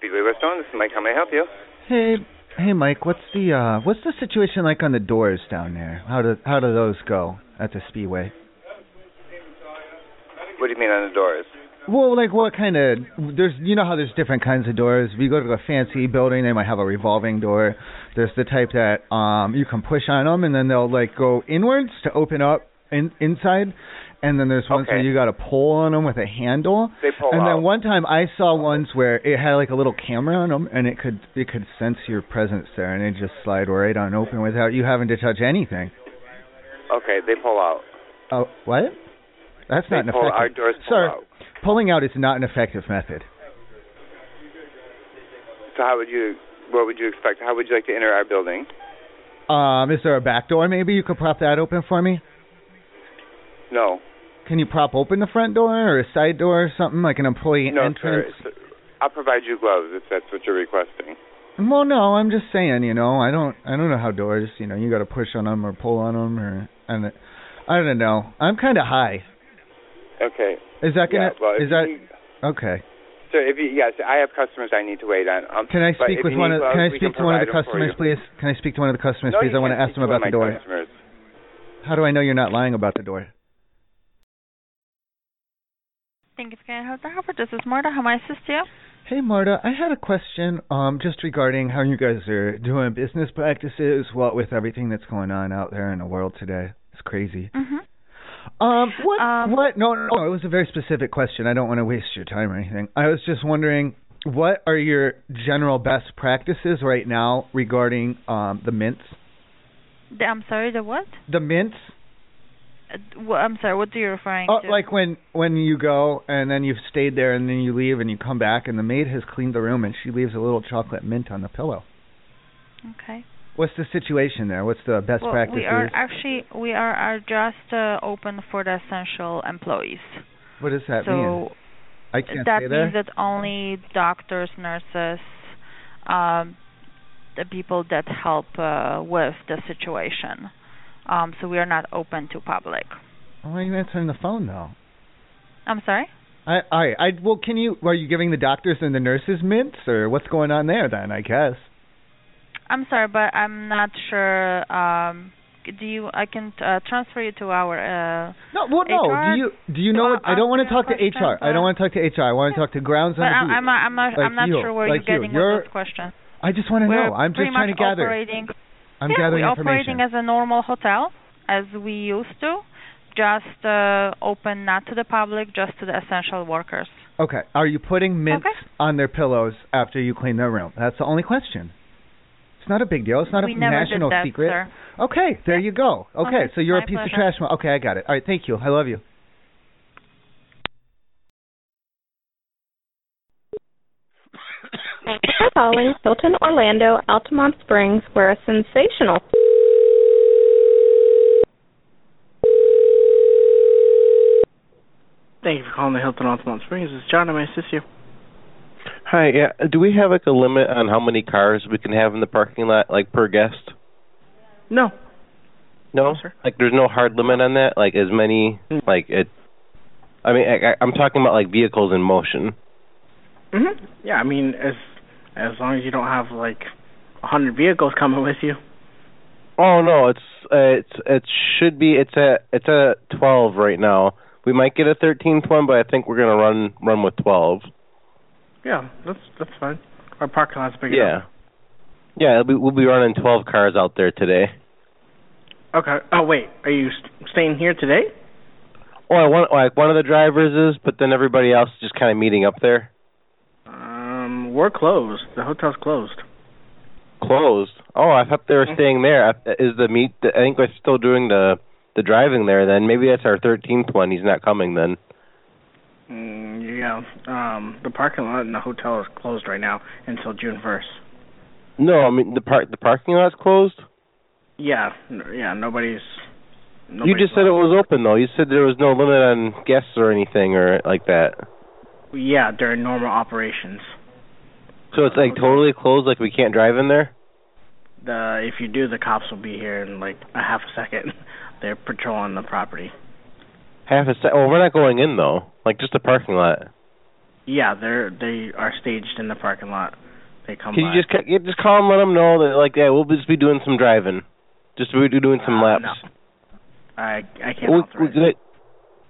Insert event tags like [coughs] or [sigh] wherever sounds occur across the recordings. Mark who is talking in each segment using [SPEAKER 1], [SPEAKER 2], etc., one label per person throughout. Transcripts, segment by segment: [SPEAKER 1] Great Restaurant. This is Mike. How may I help you?
[SPEAKER 2] Hey, hey, Mike. What's the uh, what's the situation like on the doors down there? How do how do those go at the Speedway?
[SPEAKER 1] What do you mean on the doors?
[SPEAKER 2] Well, like what kind of there's you know how there's different kinds of doors. If you go to a fancy building, they might have a revolving door. There's the type that um you can push on them and then they'll like go inwards to open up in, inside. And then there's ones
[SPEAKER 1] Okay.
[SPEAKER 2] where you got a pull on them with a handle.
[SPEAKER 1] They pull
[SPEAKER 2] and
[SPEAKER 1] out.
[SPEAKER 2] then one time I saw ones where it had like a little camera on them and it could it could sense your presence there and it just slide right on open without you having to touch anything.
[SPEAKER 1] Okay, they pull out.
[SPEAKER 2] Oh, what? That's
[SPEAKER 1] They
[SPEAKER 2] not an
[SPEAKER 1] pull
[SPEAKER 2] effective.
[SPEAKER 1] our doors pull
[SPEAKER 2] Sir,
[SPEAKER 1] out.
[SPEAKER 2] pulling out is not an effective method.
[SPEAKER 1] So how would you? What would you expect? How would you like to enter our building?
[SPEAKER 2] Um, is there a back door? Maybe you could prop that open for me.
[SPEAKER 1] No.
[SPEAKER 2] Can you prop open the front door or a side door or something like an employee
[SPEAKER 1] No, sir.
[SPEAKER 2] entrance?
[SPEAKER 1] It's- I'll provide you gloves if that's what you're requesting.
[SPEAKER 2] Well, no, I'm just saying. You know, I don't, I don't know how doors. You know, you got to push on them or pull on them or, and I don't know. I'm kind of high.
[SPEAKER 1] Okay.
[SPEAKER 2] Is that gonna?
[SPEAKER 1] yeah, well, if
[SPEAKER 2] is that
[SPEAKER 1] you need,
[SPEAKER 2] okay?
[SPEAKER 1] sir? If you yes, I have customers I need to wait on. Um,
[SPEAKER 2] Can I
[SPEAKER 1] but
[SPEAKER 2] speak
[SPEAKER 1] if
[SPEAKER 2] with
[SPEAKER 1] you
[SPEAKER 2] one
[SPEAKER 1] need
[SPEAKER 2] of?
[SPEAKER 1] gloves,
[SPEAKER 2] Can I
[SPEAKER 1] we
[SPEAKER 2] speak to one of the
[SPEAKER 1] provide 'em for
[SPEAKER 2] customers,
[SPEAKER 1] you.
[SPEAKER 2] please? Can I speak to one of the customers,
[SPEAKER 1] No, you
[SPEAKER 2] please? I want
[SPEAKER 1] can't
[SPEAKER 2] to ask
[SPEAKER 1] speak to
[SPEAKER 2] them about
[SPEAKER 1] one of
[SPEAKER 2] the door.
[SPEAKER 1] my customers.
[SPEAKER 2] How do I know you're not lying about the door?
[SPEAKER 3] Thank you for getting Hotel Harvard. This is Marta. How may I assist you?
[SPEAKER 2] Hey Marta, I had a question um just regarding how you guys are doing business practices, what with everything that's going on out there in the world today. It's crazy.
[SPEAKER 3] Mm-hmm.
[SPEAKER 2] Um what
[SPEAKER 3] Um,
[SPEAKER 2] what no, no no it was a very specific question. I don't want to waste your time or anything. I was just wondering what are your general best practices right now regarding um the mints?
[SPEAKER 3] The, I'm sorry, the what?
[SPEAKER 2] The mints?
[SPEAKER 3] Uh, wh- I'm sorry, what are you referring
[SPEAKER 2] Oh,
[SPEAKER 3] to?
[SPEAKER 2] like when when you go and then you've stayed there and then you leave and you come back and the maid has cleaned the room and she leaves a little chocolate mint on the pillow.
[SPEAKER 3] Okay.
[SPEAKER 2] What's the situation there? What's the best
[SPEAKER 3] well,
[SPEAKER 2] practices?
[SPEAKER 3] we are actually, we are, are just uh, open for the essential employees.
[SPEAKER 2] what does that
[SPEAKER 3] so
[SPEAKER 2] mean? I can't
[SPEAKER 3] that
[SPEAKER 2] stay there.
[SPEAKER 3] means that only doctors, nurses, um, the people that help uh, with the situation. Um, so we are not open to public.
[SPEAKER 2] Why are you answering the phone though?
[SPEAKER 3] I'm sorry.
[SPEAKER 2] I, I, I. Well, can you? Are you giving the doctors and the nurses mints, or what's going on there? Then I guess.
[SPEAKER 3] I'm sorry, but I'm not sure. Um, do you? I can uh, transfer you to our. Uh,
[SPEAKER 2] No, well, no.
[SPEAKER 3] HR?
[SPEAKER 2] Do you? Do you
[SPEAKER 3] Do
[SPEAKER 2] know what?
[SPEAKER 3] I
[SPEAKER 2] I don't want to
[SPEAKER 3] answer
[SPEAKER 2] talk to
[SPEAKER 3] questions,
[SPEAKER 2] HR. I don't
[SPEAKER 3] uh,
[SPEAKER 2] want to talk to HR. I want to
[SPEAKER 3] yeah.
[SPEAKER 2] talk to grounds
[SPEAKER 3] but
[SPEAKER 2] on
[SPEAKER 3] I,
[SPEAKER 2] the
[SPEAKER 3] I'm, not- I'm not.
[SPEAKER 2] Like
[SPEAKER 3] I'm not
[SPEAKER 2] you,
[SPEAKER 3] sure where
[SPEAKER 2] like you.
[SPEAKER 3] you're getting with
[SPEAKER 2] You're-
[SPEAKER 3] this question.
[SPEAKER 2] I just want to
[SPEAKER 3] we're
[SPEAKER 2] know. I'm
[SPEAKER 3] pretty
[SPEAKER 2] just trying to
[SPEAKER 3] much
[SPEAKER 2] gather.
[SPEAKER 3] Operating,
[SPEAKER 2] I'm
[SPEAKER 3] yeah,
[SPEAKER 2] gathering
[SPEAKER 3] we're operating
[SPEAKER 2] information.
[SPEAKER 3] as a normal hotel, as we used to, just uh, open not to the public, just to the essential workers.
[SPEAKER 2] okay. Are you putting mints
[SPEAKER 3] Okay.
[SPEAKER 2] on their pillows after you clean their room? That's the only question. It's not a big deal. It's not
[SPEAKER 3] we
[SPEAKER 2] a
[SPEAKER 3] never
[SPEAKER 2] national
[SPEAKER 3] did that,
[SPEAKER 2] secret.
[SPEAKER 3] sir.
[SPEAKER 2] Okay, there you go. Okay,
[SPEAKER 3] Okay,
[SPEAKER 2] so you're a
[SPEAKER 3] my
[SPEAKER 2] piece of
[SPEAKER 3] pleasure.
[SPEAKER 2] trash. Mo- okay, I got it. All right, thank you. I love you.
[SPEAKER 4] Thank you for calling Hilton Orlando Altamont Springs, where a sensational.
[SPEAKER 5] Thank you for calling the Hilton Altamont Springs. This is John. How may I assist you?
[SPEAKER 6] Hi, yeah. Do we have like a limit on how many cars we can have in the parking lot, like per guest?
[SPEAKER 5] No.
[SPEAKER 6] No,
[SPEAKER 5] sir.
[SPEAKER 6] like there's no hard limit on that. Like as many,
[SPEAKER 5] Mm.
[SPEAKER 6] like it. I mean, I, I- I'm talking about like vehicles in motion.
[SPEAKER 5] hmm Yeah, I mean, as as long as you don't have like a hundred vehicles coming with you.
[SPEAKER 6] Oh no, it's uh, it's it should be it's at it's at 12 right now. We might get a 13th one, but I think we're gonna run run with 12.
[SPEAKER 5] Yeah, that's that's fine. Our parking lot's big
[SPEAKER 6] yeah,
[SPEAKER 5] enough.
[SPEAKER 6] yeah. It'll be, we'll be running 12 cars out there today.
[SPEAKER 5] Okay. Oh wait, are you st- staying here today?
[SPEAKER 6] Oh, I want like one of the drivers is, but then everybody else is just kind of meeting up there.
[SPEAKER 5] Um, we're closed. The hotel's closed.
[SPEAKER 6] Closed. Oh, I thought they were
[SPEAKER 5] Mhm.
[SPEAKER 6] staying there. I- Is the meet? I think we're still doing the the driving there. Then maybe that's our thirteenth one. He's not coming then.
[SPEAKER 5] Mm, yeah. Um, the parking lot and the hotel is closed right now until June first.
[SPEAKER 6] No, I mean the park. The parking lot's closed.
[SPEAKER 5] Yeah. n- Yeah. Nobody's.
[SPEAKER 6] you
[SPEAKER 5] nobody's
[SPEAKER 6] just said it was open though. You said there was no limit on guests or anything or like that.
[SPEAKER 5] left. Yeah, during normal operations.
[SPEAKER 6] So it's like
[SPEAKER 5] Okay.
[SPEAKER 6] totally closed. Like we can't drive in there.
[SPEAKER 5] the if you do the cops will be here in like a half a second [laughs] they're patrolling the property
[SPEAKER 6] Half a se- Well, we're not going in though. Like just the parking lot.
[SPEAKER 5] Yeah, they're they are staged in the parking lot. They come
[SPEAKER 6] Can
[SPEAKER 5] by.
[SPEAKER 6] you just ca- you just call them, let them know that like yeah, we'll just be doing some driving, just we do doing some
[SPEAKER 5] Uh,
[SPEAKER 6] laps.
[SPEAKER 5] no. I I can't
[SPEAKER 6] We, we
[SPEAKER 5] authorize it.
[SPEAKER 6] good.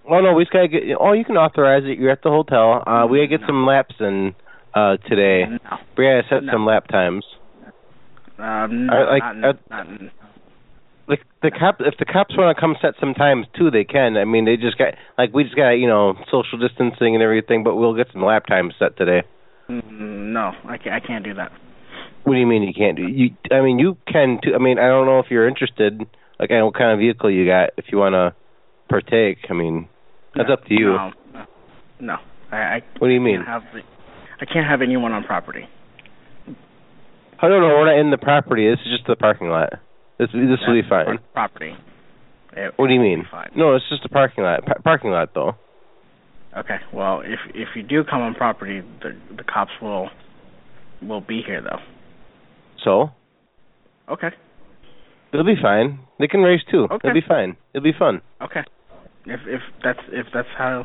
[SPEAKER 6] Oh no, we just gotta get. Oh, you can authorize it. You're at the hotel. Uh, we gotta get
[SPEAKER 5] No.
[SPEAKER 6] some laps in uh today.
[SPEAKER 5] No.
[SPEAKER 6] We gotta set
[SPEAKER 5] No.
[SPEAKER 6] some lap times.
[SPEAKER 5] Um, no,
[SPEAKER 6] I- like,
[SPEAKER 5] not, in-
[SPEAKER 6] I-
[SPEAKER 5] not in-
[SPEAKER 6] Like the cop, if the cops want to come set some times too, they can. I mean, they just got like we just got you know social distancing and everything, but we'll get some lap times set today.
[SPEAKER 5] Mm, no, I can't, I can't do that.
[SPEAKER 6] What do you mean you can't do? You, I mean, you can too. I mean, I don't know if you're interested. Like, I what kind of vehicle you got? If you want to partake, I mean, that's
[SPEAKER 5] No,
[SPEAKER 6] up to you.
[SPEAKER 5] No, no, no. I, I
[SPEAKER 6] What do you mean?
[SPEAKER 5] can't have the- I can't have anyone on property.
[SPEAKER 6] I don't know. We're not in the property. This is just the parking lot. This this will be
[SPEAKER 5] That's
[SPEAKER 6] fine.
[SPEAKER 5] on Property. It
[SPEAKER 6] What do you
[SPEAKER 5] will be
[SPEAKER 6] mean?
[SPEAKER 5] fine.
[SPEAKER 6] No, it's just a parking lot. Pa- parking lot though.
[SPEAKER 5] Okay. Well, if if you do come on property, the the cops will will be here though.
[SPEAKER 6] So
[SPEAKER 5] Okay.
[SPEAKER 6] it'll be fine. They can race too.
[SPEAKER 5] Okay.
[SPEAKER 6] It'll be fine. It'll be fun.
[SPEAKER 5] Okay. If if that's if that's how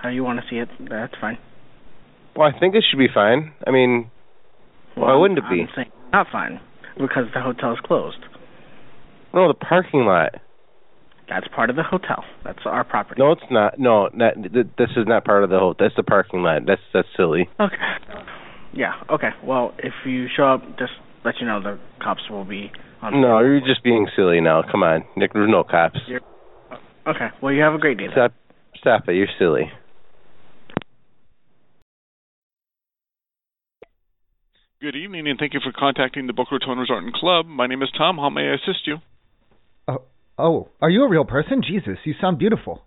[SPEAKER 5] how you want to see it, that's fine.
[SPEAKER 6] Well, I think it should be fine. I mean, Why
[SPEAKER 5] Well,
[SPEAKER 6] wouldn't it be?
[SPEAKER 5] I'm saying not fine because the hotel's closed.
[SPEAKER 6] no, the parking lot.
[SPEAKER 5] That's part of the hotel. That's our property.
[SPEAKER 6] No, it's not. No, not, th- this is not part of the whole. That's the parking lot. That's that's silly.
[SPEAKER 5] Okay. Yeah. Okay. Well, if you show up, just let you know the cops will be on.
[SPEAKER 6] No, you're just being silly now. Come on, Nick. There's no cops.
[SPEAKER 5] You're- Okay. Well, you have a great day. then.
[SPEAKER 6] Stop, stop it. You're silly.
[SPEAKER 7] Good evening, and thank you for contacting the Boca Raton Resort and Club. My name is Tom. How may I assist you? [laughs]
[SPEAKER 2] Oh, oh, are you a real person? Jesus, you sound beautiful.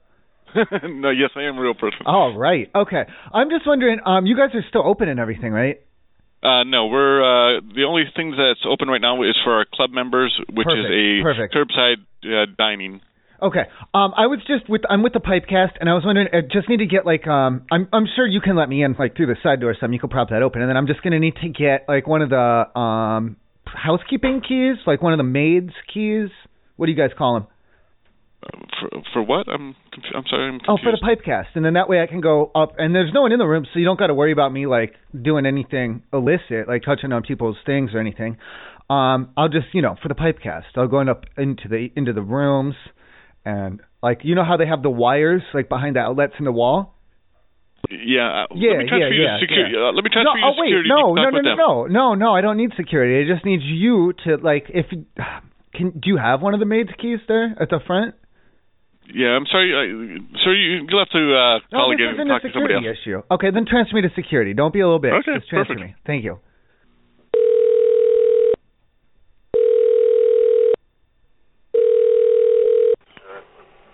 [SPEAKER 7] no, yes, I am a real person.
[SPEAKER 2] All right. Okay. I'm just wondering, um, you guys are still open and everything, right?
[SPEAKER 7] Uh, no, we're uh, the only thing that's open right now is for our club members, which
[SPEAKER 2] Perfect,
[SPEAKER 7] is a
[SPEAKER 2] perfect.
[SPEAKER 7] curbside uh, dining.
[SPEAKER 2] Okay. Um, I was just with I'm with the Pipecast, and I was wondering. I just need to get like um, I'm I'm sure you can let me in like through the side door or something. You can prop that open, and then I'm just gonna need to get like one of the um housekeeping keys, like one of the maids' keys. What do you guys call them?
[SPEAKER 7] Uh, for, for what? I'm conf- I'm sorry, I'm
[SPEAKER 2] Oh,
[SPEAKER 7] confused.
[SPEAKER 2] for the Pipecast, and then that way I can go up, and there's no one in the room, so you don't got to worry about me like doing anything illicit, like touching on people's things or anything. Um, I'll just you know for the Pipecast, I'll go in up into the into the rooms, and like you know how they have the wires like behind the outlets in the wall.
[SPEAKER 7] yeah, uh,
[SPEAKER 2] Yeah,
[SPEAKER 7] let me transfer
[SPEAKER 2] yeah,
[SPEAKER 7] you
[SPEAKER 2] yeah,
[SPEAKER 7] to security.
[SPEAKER 2] yeah.
[SPEAKER 7] Uh, let me transfer
[SPEAKER 2] no,
[SPEAKER 7] you to
[SPEAKER 2] oh,
[SPEAKER 7] security.
[SPEAKER 2] Wait, no,
[SPEAKER 7] You can talk
[SPEAKER 2] no, no,
[SPEAKER 7] with
[SPEAKER 2] no,
[SPEAKER 7] them.
[SPEAKER 2] no, no, no. I don't need security. I just need you [sighs] to like if can do you have one of the maid's keys there at the front?
[SPEAKER 7] Yeah, I'm sorry, uh, sir. You you'll have to uh, call
[SPEAKER 2] No, this
[SPEAKER 7] again
[SPEAKER 2] isn't
[SPEAKER 7] and
[SPEAKER 2] a
[SPEAKER 7] talk to somebody
[SPEAKER 2] security
[SPEAKER 7] else.
[SPEAKER 2] issue. Okay, then transfer me to security. Don't be a little bitch.
[SPEAKER 7] Okay,
[SPEAKER 2] just transfer
[SPEAKER 7] perfect.
[SPEAKER 2] me. Thank you.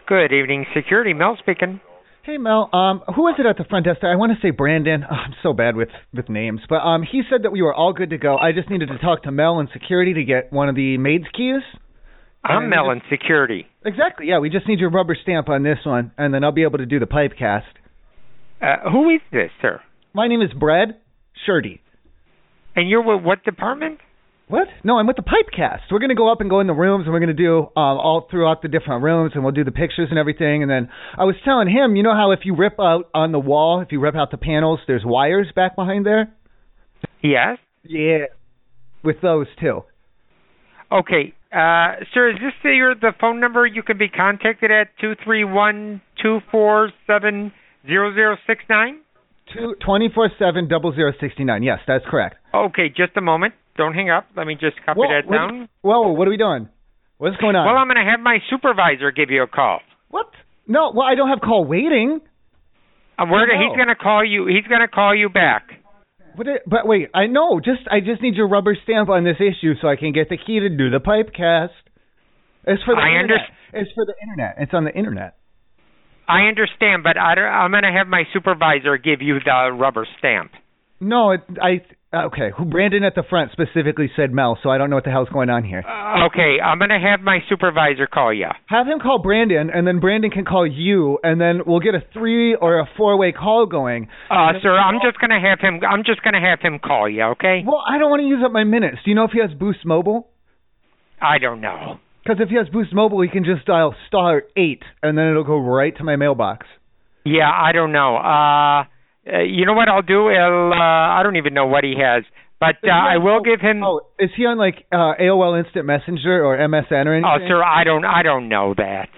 [SPEAKER 8] Good evening, security. Mel speaking.
[SPEAKER 2] Hey Mel, um, who is it at the front desk? I want to say Brandon. Oh, I'm so bad with with names, but um, he said that we were all good to go. I just needed to talk to Mel and security to get one of the maid's keys.
[SPEAKER 8] I'm
[SPEAKER 2] And
[SPEAKER 8] Mel in security.
[SPEAKER 2] Exactly. Yeah, we just need your rubber stamp on this one, and then I'll be able to do the pipe cast.
[SPEAKER 8] Uh, who is this, sir?
[SPEAKER 2] My name is Brad Shirty.
[SPEAKER 8] And you're with what department?
[SPEAKER 2] What? No, I'm with the Pipecast. We're gonna go up and go in the rooms, and we're gonna do um, all throughout the different rooms, and we'll do the pictures and everything. And then I was telling him, you know how if you rip out on the wall, if you rip out the panels, there's wires back behind there.
[SPEAKER 8] Yes.
[SPEAKER 2] Yeah. With those too.
[SPEAKER 8] Okay. Uh, sir, is this the, your, the phone number you can be contacted at two three one two four seven zero zero six nine?
[SPEAKER 2] Two twenty four seven double zero sixty nine. Yes, that's correct.
[SPEAKER 8] Okay, just a moment. Don't hang up. Let me just copy
[SPEAKER 2] Whoa,
[SPEAKER 8] that
[SPEAKER 2] what-
[SPEAKER 8] down.
[SPEAKER 2] Whoa, what are we doing? What's going on?
[SPEAKER 8] Well, I'm going to have my supervisor give you a call.
[SPEAKER 2] what? No, well I don't have call waiting.
[SPEAKER 8] Uh, we're,
[SPEAKER 2] Oh, No.
[SPEAKER 8] He's going to call you. He's going to call you back.
[SPEAKER 2] But it, but wait, I know. Just I just need your rubber stamp on this issue so I can get the key to do the pipe cast. It's for the
[SPEAKER 8] I
[SPEAKER 2] internet.
[SPEAKER 8] underst-
[SPEAKER 2] It's for the internet. It's on the internet.
[SPEAKER 8] I understand, but I don't, I'm going to have my supervisor give you the rubber stamp.
[SPEAKER 2] No, it, I okay. Who Brandon at the front specifically said Mel, so I don't know what the hell's going on here.
[SPEAKER 8] Uh, okay, I'm going to have my supervisor call you.
[SPEAKER 2] Have him call Brandon, and then Brandon can call you, and then we'll get a three or a four way call going.
[SPEAKER 8] Uh, sir, I'm just going to have him. I'm just going to have him call you. Okay?
[SPEAKER 2] Well, I don't want to use up my minutes. Do you know if he has Boost Mobile?
[SPEAKER 8] I don't know.
[SPEAKER 2] Because if he has Boost Mobile, he can just dial star eight, and then it'll go right to my mailbox.
[SPEAKER 8] Yeah, I don't know. Uh,
[SPEAKER 9] Uh, you know what I'll do? I'll, uh, I don't even know what he has, but uh, I will give him.
[SPEAKER 2] Oh, is he on like uh, AOL Instant Messenger or MSN or
[SPEAKER 9] Oh,
[SPEAKER 2] anything?
[SPEAKER 9] sir, I don't, I don't know that.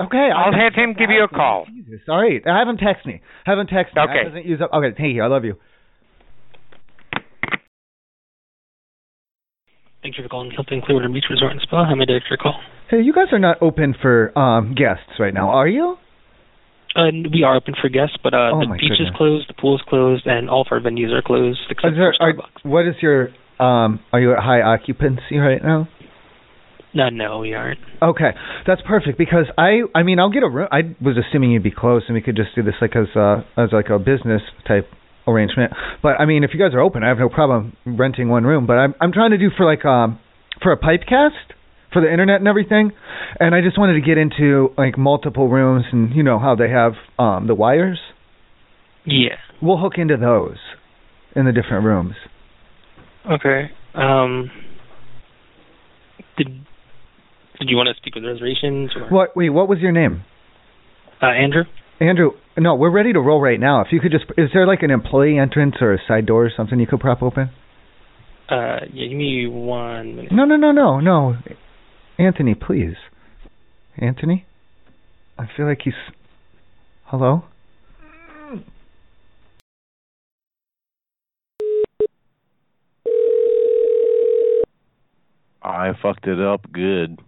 [SPEAKER 2] Okay,
[SPEAKER 9] I'll have him give you a call.
[SPEAKER 2] Jesus, all right. Have him text me. Have him text me. That
[SPEAKER 9] Okay.
[SPEAKER 2] doesn't use up. Okay, thank you. I love you.
[SPEAKER 10] Thank you for calling Hilton Clearwater Beach Resort and Spa. How may I direct your call?
[SPEAKER 2] Hey, you guys are not open for um guests right now, are you?
[SPEAKER 10] Uh, we are open for guests, but uh,
[SPEAKER 2] Oh,
[SPEAKER 10] the
[SPEAKER 2] my
[SPEAKER 10] beach
[SPEAKER 2] goodness.
[SPEAKER 10] is closed, the pool is closed, and all of our venues are closed except
[SPEAKER 2] Is there-
[SPEAKER 10] for
[SPEAKER 2] are-
[SPEAKER 10] Starbucks.
[SPEAKER 2] what is your um? Are you at high occupancy right now?
[SPEAKER 10] No, no, we aren't.
[SPEAKER 2] Okay, that's perfect because I I mean I'll get a room. I was assuming you'd be closed and we could just do this like as uh as like a business type arrangement. But I mean if you guys are open, I have no problem renting one room. But I'm I'm trying to do for like um for a pipe cast for the internet and everything, and I just wanted to get into like multiple rooms and you know how they have um the wires.
[SPEAKER 10] Yeah.
[SPEAKER 2] We'll hook into those in the different rooms.
[SPEAKER 10] Okay. Um. Did Did you want to speak with reservations or
[SPEAKER 2] What wait what was your name?
[SPEAKER 10] Uh, Andrew?
[SPEAKER 2] Andrew, no, we're ready to roll right now. If you could just, is there like an employee entrance or a side door or something you could prop open?
[SPEAKER 10] Uh, yeah. Give me one minute.
[SPEAKER 2] No, no, no, no, no. Anthony, please. Anthony? I feel like he's. Hello?
[SPEAKER 6] I fucked it up good.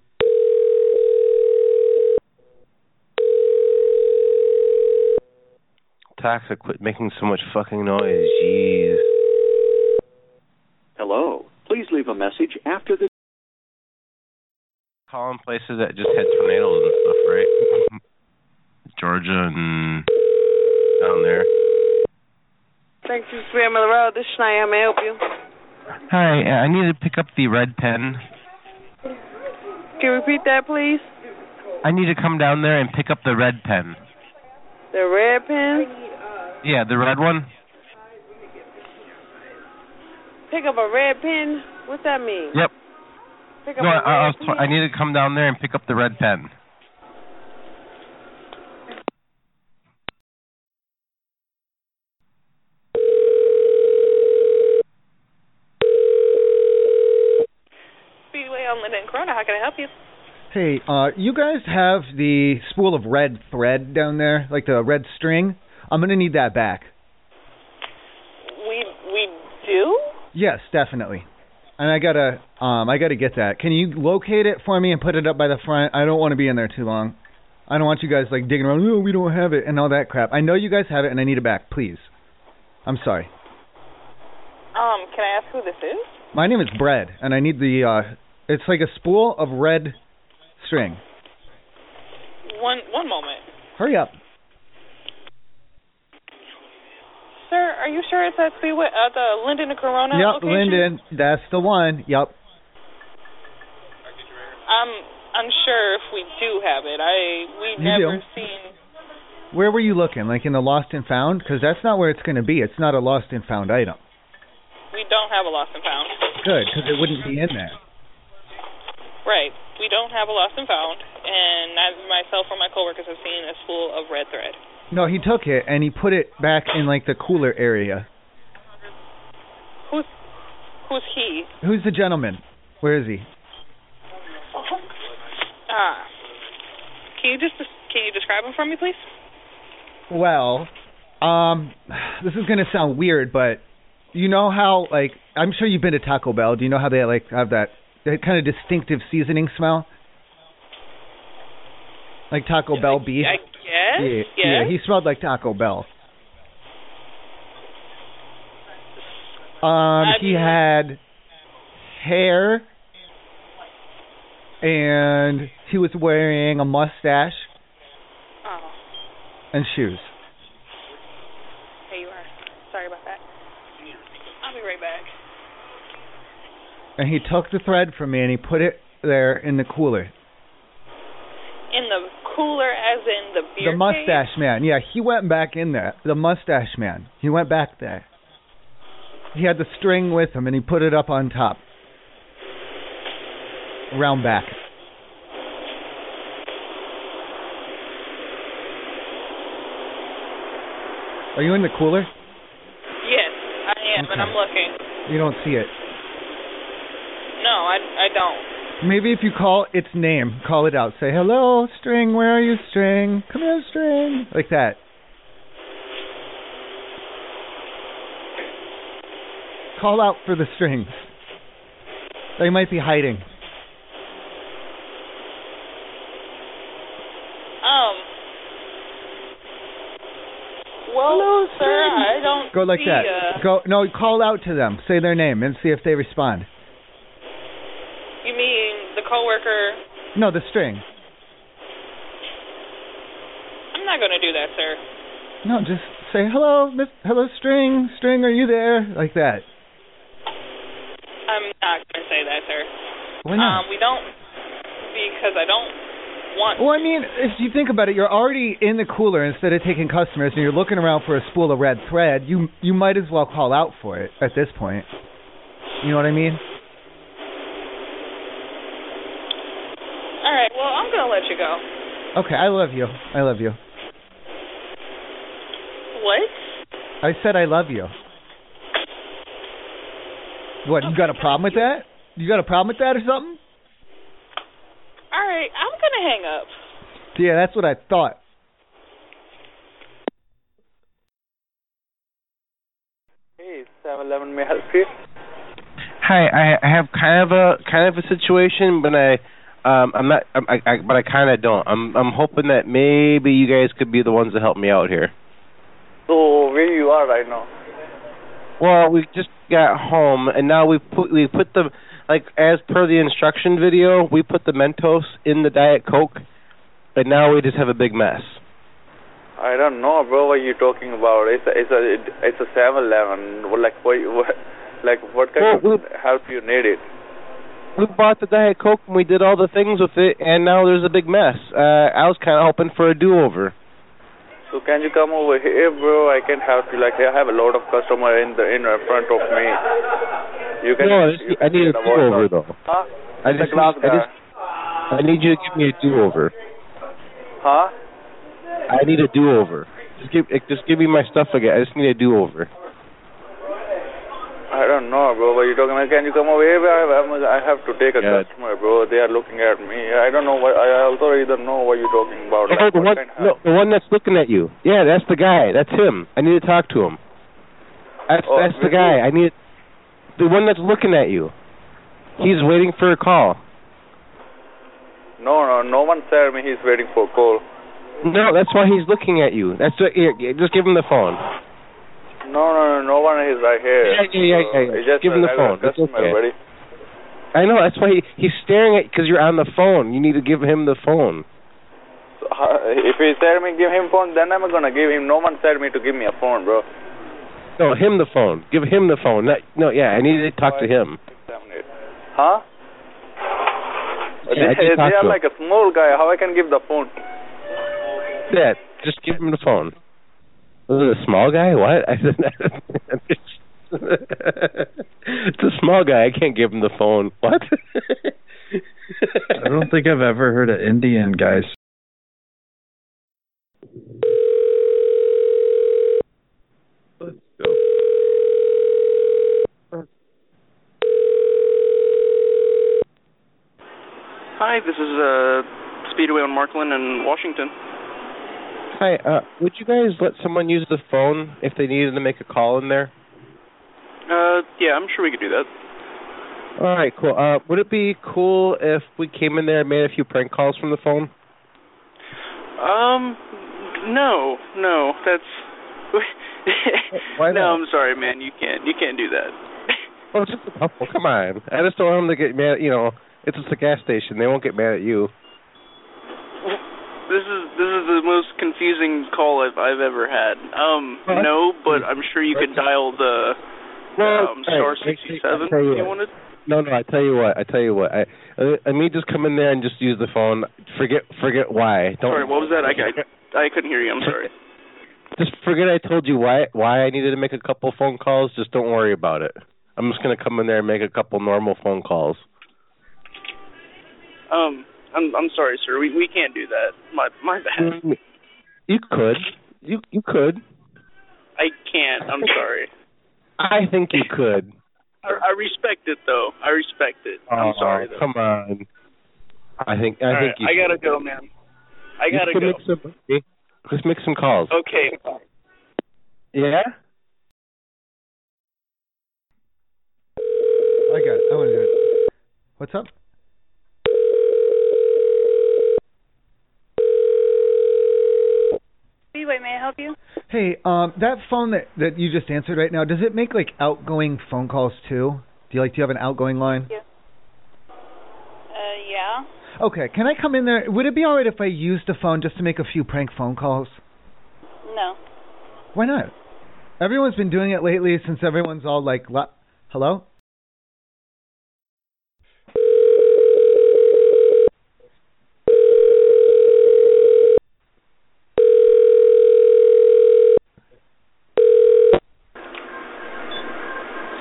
[SPEAKER 6] Toxic, quit making so much fucking noise. Jeez.
[SPEAKER 11] Hello. Please leave a message after the.
[SPEAKER 6] Calling places that just had tornadoes and stuff, [laughs] right? Georgia and down there.
[SPEAKER 12] Thank you, Swear Miller Road. This is Shania. May I help you?
[SPEAKER 6] Hi, uh, I need to pick up the red pen.
[SPEAKER 12] Can you repeat that, please?
[SPEAKER 6] I need to come down there and pick up the red pen.
[SPEAKER 12] The red pen.
[SPEAKER 6] Yeah, the red one.
[SPEAKER 12] Pick up a red pen. What's that mean?
[SPEAKER 6] Yep.
[SPEAKER 12] Pick up
[SPEAKER 6] No, I,
[SPEAKER 12] a red
[SPEAKER 6] I, was
[SPEAKER 12] pen.
[SPEAKER 6] t- I need to come down there and pick up the red pen.
[SPEAKER 12] Speedway on Linden Corona. How can I help you?
[SPEAKER 2] Hey, uh, you guys have the spool of red thread down there, like the red string? I'm going to need that back.
[SPEAKER 12] We we do.
[SPEAKER 2] Yes, definitely. And I gotta, um, I gotta get that. Can you locate it for me and put it up by the front? I don't want to be in there too long. I don't want you guys like digging around. Oh, we don't have it and all that crap. I know you guys have it, and I need it back, please. I'm sorry.
[SPEAKER 12] Um, can I ask who this is?
[SPEAKER 2] My name is Bread, and I need the. uh It's like a spool of red string.
[SPEAKER 12] One one moment,
[SPEAKER 2] Hurry up.
[SPEAKER 12] sir. Are you sure it's at Speedway at the Linden and Corona
[SPEAKER 2] yep,
[SPEAKER 12] location?
[SPEAKER 2] Lyndon, that's the one. Yep.
[SPEAKER 12] I'm unsure if we do have it. I we
[SPEAKER 2] You
[SPEAKER 12] never
[SPEAKER 2] do.
[SPEAKER 12] seen.
[SPEAKER 2] Where were you looking? Like in the lost and found? Because that's not where it's going to be. It's not a lost and found item.
[SPEAKER 12] We don't have a lost and found.
[SPEAKER 2] Good, because it wouldn't be in there.
[SPEAKER 12] Right. We don't have a lost and found, and neither myself or my coworkers have seen a spool of red thread.
[SPEAKER 2] No, he took it and he put it back in like the cooler area.
[SPEAKER 12] Who's who's he?
[SPEAKER 2] Who's the gentleman? Where is he?
[SPEAKER 12] Uh-huh. Ah. Can you just can you describe him for me, please?
[SPEAKER 2] Well, um, this is gonna sound weird, but you know how like I'm sure you've been to Taco Bell. Do you know how they like have that that kind of distinctive seasoning smell? Like Taco Bell beef.
[SPEAKER 12] I guess.
[SPEAKER 2] yeah, yeah, he smelled like Taco Bell. Um, he had hair, and he was wearing a mustache
[SPEAKER 12] Oh,
[SPEAKER 2] and shoes.
[SPEAKER 12] here you are. Sorry about that. I'll be right back.
[SPEAKER 2] And he took the thread from me and he put it there in the cooler.
[SPEAKER 12] In the cooler, as in the beer.
[SPEAKER 2] the
[SPEAKER 12] case?
[SPEAKER 2] mustache man. Yeah, he went back in there. The mustache man. He went back there. He had the string with him and he put it up on top. Around back. Are you in the cooler?
[SPEAKER 13] am, and
[SPEAKER 2] Okay.
[SPEAKER 13] I'm looking.
[SPEAKER 2] You don't see it.
[SPEAKER 13] No, I, I don't.
[SPEAKER 2] Maybe if you call its name, call it out. Say, hello, string, where are you, string? Come here, string. Like that. Call out for the strings. They might be hiding.
[SPEAKER 13] Um. Well, sir, I don't
[SPEAKER 2] Go like
[SPEAKER 13] see
[SPEAKER 2] that.
[SPEAKER 13] ya.
[SPEAKER 2] Go no, call out to them. Say their name and see if they respond.
[SPEAKER 13] You mean the coworker?
[SPEAKER 2] No, the string.
[SPEAKER 13] I'm not gonna do that, sir.
[SPEAKER 2] No, just say hello, miss, hello, string, string, are you there? Like that.
[SPEAKER 13] I'm not gonna say that, sir.
[SPEAKER 2] Why not?
[SPEAKER 13] Um, we don't because I don't want.
[SPEAKER 2] Well, I mean, if you think about it, you're already in the cooler instead of taking customers, and you're looking around for a spool of red thread. You you might as well call out for it at this point. You know what I mean?
[SPEAKER 13] All right. Well, I'm gonna let you go.
[SPEAKER 2] Okay, I love you. I love you.
[SPEAKER 13] What?
[SPEAKER 2] I said I love you. What? You got a problem with that? You got a problem with that or something?
[SPEAKER 13] All right. I'm gonna hang up.
[SPEAKER 2] Yeah, that's what I thought.
[SPEAKER 14] Hey, 7-Eleven, may I help you?
[SPEAKER 6] Hi, I I have kind of a kind of a situation, but I um I'm not I'm, I, I but I kind of don't. I'm I'm hoping that maybe you guys could be the ones to help me out here.
[SPEAKER 14] So, where you are right now?
[SPEAKER 6] Well, we just got home and now we put we put the like as per the instruction video, we put the Mentos in the Diet Coke, and now we just have a big mess.
[SPEAKER 14] I don't know, bro, what you talking about. It's a, it's a, it's a 7-Eleven. Well, Like, what, what, like, what kind of help you need it?
[SPEAKER 6] We bought the Diet Coke and we did all the things with it, and now there's a big mess. Uh, I was kind of hoping for a do-over.
[SPEAKER 14] So, can you come over here, bro? I can help you. Like, I have a lot of customer in the in front of me. You [laughs] can.
[SPEAKER 6] no, I, just, I need a do-over though.
[SPEAKER 14] Huh?
[SPEAKER 6] I
[SPEAKER 14] It's a
[SPEAKER 6] just, need-
[SPEAKER 14] glass
[SPEAKER 6] I
[SPEAKER 14] guy.
[SPEAKER 6] just, I need you to give me a do-over.
[SPEAKER 14] Huh?
[SPEAKER 6] I need a do-over. Just give, eh, just give me my stuff again. I just need a do-over.
[SPEAKER 14] I don't know, bro. What you talking about? Can you come over here? bro? I have, I have to take a
[SPEAKER 6] Yeah.
[SPEAKER 14] customer, bro. They are looking at me. I don't know what. I also don't know what you're talking about.
[SPEAKER 6] Oh, the one, no, the one that's looking at you. Yeah, that's the guy. That's him. I need to talk to him. That's
[SPEAKER 14] Oh,
[SPEAKER 6] that's the
[SPEAKER 14] really?
[SPEAKER 6] guy. I need the one that's looking at you. He's waiting for a call.
[SPEAKER 14] No, no, no one said me he's waiting for call.
[SPEAKER 6] No, that's why he's looking at you. That's what, here, here, just give him the phone.
[SPEAKER 14] No, no, no, no one is right here.
[SPEAKER 6] Yeah, yeah, yeah, yeah, yeah.
[SPEAKER 14] It's just
[SPEAKER 6] Give
[SPEAKER 14] a
[SPEAKER 6] him the
[SPEAKER 14] regular
[SPEAKER 6] phone. It's
[SPEAKER 14] customer,
[SPEAKER 6] okay.
[SPEAKER 14] buddy.
[SPEAKER 6] I know that's why he, he's staring at because you're on the phone. You need to give him the phone.
[SPEAKER 14] So, uh, if he said me give him phone, then I'm gonna give him. No one said me to give me a phone, bro.
[SPEAKER 6] No, him the phone. Give him the phone. Not, no, yeah, I need to talk to him.
[SPEAKER 14] Huh?
[SPEAKER 6] Yeah, I
[SPEAKER 14] they,
[SPEAKER 6] just talked
[SPEAKER 14] they are
[SPEAKER 6] to him.
[SPEAKER 14] like a small guy. How I can give the phone?
[SPEAKER 6] Yeah, just give him the phone. Was it a small guy? What? [laughs] I said, it's a small guy. I can't give him the phone. What?
[SPEAKER 15] I don't think I've ever heard an Indian guy. s-
[SPEAKER 12] Hi, this is uh, Speedway on Markland in Washington.
[SPEAKER 6] Hi. Uh, would you guys let someone use the phone if they needed to make a call in there?
[SPEAKER 12] Uh, yeah, I'm sure we could do that.
[SPEAKER 6] All right. Cool. Uh, would it be cool if we came in there and made a few prank calls from the phone?
[SPEAKER 12] Um, no, no, that's.
[SPEAKER 6] [laughs] Why
[SPEAKER 12] [laughs] no,
[SPEAKER 6] not?
[SPEAKER 12] I'm sorry, man. You can't. You can't do that.
[SPEAKER 6] Oh, just a couple. Come on. I just don't want them to get mad. You know, it's just a gas station. They won't get mad at you.
[SPEAKER 12] This is this is the most confusing call I've I've ever had. Um,
[SPEAKER 6] Well,
[SPEAKER 12] no, but I'm sure you could dial the
[SPEAKER 6] Well,
[SPEAKER 12] um, star
[SPEAKER 6] hey,
[SPEAKER 12] sixty seven
[SPEAKER 6] I'll tell you
[SPEAKER 12] if you
[SPEAKER 6] what.
[SPEAKER 12] wanted.
[SPEAKER 6] No, no. I tell you what. I tell you what. I, uh, let me just come in there and just use the phone. Forget, forget why. Don't.
[SPEAKER 12] Sorry, what was that? I I, I couldn't hear you. I'm
[SPEAKER 6] [laughs]
[SPEAKER 12] sorry.
[SPEAKER 6] Just forget I told you why. Why I needed to make a couple phone calls. Just don't worry about it. I'm just gonna come in there and make a couple normal phone calls.
[SPEAKER 12] Um, I'm I'm sorry, sir. We we can't do that. My Uh, my bad.
[SPEAKER 6] You could. You you could.
[SPEAKER 12] I can't. I'm sorry.
[SPEAKER 6] I think you could.
[SPEAKER 16] I, I respect it though. I respect it. I'm
[SPEAKER 6] Oh,
[SPEAKER 16] sorry though.
[SPEAKER 6] Come on. I think I
[SPEAKER 16] All right,
[SPEAKER 6] think you
[SPEAKER 16] I gotta
[SPEAKER 6] could.
[SPEAKER 16] go, man. I
[SPEAKER 6] You
[SPEAKER 16] gotta
[SPEAKER 6] should
[SPEAKER 16] go.
[SPEAKER 6] make some- Let's make some calls.
[SPEAKER 16] Okay.
[SPEAKER 6] Yeah.
[SPEAKER 2] I got it. I want to do it. What's up?
[SPEAKER 17] Speedway, may I help you?
[SPEAKER 2] Hey, um, that phone that that you just answered right now, does it make like outgoing phone calls too? Do you like? Do you have an outgoing line?
[SPEAKER 17] Uh, yeah.
[SPEAKER 2] Okay. Can I come in there? Would it be all right if I used the phone just to make a few prank phone calls?
[SPEAKER 17] No.
[SPEAKER 2] Why not? Everyone's been doing it lately since everyone's all like, la- hello?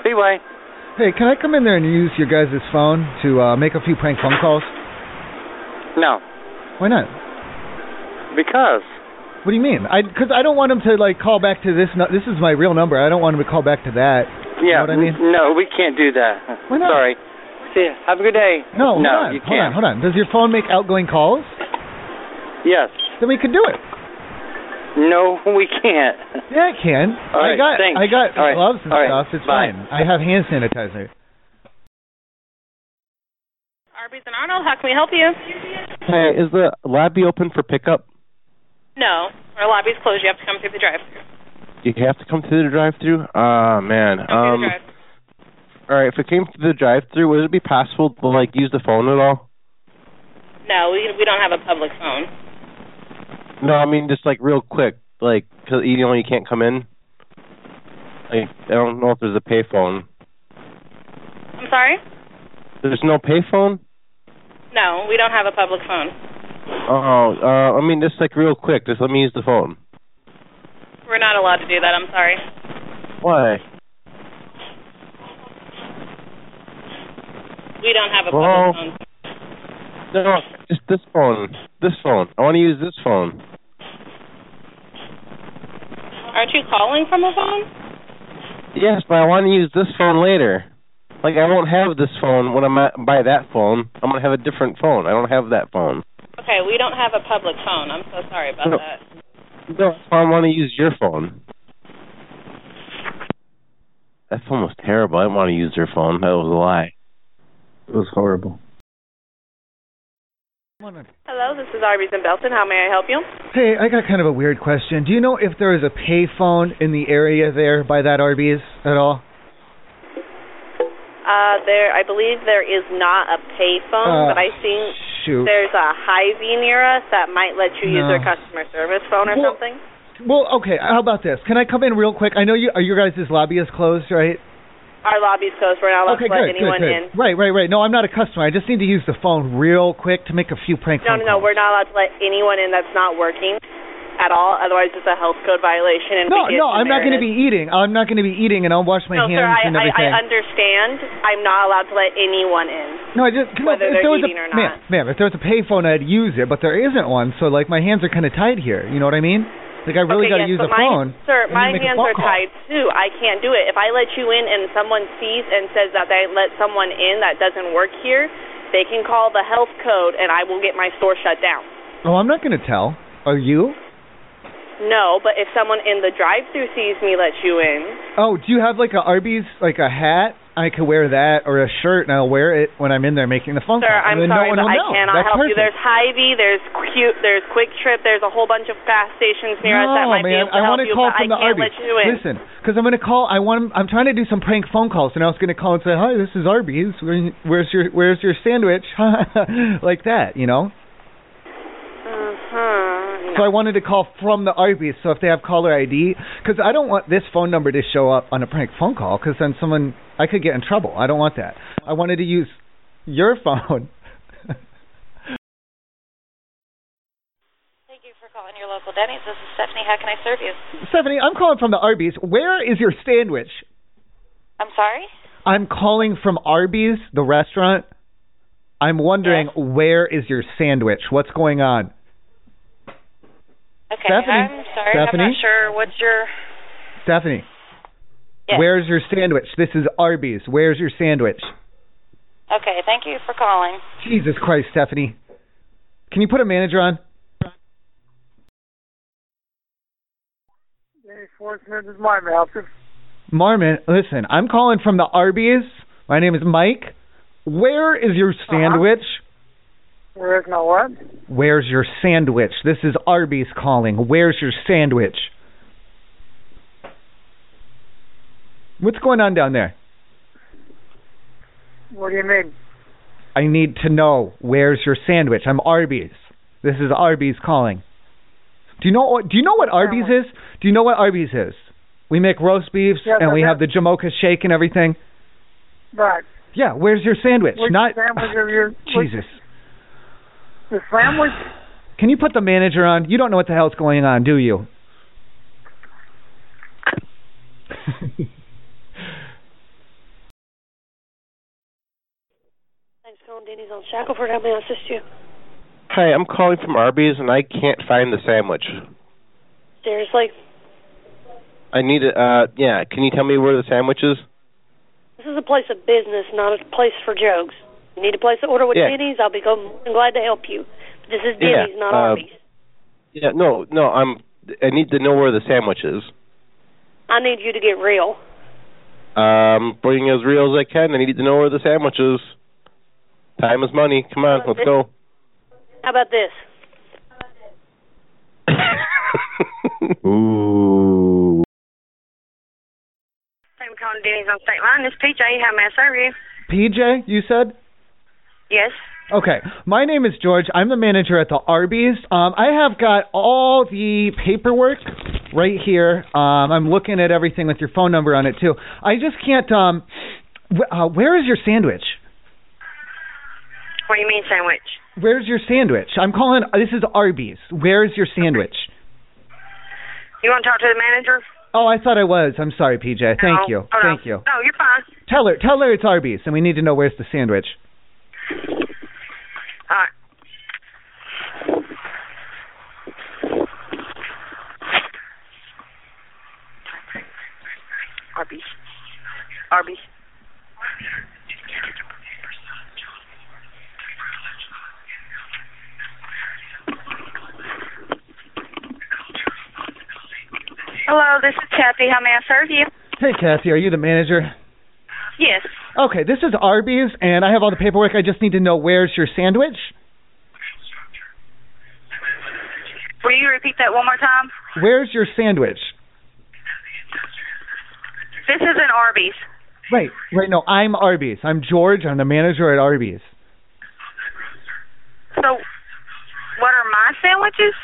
[SPEAKER 14] Speedway.
[SPEAKER 2] Hey, can I come in there and use your guys' phone to uh, make a few prank phone calls?
[SPEAKER 14] No,
[SPEAKER 2] Why not?
[SPEAKER 14] because
[SPEAKER 2] What do you mean? I because I don't want them to like call back to this. Nu- this is my real number. I don't want them to call back to that.
[SPEAKER 14] yeah,
[SPEAKER 2] what I mean?
[SPEAKER 14] n- no, we can't do that.
[SPEAKER 2] Why not?
[SPEAKER 14] Sorry. See, ya. have a good day.
[SPEAKER 2] No, hold
[SPEAKER 14] no,
[SPEAKER 2] on,
[SPEAKER 14] you
[SPEAKER 2] hold on,
[SPEAKER 14] can't.
[SPEAKER 2] hold on. Does your phone make outgoing calls?
[SPEAKER 14] Yes.
[SPEAKER 2] Then we could do it.
[SPEAKER 14] No, we can't.
[SPEAKER 2] Yeah, it can.
[SPEAKER 14] All
[SPEAKER 2] I
[SPEAKER 14] right,
[SPEAKER 2] got
[SPEAKER 14] thanks.
[SPEAKER 2] I got
[SPEAKER 14] All right,
[SPEAKER 2] gloves and
[SPEAKER 14] all right,
[SPEAKER 2] stuff. It's
[SPEAKER 14] bye.
[SPEAKER 2] fine. I have hand sanitizer.
[SPEAKER 17] Arby's and Arnold, how can we help you?
[SPEAKER 6] Hey, is the lobby open for pickup?
[SPEAKER 17] No, our lobby's closed. You have to come through the drive-through.
[SPEAKER 6] Do you have to come through the drive-through? Ah, man.
[SPEAKER 17] Through
[SPEAKER 6] Um.
[SPEAKER 17] the drive.
[SPEAKER 6] All right. If it came through the drive-through, would it be possible to like use the phone at all?
[SPEAKER 17] No, we we don't have a public phone.
[SPEAKER 6] No, I mean just like real quick, like 'cause you know you can't come in. Like I don't know if there's a payphone.
[SPEAKER 17] I'm sorry.
[SPEAKER 6] There's no payphone.
[SPEAKER 17] No, we don't have a public phone.
[SPEAKER 6] Oh, uh, I mean just like real quick, just let me use the phone.
[SPEAKER 17] We're not allowed to do that. I'm sorry.
[SPEAKER 6] Why?
[SPEAKER 17] We don't have a public
[SPEAKER 6] Hello?
[SPEAKER 17] phone.
[SPEAKER 6] No, just this phone. This phone. I want to use this phone.
[SPEAKER 17] Aren't you calling from a phone?
[SPEAKER 6] Yes, but I want to use this phone later. Like I won't have this phone when I'm at, by that phone. I'm gonna have a different phone. I don't have that phone.
[SPEAKER 17] Okay, we don't have a public phone. I'm so sorry about
[SPEAKER 6] No.
[SPEAKER 17] that.
[SPEAKER 6] No, I want to use your phone. That phone was terrible. I didn't want to use your phone. That was a lie. It was horrible.
[SPEAKER 17] Hello, this is Arby's in Belton. How may I help you?
[SPEAKER 2] Hey, I got kind of a weird question. Do you know if there is a payphone in the area there by that Arby's at all?
[SPEAKER 18] Uh, there, I believe there is not a payphone,
[SPEAKER 2] Uh,
[SPEAKER 18] but I think
[SPEAKER 2] shoot.
[SPEAKER 18] there's a Hy-Vee near us that might let you use
[SPEAKER 2] No.
[SPEAKER 18] their customer service phone or
[SPEAKER 2] Well-
[SPEAKER 18] something.
[SPEAKER 2] Well, okay. How about this? Can I come in real quick? I know you are your guys' lobby is closed, right?
[SPEAKER 18] Our lobby's closed. We're not allowed
[SPEAKER 2] okay,
[SPEAKER 18] to let
[SPEAKER 2] good,
[SPEAKER 18] anyone
[SPEAKER 2] good,
[SPEAKER 18] in.
[SPEAKER 2] good. Right, right, right. No, I'm not a customer. I just need to use the phone real quick to make a few prank
[SPEAKER 18] No,
[SPEAKER 2] phone
[SPEAKER 18] no, no.
[SPEAKER 2] calls.
[SPEAKER 18] We're not allowed to let anyone in that's not working at all. Otherwise, it's a health code violation. And
[SPEAKER 2] No,
[SPEAKER 18] we get
[SPEAKER 2] no, I'm not going to
[SPEAKER 18] embarrassed.
[SPEAKER 2] be eating. I'm not going to be eating, and I'll wash my
[SPEAKER 18] No,
[SPEAKER 2] hands
[SPEAKER 18] sir. I,
[SPEAKER 2] and
[SPEAKER 18] I, I
[SPEAKER 2] everything.
[SPEAKER 18] understand. I'm not allowed to let anyone in.
[SPEAKER 2] no, I just no,
[SPEAKER 18] whether
[SPEAKER 2] if
[SPEAKER 18] they're
[SPEAKER 2] there was
[SPEAKER 18] eating or
[SPEAKER 2] a
[SPEAKER 18] not.
[SPEAKER 2] ma'am, ma'am, if there was a payphone, I'd use it, but there isn't one, so like my hands are kind of tied here. You know what I mean? Like I really
[SPEAKER 18] okay,
[SPEAKER 2] got to
[SPEAKER 18] yes,
[SPEAKER 2] Oh, use
[SPEAKER 18] but
[SPEAKER 2] the
[SPEAKER 18] my,
[SPEAKER 2] phone.
[SPEAKER 18] Sir,
[SPEAKER 2] and
[SPEAKER 18] my
[SPEAKER 2] make a
[SPEAKER 18] hands
[SPEAKER 2] phone
[SPEAKER 18] are
[SPEAKER 2] call.
[SPEAKER 18] tied too. I can't do it. If I let you in and someone sees and says that they let someone in that doesn't work here, they can call the health code and I will get my store shut down.
[SPEAKER 2] Oh, I'm not going to tell. Are you?
[SPEAKER 18] No, but if someone in the drive-through sees me let you in,
[SPEAKER 2] Oh, do you have like a Arby's like a hat? I could wear that or a shirt, and I'll wear it when I'm in there making the phone
[SPEAKER 18] sir,
[SPEAKER 2] call.
[SPEAKER 18] I'm
[SPEAKER 2] and then
[SPEAKER 18] sorry,
[SPEAKER 2] no
[SPEAKER 18] but
[SPEAKER 2] one
[SPEAKER 18] I
[SPEAKER 2] will know.
[SPEAKER 18] cannot
[SPEAKER 2] That's
[SPEAKER 18] help you.
[SPEAKER 2] perfect.
[SPEAKER 18] There's Hy-Vee, there's Q, there's Quick Trip, there's a whole bunch of gas stations near us that
[SPEAKER 2] no,
[SPEAKER 18] might be
[SPEAKER 2] man,
[SPEAKER 18] able to
[SPEAKER 2] I
[SPEAKER 18] help
[SPEAKER 2] want to
[SPEAKER 18] you,
[SPEAKER 2] call
[SPEAKER 18] but
[SPEAKER 2] from
[SPEAKER 18] I
[SPEAKER 2] the
[SPEAKER 18] can't let
[SPEAKER 2] Arby's.
[SPEAKER 18] you in.
[SPEAKER 2] Listen, because I'm going to call. I want. I'm trying to do some prank phone calls, and I was going to call and say, "Hi, this is Arby's. Where, where's your Where's your sandwich?" [laughs] like that, you know.
[SPEAKER 18] Uh-huh.
[SPEAKER 2] So I wanted to call from the Arby's. So if they have caller ID, because I don't want this phone number to show up on a prank phone call, because then someone I could get in trouble. I don't want that. I wanted to use your [laughs] phone.
[SPEAKER 19] Thank you for calling your local Denny's. This is Stephanie. How can I serve you?
[SPEAKER 2] Stephanie, I'm calling from the Arby's. Where is your sandwich?
[SPEAKER 19] I'm sorry?
[SPEAKER 2] I'm calling from Arby's, the restaurant. I'm wondering where is your sandwich? What's going on?
[SPEAKER 19] Okay,
[SPEAKER 2] Stephanie?
[SPEAKER 19] I'm sorry. I'm
[SPEAKER 2] Stephanie?
[SPEAKER 19] not sure. What's your.
[SPEAKER 2] Stephanie,
[SPEAKER 20] Yes.
[SPEAKER 2] Where's your sandwich? This is Arby's. Where's your sandwich?
[SPEAKER 20] Okay, thank you for calling.
[SPEAKER 2] Jesus Christ, Stephanie. Can you put a manager on?
[SPEAKER 12] Hey, Schwartzman, this is Martin Houses.
[SPEAKER 2] Marmon, listen, I'm calling from the Arby's. My name is Mike. Where is your
[SPEAKER 3] Uh-huh.
[SPEAKER 2] sandwich?
[SPEAKER 12] Where's my what?
[SPEAKER 2] Where's your sandwich? This is Arby's calling. Where's your sandwich? What's going on down there?
[SPEAKER 12] What do you mean?
[SPEAKER 2] I need to know where's your sandwich. I'm Arby's. This is Arby's calling. Do you know what do you know what Arby's is? Do you know what Arby's is? We make roast beefs
[SPEAKER 12] Yes,
[SPEAKER 2] and
[SPEAKER 12] I
[SPEAKER 2] we
[SPEAKER 12] know.
[SPEAKER 2] have the Jamocha shake and everything.
[SPEAKER 12] Right.
[SPEAKER 2] Yeah, where's your sandwich?
[SPEAKER 12] Which
[SPEAKER 2] Not
[SPEAKER 12] sandwich are you? which-
[SPEAKER 2] Jesus.
[SPEAKER 12] The sandwich?
[SPEAKER 2] Can you put the manager on? You don't know what the hell's going on, do you?
[SPEAKER 1] Thanks, calling Denny's on Shackleford. How may I assist you?
[SPEAKER 6] Hi, I'm calling from Arby's and I can't find the sandwich.
[SPEAKER 1] Seriously?
[SPEAKER 6] I need a uh yeah, can you tell me where the sandwich is?
[SPEAKER 1] This is a place of business, not a place for jokes. You need a place to order with
[SPEAKER 6] Yeah.
[SPEAKER 1] Denny's? I'll be go- more than glad to help you. This is
[SPEAKER 6] Yeah,
[SPEAKER 1] Denny's, not
[SPEAKER 6] uh,
[SPEAKER 1] Arby's.
[SPEAKER 6] Yeah, no, no, I'm I need to know where the sandwich is.
[SPEAKER 1] I need you to get real.
[SPEAKER 6] Um bringing as real as I can. I need to know where the sandwich is. Time is money. Come on, let's go.
[SPEAKER 1] How about this?
[SPEAKER 6] Ooh.
[SPEAKER 21] I'm calling Denny's on State Line. This PJ, how may I serve you?
[SPEAKER 2] PJ, you said?
[SPEAKER 21] Yes.
[SPEAKER 2] Okay. My name is George. I'm the manager at the Arby's. Um, I have got all the paperwork right here. Um, I'm looking at everything with your phone number on it too. I just can't. Um, wh- uh, where is your sandwich?
[SPEAKER 21] What do you mean sandwich?
[SPEAKER 2] Where's your sandwich? I'm calling. uh, This is Arby's. Where is your sandwich?
[SPEAKER 21] You want to talk to the manager?
[SPEAKER 2] Oh, I thought I was. I'm sorry, PJ. Thank you.
[SPEAKER 21] Hold
[SPEAKER 2] Thank
[SPEAKER 21] on.
[SPEAKER 2] you.
[SPEAKER 21] No, you're fine.
[SPEAKER 2] Tell her. Tell her it's Arby's, and we need to know where's the sandwich.
[SPEAKER 21] All right. Arby's. Arby's. Hello, this is Kathy. How may I serve you?
[SPEAKER 2] Hey, Kathy, are you the manager?
[SPEAKER 21] Yes.
[SPEAKER 2] Okay, this is Arby's, and I have all the paperwork. I just need to know where's your sandwich.
[SPEAKER 21] Will you repeat that one more time?
[SPEAKER 2] Where's your sandwich?
[SPEAKER 21] This is an Arby's.
[SPEAKER 2] Right, right. No, I'm Arby's. I'm George. I'm the manager at Arby's.
[SPEAKER 21] So, what are my sandwiches?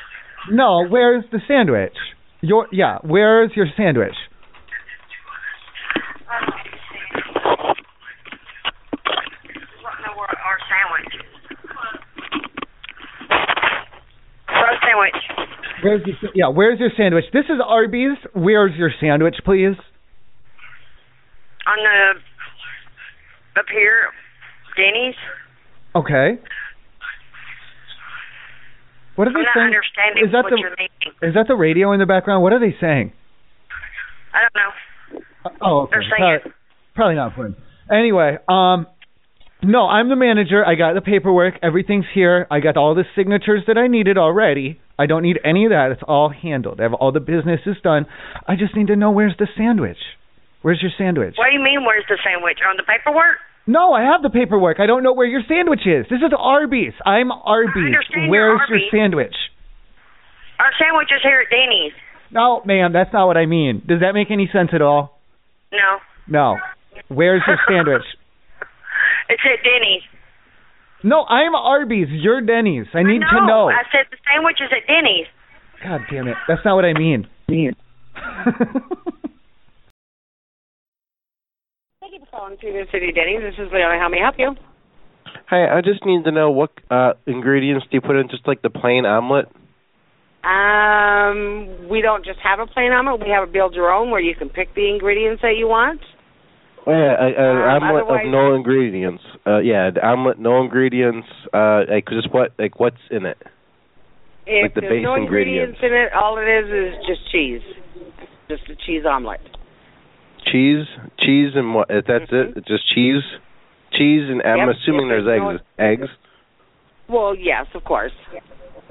[SPEAKER 2] No, where's the sandwich? Your yeah, where's your sandwich?
[SPEAKER 21] What in the world are sandwiches? Roast sandwich.
[SPEAKER 2] Where's your sa- yeah? Where's your sandwich? This is Arby's. Where's your sandwich, please?
[SPEAKER 21] On the up here, Denny's.
[SPEAKER 2] Okay. What are
[SPEAKER 21] I'm
[SPEAKER 2] they
[SPEAKER 21] not
[SPEAKER 2] saying?
[SPEAKER 21] understanding
[SPEAKER 2] is that
[SPEAKER 21] what
[SPEAKER 2] the
[SPEAKER 21] you're meaning.
[SPEAKER 2] is that the radio in the background? What are they saying?
[SPEAKER 21] I don't know.
[SPEAKER 2] Uh, Oh, okay.
[SPEAKER 21] They're saying-
[SPEAKER 2] Probably, probably not important. Anyway, um, no, I'm the manager. I got the paperwork. Everything's here. I got all the signatures that I needed already. I don't need any of that. It's all handled. I have all the business is done. I just need to know where's the sandwich. Where's your sandwich?
[SPEAKER 21] What do you mean? Where's the sandwich on the paperwork?
[SPEAKER 2] No, I have the paperwork. I don't know where your sandwich is. This is Arby's. I'm Arby's.
[SPEAKER 21] understand you're
[SPEAKER 2] Where's
[SPEAKER 21] Arby's.
[SPEAKER 2] your sandwich?
[SPEAKER 21] Our sandwich is here at Denny's.
[SPEAKER 2] No, ma'am, that's not what I mean. Does that make any sense at all?
[SPEAKER 21] No,
[SPEAKER 2] No. Where's
[SPEAKER 21] [laughs]
[SPEAKER 2] your sandwich?
[SPEAKER 21] it's at Denny's.
[SPEAKER 2] No, I'm Arby's. You're Denny's. I need
[SPEAKER 21] no,
[SPEAKER 2] to know.
[SPEAKER 21] I said the sandwich is at Denny's.
[SPEAKER 2] God damn it. That's not what I mean.
[SPEAKER 22] Thank you for calling Studio City Denny's. This is Leona. How may I help you?
[SPEAKER 6] Hi, I just need to know what uh ingredients do you put in just like the plain omelet?
[SPEAKER 22] Um, we don't just have a plain omelet. We have a build your own where you can pick the ingredients that you want.
[SPEAKER 6] Oh, yeah, a, a
[SPEAKER 22] Um,
[SPEAKER 6] omelet of
[SPEAKER 22] otherwise-
[SPEAKER 6] no ingredients. Uh yeah, the omelet no ingredients. Uh like just what like what's in it?
[SPEAKER 22] If
[SPEAKER 6] Like the
[SPEAKER 22] there's
[SPEAKER 6] base
[SPEAKER 22] no
[SPEAKER 6] ingredients.
[SPEAKER 22] ingredients in it, all it is is just cheese. Just a cheese omelet.
[SPEAKER 6] cheese, cheese and what? If that's it, it's just cheese, cheese, and I'm
[SPEAKER 23] Yep,
[SPEAKER 6] assuming
[SPEAKER 23] yep,
[SPEAKER 6] there's eggs. Eggs.
[SPEAKER 23] Well, yes, of course.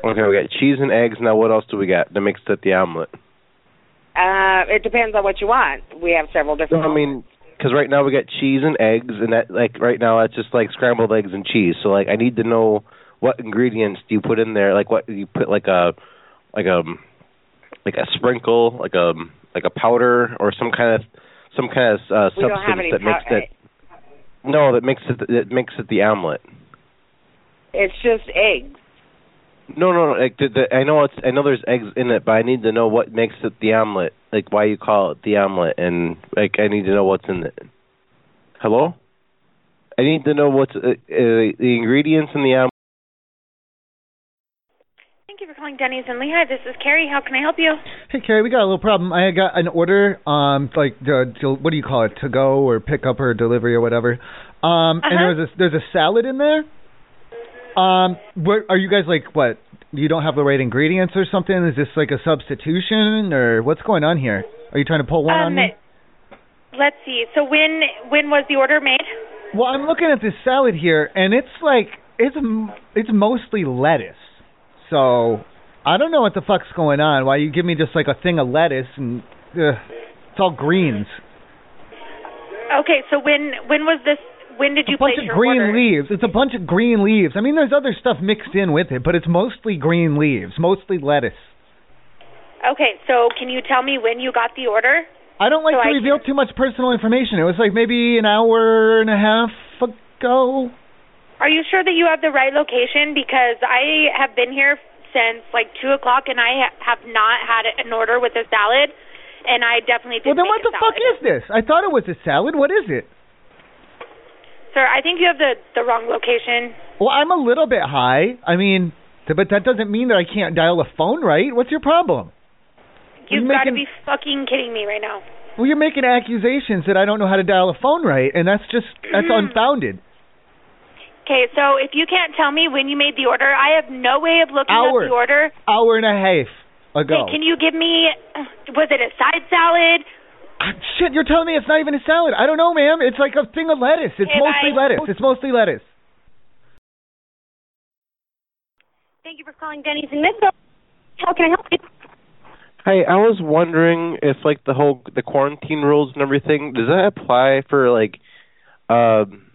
[SPEAKER 6] Okay, we got cheese and eggs. Now what else do we got that makes up the omelet?
[SPEAKER 23] Uh, it depends on what you want. We have several
[SPEAKER 6] No,
[SPEAKER 23] different.
[SPEAKER 6] I mean, because right now we got cheese and eggs, and that like right now that's just like scrambled eggs and cheese. So like I need to know what ingredients do you put in there? Like what you put like a like a like a sprinkle, like a like a powder or some kind of some kind of uh,
[SPEAKER 23] We don't have
[SPEAKER 6] substance
[SPEAKER 23] any
[SPEAKER 6] that makes
[SPEAKER 23] pow-
[SPEAKER 6] it. No, that makes it that makes it the omelet.
[SPEAKER 23] it's just eggs.
[SPEAKER 6] No, no, no. Like the, the, I know it's I know there's eggs in it, but I need to know what makes it the omelet. Like why you call it the omelet, and like I need to know what's in it. Hello. I need to know what's uh, uh, the ingredients in the omelet.
[SPEAKER 19] Thank you for calling Denny's in Lehigh. This is Carrie. How can I help you?
[SPEAKER 2] Hey Carrie, we got a little problem. I got an order, um, like uh, del- what do you call it, to [laughs] go or pick up or delivery or whatever. Um, and
[SPEAKER 19] Uh-huh.
[SPEAKER 2] there's a there's a salad in there. Um, what are you guys like? What you don't have the right ingredients or something? Is this like a substitution or what's going on here? Are you trying to pull one on
[SPEAKER 19] Um,
[SPEAKER 2] me?
[SPEAKER 19] let's see. So when when was the order made?
[SPEAKER 2] Well, I'm looking at this salad here, and it's like it's m- it's mostly lettuce. So I don't know what the fuck's going on. Why you give me just like a thing of lettuce and ugh, it's all greens.
[SPEAKER 19] Okay, so when when was this? When did you
[SPEAKER 2] bunch
[SPEAKER 19] place
[SPEAKER 2] of
[SPEAKER 19] your
[SPEAKER 2] green
[SPEAKER 19] order?
[SPEAKER 2] leaves. It's a bunch of green leaves. I mean, there's other stuff mixed in with it, but it's mostly green leaves, mostly lettuce.
[SPEAKER 19] Okay, so can you tell me when you got the order?
[SPEAKER 2] I don't like
[SPEAKER 19] So
[SPEAKER 2] to
[SPEAKER 19] I
[SPEAKER 2] reveal too much personal information. It was like maybe an hour and a half ago.
[SPEAKER 19] Are you sure that you have the right location? Because I have been here since like two o'clock, and I ha- have not had an order with a salad, and I definitely
[SPEAKER 2] Well,
[SPEAKER 19] didn't.
[SPEAKER 2] then what
[SPEAKER 19] make
[SPEAKER 2] the
[SPEAKER 19] a
[SPEAKER 2] fuck
[SPEAKER 19] salad.
[SPEAKER 2] is this? I thought it was a salad. What is it?
[SPEAKER 19] Sir, I think you have the the wrong location.
[SPEAKER 2] Well, I'm a little bit high. I mean, th- but that doesn't mean that I can't dial a phone right. What's your problem?
[SPEAKER 19] You've
[SPEAKER 2] You're
[SPEAKER 19] got to
[SPEAKER 2] making-
[SPEAKER 19] be fucking kidding me right now.
[SPEAKER 2] Well, you're making accusations that I don't know how to dial a phone right, and that's just that's
[SPEAKER 19] Mm.
[SPEAKER 2] unfounded.
[SPEAKER 19] Okay, so if you can't tell me when you made the order, I have no way of looking
[SPEAKER 2] Hour.
[SPEAKER 19] up the order.
[SPEAKER 2] Hour and a half ago.
[SPEAKER 19] Okay, can you give me? Was it a side salad?
[SPEAKER 2] Ah, Shit, you're telling me it's not even a salad. I don't know, ma'am. It's like a thing of lettuce. It's
[SPEAKER 19] Okay,
[SPEAKER 2] mostly
[SPEAKER 19] bye.
[SPEAKER 2] lettuce. It's mostly lettuce.
[SPEAKER 1] Thank you for calling Denny's in Midville. How can I help you?
[SPEAKER 6] Hey, I was wondering if like the whole the quarantine rules and everything does that apply for like um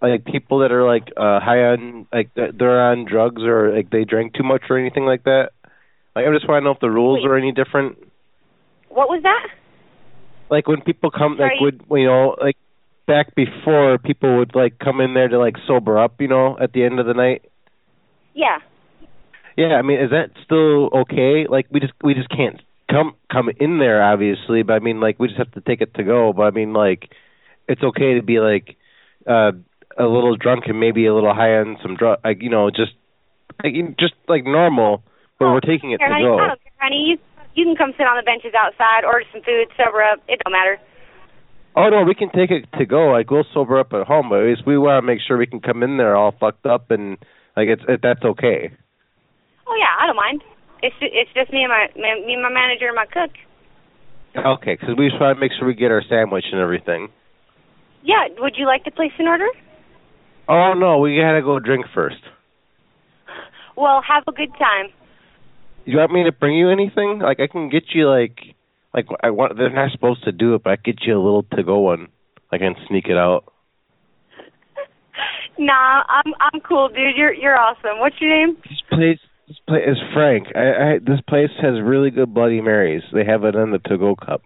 [SPEAKER 6] like people that are like uh high on like th- they're on drugs or like they drank too much or anything like that? Like I just want to know if the rules are any different.
[SPEAKER 1] What was that?
[SPEAKER 6] Like when people come
[SPEAKER 1] Sorry.
[SPEAKER 6] like would you know like back before people would like come in there to like sober up, you know, at the end of the night.
[SPEAKER 1] Yeah.
[SPEAKER 6] Yeah, I mean, is that still okay? Like, we just we just can't come come in there, obviously. But I mean, like, we just have to take it to go. But I mean, like, it's okay to be like uh a little drunk and maybe a little high on some drug, like you know, just like you- just like normal. But we're taking it
[SPEAKER 1] Here,
[SPEAKER 6] to
[SPEAKER 1] honey,
[SPEAKER 6] go.
[SPEAKER 1] I don't care, honey. oh, You, you can come sit on the benches outside, order some food, sober up. It don't matter.
[SPEAKER 6] Oh no, we can take it to go. Like we'll sober up at home, but at least we want to make sure we can come in there all fucked up and like it's it, that's okay.
[SPEAKER 1] Oh yeah, I don't mind. It's ju- it's just me and my ma- me and my manager and my cook.
[SPEAKER 6] Okay, because we just want to make sure we get our sandwich and everything.
[SPEAKER 1] Yeah. Would you like to place an order?
[SPEAKER 6] Oh no, we gotta go drink first.
[SPEAKER 1] Well, have a good time.
[SPEAKER 6] you want me to bring you anything? Like I can get you like like I want they're not supposed to do it, but I can get you a little to go one. I can sneak it out.
[SPEAKER 1] Nah, I'm I'm cool, dude. You're you're awesome. What's your name?
[SPEAKER 6] This place this place is Frank. I, I this place has really good Bloody Marys. They have it in the to go cup.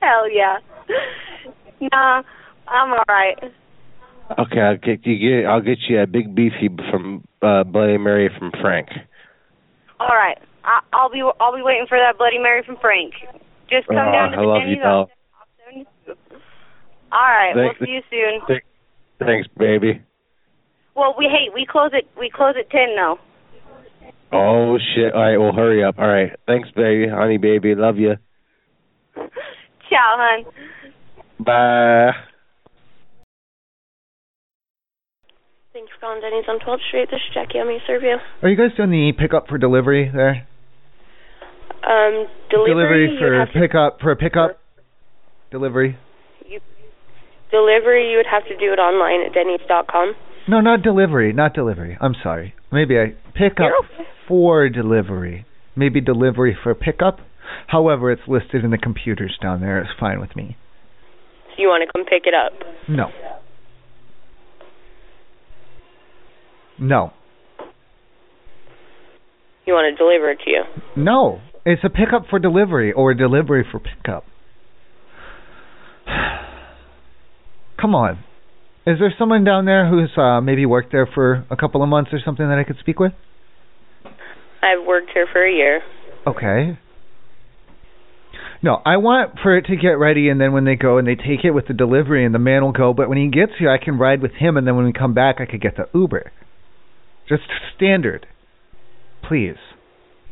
[SPEAKER 1] Hell yeah. Nah, I'm all right.
[SPEAKER 6] Okay, I'll get you get I'll get you a big beefy from uh Bloody Mary from Frank.
[SPEAKER 1] All right. I, I'll be I'll be waiting for that Bloody Mary from Frank. Just come
[SPEAKER 6] Aw,
[SPEAKER 1] down to
[SPEAKER 6] Uh, I
[SPEAKER 1] the
[SPEAKER 6] love you,
[SPEAKER 1] Denny's.
[SPEAKER 6] pal.
[SPEAKER 1] All right.
[SPEAKER 6] Thank-
[SPEAKER 1] we'll see you soon.
[SPEAKER 6] thank- Thanks, baby.
[SPEAKER 1] Well, we hey we close it we close at ten though.
[SPEAKER 6] Oh shit. All right, well hurry up. All right. Thanks, baby. Honey baby. Love you.
[SPEAKER 1] Ciao, hun.
[SPEAKER 6] Bye.
[SPEAKER 3] Thank you for calling Denny's on 12th Street. This is Jackie. How may I serve you?
[SPEAKER 2] Are you guys doing the pickup for delivery there?
[SPEAKER 3] Um, delivery.
[SPEAKER 2] for pickup for pickup. Delivery?
[SPEAKER 4] Delivery, you would have to do it online at Denny's.com.
[SPEAKER 2] No, not delivery. Not delivery. I'm sorry. Maybe I pick up for delivery. Maybe delivery for pickup. However, it's listed in the computers down there. It's fine with me.
[SPEAKER 4] So you want to come pick it up?
[SPEAKER 2] No. No.
[SPEAKER 4] You want to deliver it to you?
[SPEAKER 2] No. It's a pickup for delivery or a delivery for pickup. [sighs] Come on. Is there someone down there who's uh, maybe worked there for a couple of months or something that I could speak with?
[SPEAKER 4] I've worked here for a year.
[SPEAKER 2] Okay. No, I want for it to get ready, and then when they go and they take it with the delivery, and the man will go. But when he gets here, I can ride with him, and then when we come back, I could get the Uber. Just standard, please.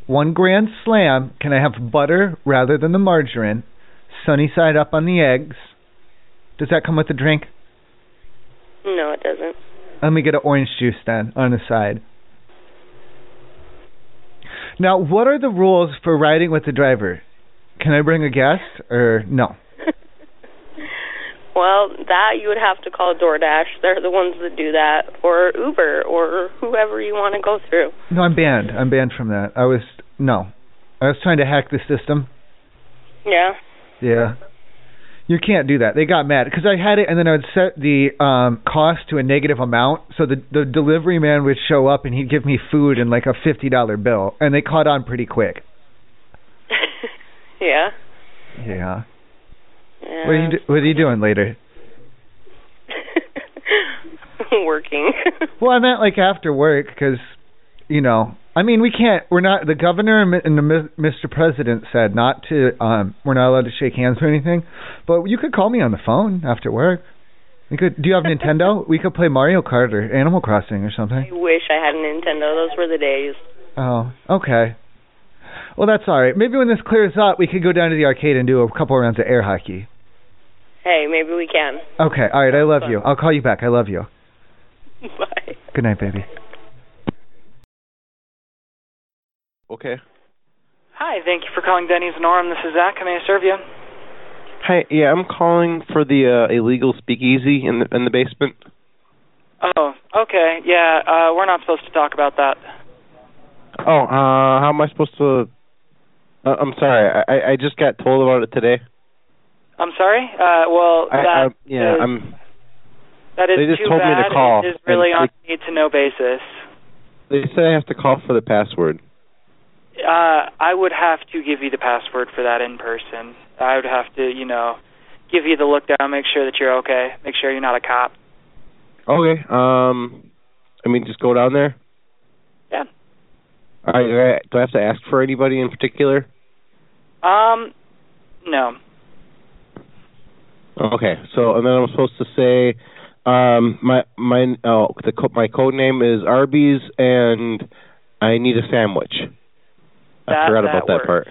[SPEAKER 2] One grand slam. Can I have butter rather than the margarine? Sunny side up on the eggs. Does that come with the drink?
[SPEAKER 4] No, it doesn't.
[SPEAKER 2] Let me get an orange juice then on the side. Now, what are the rules for riding with the driver? Can I bring a guest or no?
[SPEAKER 4] Well, that you would have to call DoorDash. They're the ones that do that, or Uber, or whoever you want to go through.
[SPEAKER 2] No, I'm banned. I'm banned from that. I was no. I was trying to hack the system.
[SPEAKER 4] Yeah.
[SPEAKER 2] Yeah. You can't do that. They got mad because I had it, and then I would set the um, cost to a negative amount, so the the delivery man would show up and he'd give me food and like a fifty dollar bill, and they caught on pretty quick.
[SPEAKER 4] Yeah.
[SPEAKER 2] Yeah.
[SPEAKER 4] yeah.
[SPEAKER 2] What are you do- What are you doing later?
[SPEAKER 24] [laughs]
[SPEAKER 4] Working.
[SPEAKER 2] Well, I meant like after work because, you know, I mean we can't. We're not the governor and mi- and the mi- Mr. President said not to. Um, we're not allowed to shake hands or anything. But you could call me on the phone after work. We could. Do you have Nintendo? we could play Mario Kart or Animal Crossing or something.
[SPEAKER 4] I wish I had a Nintendo. Those were the days.
[SPEAKER 2] Oh, okay. Well, that's all right. Maybe when this clears up, we could go down to the arcade and do a couple rounds of air hockey.
[SPEAKER 4] Hey, maybe we can.
[SPEAKER 2] Okay. All right. I love you. I'll call you back. I love you.
[SPEAKER 4] Bye.
[SPEAKER 2] Good night, baby.
[SPEAKER 6] Okay.
[SPEAKER 5] Hi, thank you for calling Denny's Norm. This is Zach. How may I serve you?
[SPEAKER 6] Hi. Yeah, I'm calling for the uh, illegal speakeasy in the in the basement.
[SPEAKER 5] Oh, okay. Yeah, uh, we're not supposed to talk about that.
[SPEAKER 6] Oh, uh, how am I supposed to? Uh, I'm sorry. I- I I just got told about it today.
[SPEAKER 5] I'm sorry. Uh, well,
[SPEAKER 6] I,
[SPEAKER 5] that
[SPEAKER 6] I yeah.
[SPEAKER 5] is-
[SPEAKER 6] I'm.
[SPEAKER 5] that is
[SPEAKER 6] they just
[SPEAKER 5] too
[SPEAKER 6] told me to
[SPEAKER 5] bad.
[SPEAKER 6] call.
[SPEAKER 5] It is really
[SPEAKER 6] And
[SPEAKER 5] on a need-to-know basis.
[SPEAKER 6] They said I have to call for the password.
[SPEAKER 5] Uh, I would have to give you the password for that in person. I would have to, you know, give you the look down, make sure that you're okay, make sure you're not a cop.
[SPEAKER 6] Okay. Um. I mean, just go down there.
[SPEAKER 5] Yeah.
[SPEAKER 6] All right, all right. uh, Do I have to ask for anybody in particular?
[SPEAKER 5] Um, no.
[SPEAKER 6] Okay. So, and then I'm supposed to say, um, my my oh, the co- my code name is Arby's, and I need a sandwich. I
[SPEAKER 5] That-
[SPEAKER 6] forgot
[SPEAKER 5] that
[SPEAKER 6] about that part.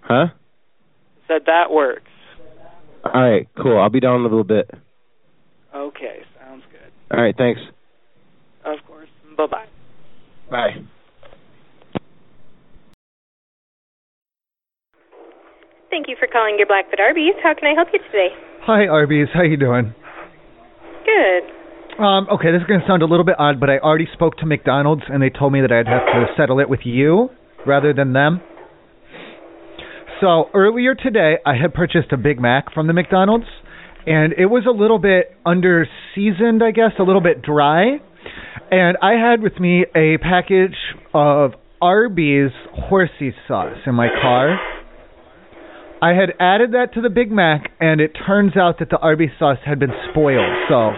[SPEAKER 6] Huh?
[SPEAKER 5] Said that works.
[SPEAKER 6] All right. Cool. I'll be down in a little bit.
[SPEAKER 5] Okay, sounds good.
[SPEAKER 6] All right. Thanks.
[SPEAKER 5] Of course. Bye-bye.
[SPEAKER 6] Bye.
[SPEAKER 13] Thank you for calling your Blackfoot Arby's. How can I help you today?
[SPEAKER 2] Hi, Arby's. How you doing?
[SPEAKER 13] Good.
[SPEAKER 2] Um, okay, this is going to sound a little bit odd, but I already spoke to McDonald's and they told me that I'd have to settle it with you rather than them. So earlier today, I had purchased a Big Mac from the McDonald's, and it was a little bit under seasoned, I guess, a little bit dry. And I had with me a package of Arby's horsey sauce in my car. I had added that to the Big Mac, and it turns out that the Arby's sauce had been spoiled. So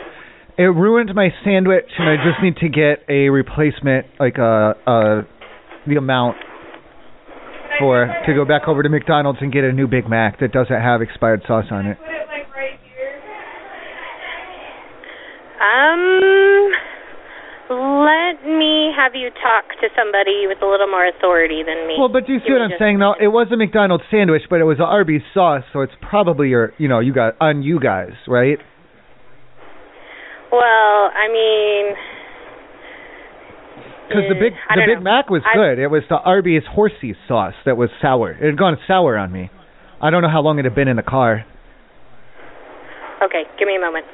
[SPEAKER 2] it ruined my sandwich, and I just need to get a replacement, like a, a the amount for to go back over to McDonald's and get a new Big Mac that doesn't have expired sauce on it.
[SPEAKER 13] Um, let me have you talk to somebody with a little more authority than me.
[SPEAKER 2] Well, but do you see
[SPEAKER 13] Give
[SPEAKER 2] what
[SPEAKER 13] me
[SPEAKER 2] I'm
[SPEAKER 13] just-
[SPEAKER 2] saying? Though it was a McDonald's sandwich, but it was an Arby's sauce, so it's probably your, you know, you got on you guys, right?
[SPEAKER 13] Well, I mean, eh,
[SPEAKER 2] Because the big
[SPEAKER 13] Mm, I
[SPEAKER 2] the
[SPEAKER 13] don't
[SPEAKER 2] Big
[SPEAKER 13] know.
[SPEAKER 2] Mac was
[SPEAKER 13] I-
[SPEAKER 2] good. It was the Arby's horsey sauce that was sour. It had gone sour on me. I don't know how long it had been in the car.
[SPEAKER 13] Okay, give me a moment.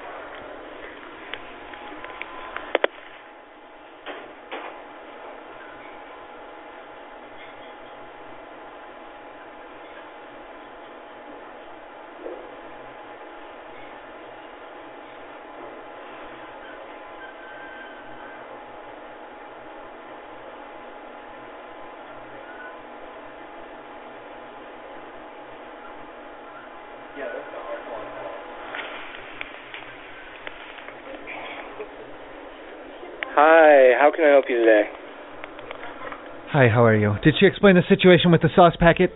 [SPEAKER 25] Hi, how can I help you today?
[SPEAKER 2] Hi, how are you? Did she explain the situation with the sauce packet?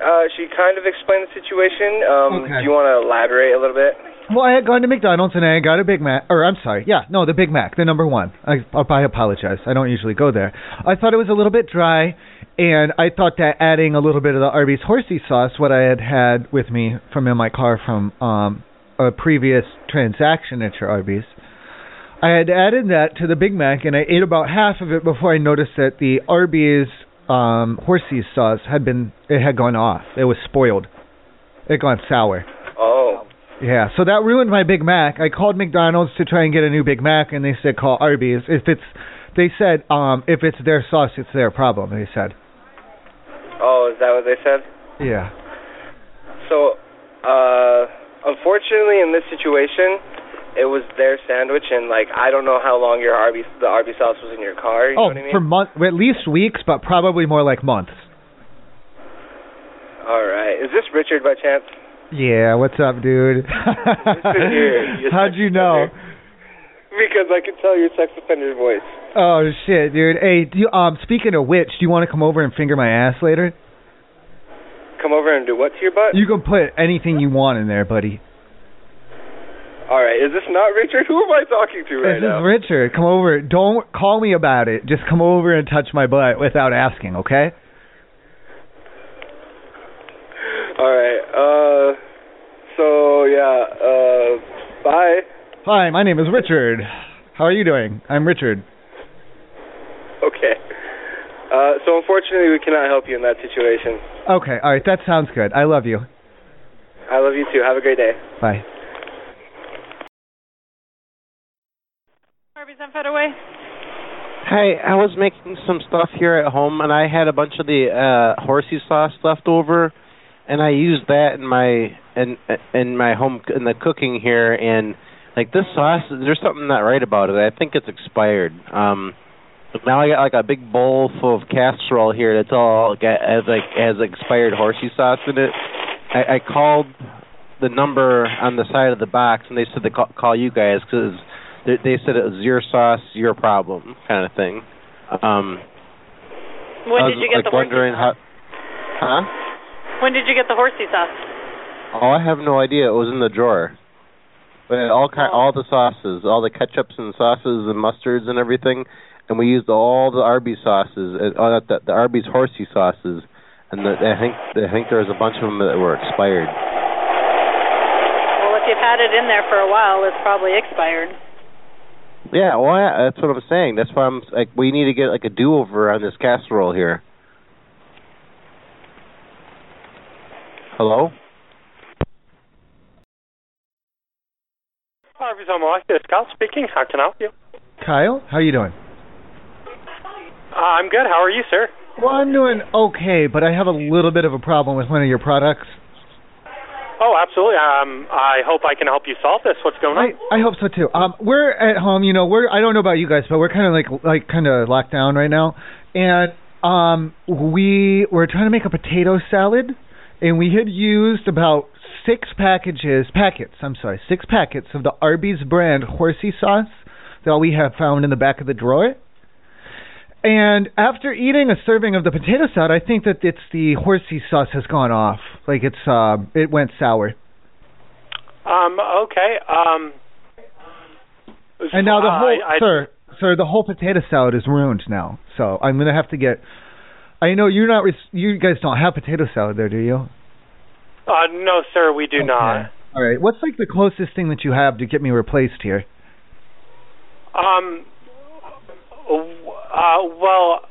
[SPEAKER 25] Uh, she kind of explained the situation. Um, Do
[SPEAKER 2] Okay.
[SPEAKER 25] you want to elaborate a little bit?
[SPEAKER 2] Well, I had gone to McDonald's and I had got a Big Mac, or I'm sorry, yeah, no, the Big Mac, the number one. I, I apologize. I don't usually go there. I thought it was a little bit dry, and I thought that adding a little bit of the Arby's horsey sauce, what I had had with me from in my car from um, a previous transaction at your Arby's, I had added that to the Big Mac, and I ate about half of it before I noticed that the Arby's um, horsey sauce had been, it had gone off. It was spoiled. It had gone sour.
[SPEAKER 25] Oh.
[SPEAKER 2] Yeah, so that ruined my Big Mac. I called McDonald's to try and get a new Big Mac, and they said call Arby's. If it's, they said, um, if it's their sauce, it's their problem. They said,
[SPEAKER 25] Oh, is that what they said?
[SPEAKER 2] yeah,
[SPEAKER 25] So, uh, unfortunately, in this situation, it was their sandwich, and like I don't know how long your Arby's the Arby's sauce was in your car. You know
[SPEAKER 2] oh,
[SPEAKER 25] what I mean?
[SPEAKER 2] for month, at least weeks, but probably more like months.
[SPEAKER 25] All right. Is this Richard by chance?
[SPEAKER 2] Yeah, what's up, dude? [laughs]
[SPEAKER 25] [laughs] here.
[SPEAKER 2] How'd you know?
[SPEAKER 25] Because I can tell your sex offender voice.
[SPEAKER 2] Oh shit, dude. Hey, do you, um, speaking of which, do you want to come over and finger my ass later?
[SPEAKER 25] Come over and do what to your butt?
[SPEAKER 2] You can put anything you want in there, buddy.
[SPEAKER 25] All right. Is this not Richard? Who am I talking to right
[SPEAKER 2] this
[SPEAKER 25] now?
[SPEAKER 2] is Richard. Come over. Don't call me about it. Just come over and touch my butt without asking, okay?
[SPEAKER 25] All right. Uh, so yeah. Uh, bye.
[SPEAKER 2] Hi, my name is Richard. How are you doing? I'm Richard.
[SPEAKER 25] Okay. Uh, so unfortunately, we cannot help you in that situation.
[SPEAKER 2] Okay, all right, that sounds good. I love you.
[SPEAKER 25] I love you too. Have a great day.
[SPEAKER 2] Bye.
[SPEAKER 17] Arby's on Federway.
[SPEAKER 6] Hey, I was making some stuff here at home, and I had a bunch of the uh horsey sauce left over, and I used that in my in in my home in the cooking here, and like this sauce, there's something not right about it. I think it's expired. Um, now I got like a big bowl full of casserole here that's all got has like has expired horsey sauce in it. I, I called the number on the side of the box, and they said to call, call you guys because they, they said it was your sauce, your problem, kind of thing. Um,
[SPEAKER 24] When
[SPEAKER 6] I was
[SPEAKER 24] did you get the
[SPEAKER 6] like
[SPEAKER 24] horsey
[SPEAKER 6] wondering how. Huh?
[SPEAKER 24] When did you get the horsey sauce?
[SPEAKER 6] Oh, I have no idea. It was in the drawer. But all kind, all the sauces, all the ketchups and sauces and mustards and everything, and we used all the Arby's sauces, uh, oh, not the, the Arby's horsey sauces, and the, I think I think there was a bunch of them that were expired.
[SPEAKER 24] Well, if you've had it in there for a while, it's probably expired.
[SPEAKER 6] Yeah, well, yeah, that's what I'm saying. That's why I'm like, we need to get like a do-over on this casserole here. Hello.
[SPEAKER 9] Arby's on Milwaukee. This is Kyle speaking. How can I help you?
[SPEAKER 2] Kyle, how you doing?
[SPEAKER 9] Uh, I'm good. How are you, sir?
[SPEAKER 2] Well, I'm doing okay, but I have a little bit of a problem with one of your products.
[SPEAKER 9] Oh, absolutely. Um, I hope I can help you solve this. What's going on?
[SPEAKER 2] I hope so too. Um, we're at home, you know. We're I don't know about you guys, but we're kind of like like kind of locked down right now, and um, we were trying to make a potato salad, and we had used about six packages packets. I'm sorry, six packets of the Arby's brand horsey sauce that we have found in the back of the drawer. And after eating a serving of the potato salad, I think that it's the horsey sauce has gone off. Like it's uh, it went sour.
[SPEAKER 9] Um, okay. Um,
[SPEAKER 2] And now the
[SPEAKER 9] uh,
[SPEAKER 2] whole
[SPEAKER 9] I- I-
[SPEAKER 2] sir, sir, the whole potato salad is ruined now. So I'm gonna have to get. I know you're not. res- You guys don't have potato salad there, do you?
[SPEAKER 9] Uh, no, sir, we do not.
[SPEAKER 2] All right. What's like the closest thing that you have to get me replaced here?
[SPEAKER 9] Um, uh, well,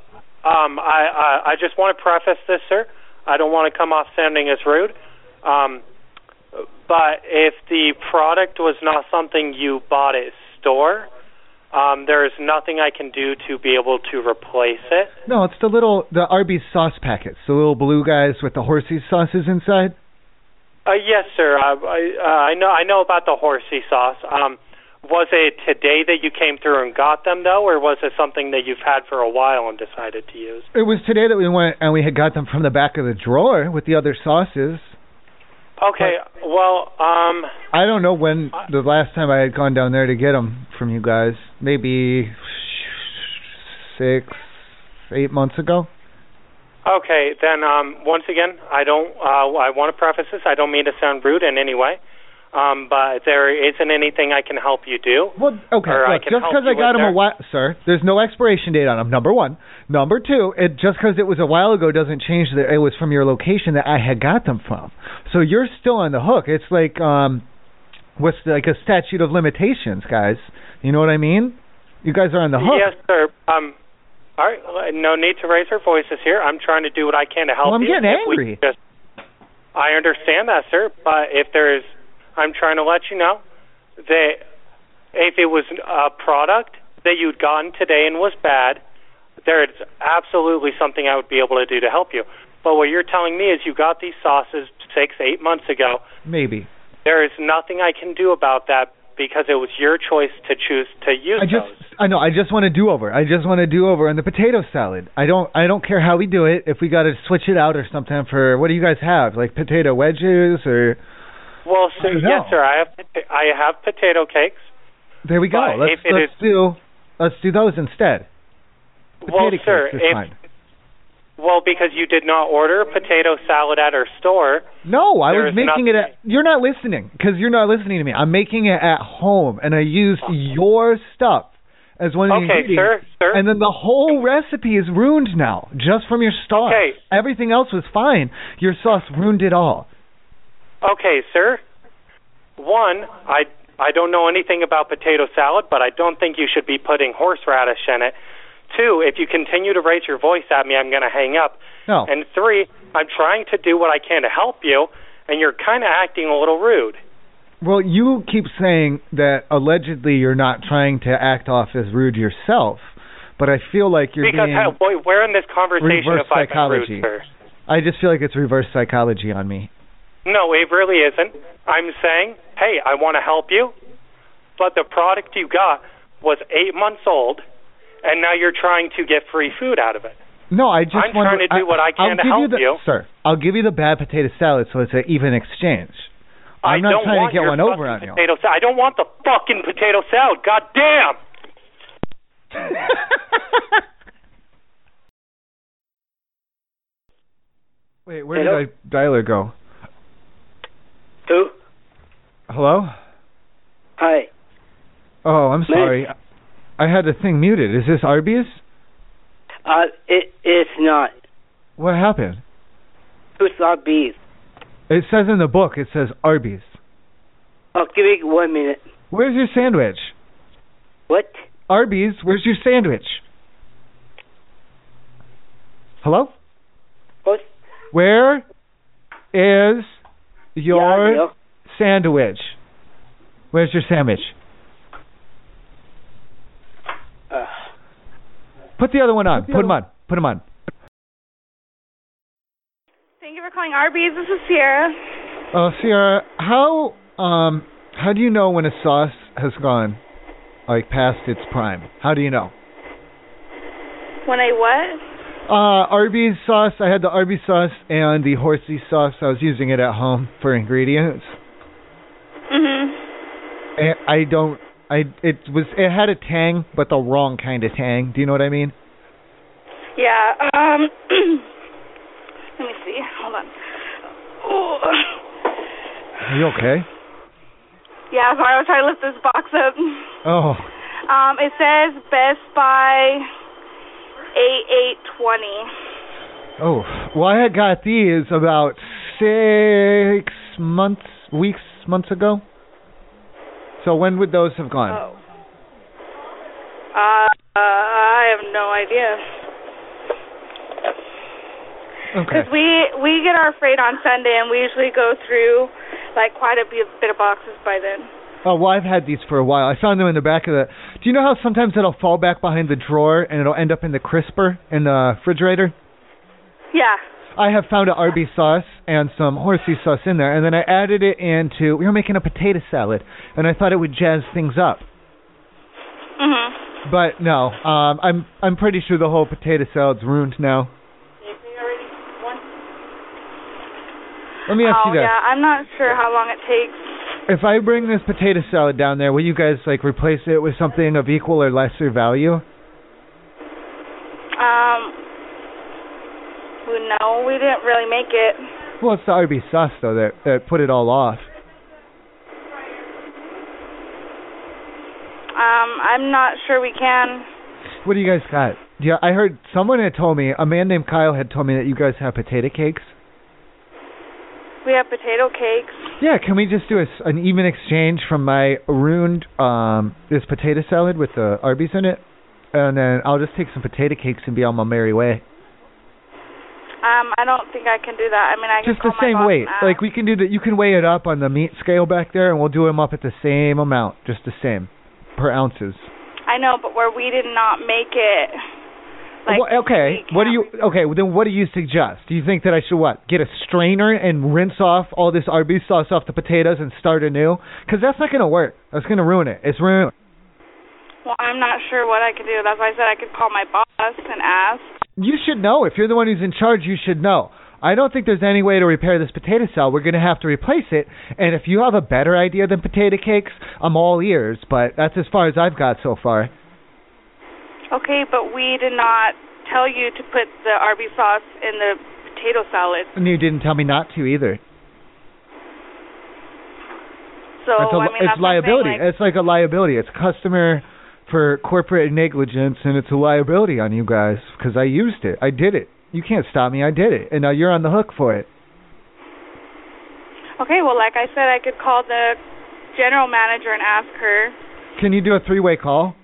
[SPEAKER 9] um, I, I, I just want to preface this, sir. I don't want to come off sounding as rude. Um, But if the product was not something you bought at store, um, there is nothing I can do to be able to replace it.
[SPEAKER 2] No, it's the little the Arby's sauce packets, the little blue guys with the horsey sauces inside.
[SPEAKER 9] Uh, yes, sir. I, I, uh, I know. I know about the horsey sauce. Um, was it today that you came through and got them though, or was it something that you've had for a while and decided to use?
[SPEAKER 2] It was today that we went and we had got them from the back of the drawer with the other sauces.
[SPEAKER 9] Okay. Well, um,
[SPEAKER 2] I don't know when the last time I had gone down there to get them from you guys. Maybe six, eight months ago.
[SPEAKER 9] Okay, then um, once again, I don't. Uh, I want to preface this. I don't mean to sound rude in any way, um, but there isn't anything I can help you do.
[SPEAKER 2] Well, Okay,
[SPEAKER 9] or I
[SPEAKER 2] look,
[SPEAKER 9] can
[SPEAKER 2] just
[SPEAKER 9] help
[SPEAKER 2] because
[SPEAKER 9] you
[SPEAKER 2] I got
[SPEAKER 9] with their-
[SPEAKER 2] them a while, sir, there's no expiration date on them. Number one, number two, it just because it was a while ago doesn't change that it was from your location that I had got them from. So you're still on the hook. It's like um, what's like a statute of limitations, guys. You know what I mean? You guys are on the hook.
[SPEAKER 9] Yes, sir. Um, all right. well, No need to raise our voices here. I'm trying to do what I can to help
[SPEAKER 2] Well, I'm
[SPEAKER 9] you.
[SPEAKER 2] getting
[SPEAKER 9] If
[SPEAKER 24] [laughs]
[SPEAKER 9] we
[SPEAKER 2] angry.
[SPEAKER 9] Just, I understand that, sir. But if there's, I'm trying to let you know that if it was a product that you'd gotten today and was bad, there's absolutely something I would be able to do to help you. But what you're telling me is you got these sauces six, eight months ago.
[SPEAKER 2] Maybe.
[SPEAKER 9] There is nothing I can do about that because it was your choice to choose to use
[SPEAKER 2] I just
[SPEAKER 9] those.
[SPEAKER 2] I know I just want to do over. I just want to do over on the potato salad. I don't I don't care how we do it. If we got to switch it out or something for what do you guys have? Like potato wedges or
[SPEAKER 9] Well, so
[SPEAKER 2] I don't
[SPEAKER 9] yes,
[SPEAKER 2] know.
[SPEAKER 9] sir. I have pota- I have potato cakes.
[SPEAKER 2] there we go.
[SPEAKER 9] But
[SPEAKER 2] let's
[SPEAKER 9] if it
[SPEAKER 2] let's
[SPEAKER 9] is-
[SPEAKER 2] do let's do those instead.
[SPEAKER 9] well,
[SPEAKER 2] Potato
[SPEAKER 9] sir,
[SPEAKER 2] cakes is
[SPEAKER 9] if
[SPEAKER 2] fine.
[SPEAKER 9] well because you did not order potato salad at our store.
[SPEAKER 2] No, I
[SPEAKER 9] there is
[SPEAKER 2] was making it at You're not listening cuz you're not listening to me. I'm making it at home and I used your stuff as one of
[SPEAKER 9] Oh.
[SPEAKER 2] the
[SPEAKER 9] Okay, sir,
[SPEAKER 2] ingredients.
[SPEAKER 9] sir.
[SPEAKER 2] And then the whole recipe is ruined now just from your start.
[SPEAKER 9] Okay.
[SPEAKER 2] Everything else was fine. Your sauce ruined it all.
[SPEAKER 9] Okay, sir. One, I I don't know anything about potato salad, but I don't think you should be putting horseradish in it. Two, if you continue to raise your voice at me, I'm going to hang up.
[SPEAKER 2] No.
[SPEAKER 9] And three, I'm trying to do what I can to help you, and you're kind of acting a little rude.
[SPEAKER 2] Well, you keep saying that allegedly you're not trying to act off as rude yourself, but I feel like you're
[SPEAKER 9] because
[SPEAKER 2] being.
[SPEAKER 9] how, boy, where in this conversation
[SPEAKER 2] reverse
[SPEAKER 9] if I've been rude,
[SPEAKER 2] psychology.
[SPEAKER 9] sir?
[SPEAKER 2] I just feel like it's reverse psychology on me.
[SPEAKER 9] No, it really isn't. I'm saying, hey, I want to help you, but the product you got was eight months old, and now you're trying to get free food out of it.
[SPEAKER 2] No, I just
[SPEAKER 9] I'm
[SPEAKER 2] want
[SPEAKER 9] trying to do what I can
[SPEAKER 2] I'll
[SPEAKER 9] to
[SPEAKER 2] give
[SPEAKER 9] help
[SPEAKER 2] you, the,
[SPEAKER 9] you.
[SPEAKER 2] sir. I'll give you the bad potato salad, so it's an even exchange. I'm
[SPEAKER 9] I
[SPEAKER 2] not
[SPEAKER 9] don't
[SPEAKER 2] trying
[SPEAKER 9] want
[SPEAKER 2] to get
[SPEAKER 9] your
[SPEAKER 2] one over on
[SPEAKER 9] fucking
[SPEAKER 2] you.
[SPEAKER 9] potato salad. I don't want the fucking potato salad. God damn.
[SPEAKER 2] Wait, where did I dialer go?
[SPEAKER 10] Who?
[SPEAKER 2] Hello?
[SPEAKER 10] Hi.
[SPEAKER 2] Oh, I'm
[SPEAKER 10] Ma'am.
[SPEAKER 2] sorry. I had the thing muted. Is this Arby's?
[SPEAKER 10] Uh, it, it's not.
[SPEAKER 2] What happened?
[SPEAKER 10] Who's not bees?
[SPEAKER 2] It says in the book. It says Arby's.
[SPEAKER 10] Oh, give me one minute.
[SPEAKER 2] Where's your sandwich?
[SPEAKER 10] What?
[SPEAKER 2] Arby's, where's your sandwich? Hello?
[SPEAKER 10] What?
[SPEAKER 2] Where is your
[SPEAKER 10] Yeah, I know.
[SPEAKER 2] sandwich? Where's your sandwich?
[SPEAKER 10] Uh,
[SPEAKER 2] Put the other one on. Put 'em on. Put 'em on.
[SPEAKER 11] Thank you for calling Arby's. This is Sierra.
[SPEAKER 2] Oh, Sierra, how um how do you know when a sauce has gone like past its prime? How do you know?
[SPEAKER 11] When I what?
[SPEAKER 2] Uh, Arby's sauce. I had the Arby's sauce and the horsey sauce. I was using it at home for ingredients.
[SPEAKER 13] Mm-hmm.
[SPEAKER 11] Mhm.
[SPEAKER 2] I I don't. I it was it had a tang, but the wrong kind of tang. Do you know what I mean?
[SPEAKER 11] Yeah. Um. [clears throat] let me see. Hold on. Oh.
[SPEAKER 2] Are you okay?
[SPEAKER 11] Yeah. Sorry, I was trying to lift this box up.
[SPEAKER 2] Oh,
[SPEAKER 11] Um. It says Best Buy. Eight eight twenty.
[SPEAKER 2] oh. Well, I had got these about six months, weeks, months ago. So when would those have gone?
[SPEAKER 11] Oh. Uh, I have no idea.
[SPEAKER 13] Oh.
[SPEAKER 2] Okay.
[SPEAKER 11] Because we we get our freight on Sunday, and we usually go through
[SPEAKER 13] like quite a bit bit of boxes by then.
[SPEAKER 2] Oh well, I've had these for a while. I found them in the back of the. Do you know how sometimes it'll fall back behind the drawer and it'll end up in the crisper in the refrigerator?
[SPEAKER 13] Yeah.
[SPEAKER 2] I have found an Arby's sauce and some horsey sauce in there, and then I added it into. We were making a potato salad, and I thought it would jazz things up.
[SPEAKER 13] Mhm.
[SPEAKER 2] But no, um, I'm I'm pretty sure the whole potato salad's ruined now. Let me ask
[SPEAKER 13] oh
[SPEAKER 2] you this:
[SPEAKER 13] yeah, I'm not sure how long it takes.
[SPEAKER 2] If I bring this potato salad down there, will you guys like replace it with something of equal or lesser value?
[SPEAKER 13] Um. we- No, we didn't really make it.
[SPEAKER 2] Well, it's the Arby's sauce though that that put it all off.
[SPEAKER 13] Um, I'm not sure we can.
[SPEAKER 2] What do you guys got? Yeah, I heard someone had told me a man named Kyle had told me that you guys have potato cakes.
[SPEAKER 13] We have potato cakes.
[SPEAKER 2] Yeah, can we just do a s an even exchange from my ruined um this potato salad with the Arby's in it, and then I'll just take some potato cakes and be on my merry way.
[SPEAKER 13] Um, I don't think I can do that. I mean, I can
[SPEAKER 2] just the
[SPEAKER 13] call my
[SPEAKER 2] same
[SPEAKER 13] boss
[SPEAKER 2] weight.
[SPEAKER 13] and ask.
[SPEAKER 2] Like we can do that. You can weigh it up on the meat scale back there, and we'll do them up at the same amount, just the same per ounces.
[SPEAKER 13] I know, but where we did not make it, like
[SPEAKER 2] Well, okay. What do you? Okay. well, Then what do you suggest? Do you think that I should what? Get a strainer and rinse off all this Arby's sauce off the potatoes and start anew? Because that's not gonna work. That's gonna ruin it. It's ruined.
[SPEAKER 13] well, I'm not sure what I could do. That's why I said I could call my boss and ask.
[SPEAKER 2] You should know. If you're the one who's in charge, you should know. I don't think there's any way to repair this potato salad. We're going to have to replace it. And if you have a better idea than potato cakes, I'm all ears. But that's as far as I've got so far.
[SPEAKER 13] Okay, but we did not tell you to put the Arby's sauce in the potato salad.
[SPEAKER 2] And you didn't tell me not to either.
[SPEAKER 13] So
[SPEAKER 2] it's a,
[SPEAKER 13] Oh, I mean,
[SPEAKER 2] it's
[SPEAKER 13] that's what I'm saying,
[SPEAKER 2] liability.
[SPEAKER 13] like-
[SPEAKER 2] it's like a liability. It's customer for corporate negligence, and it's a liability on you guys because I used it. I did it. You can't stop me. I did it, and now you're on the hook for it.
[SPEAKER 13] okay, well, like I said, I could call the general manager and ask her.
[SPEAKER 2] Can you do a three-way call?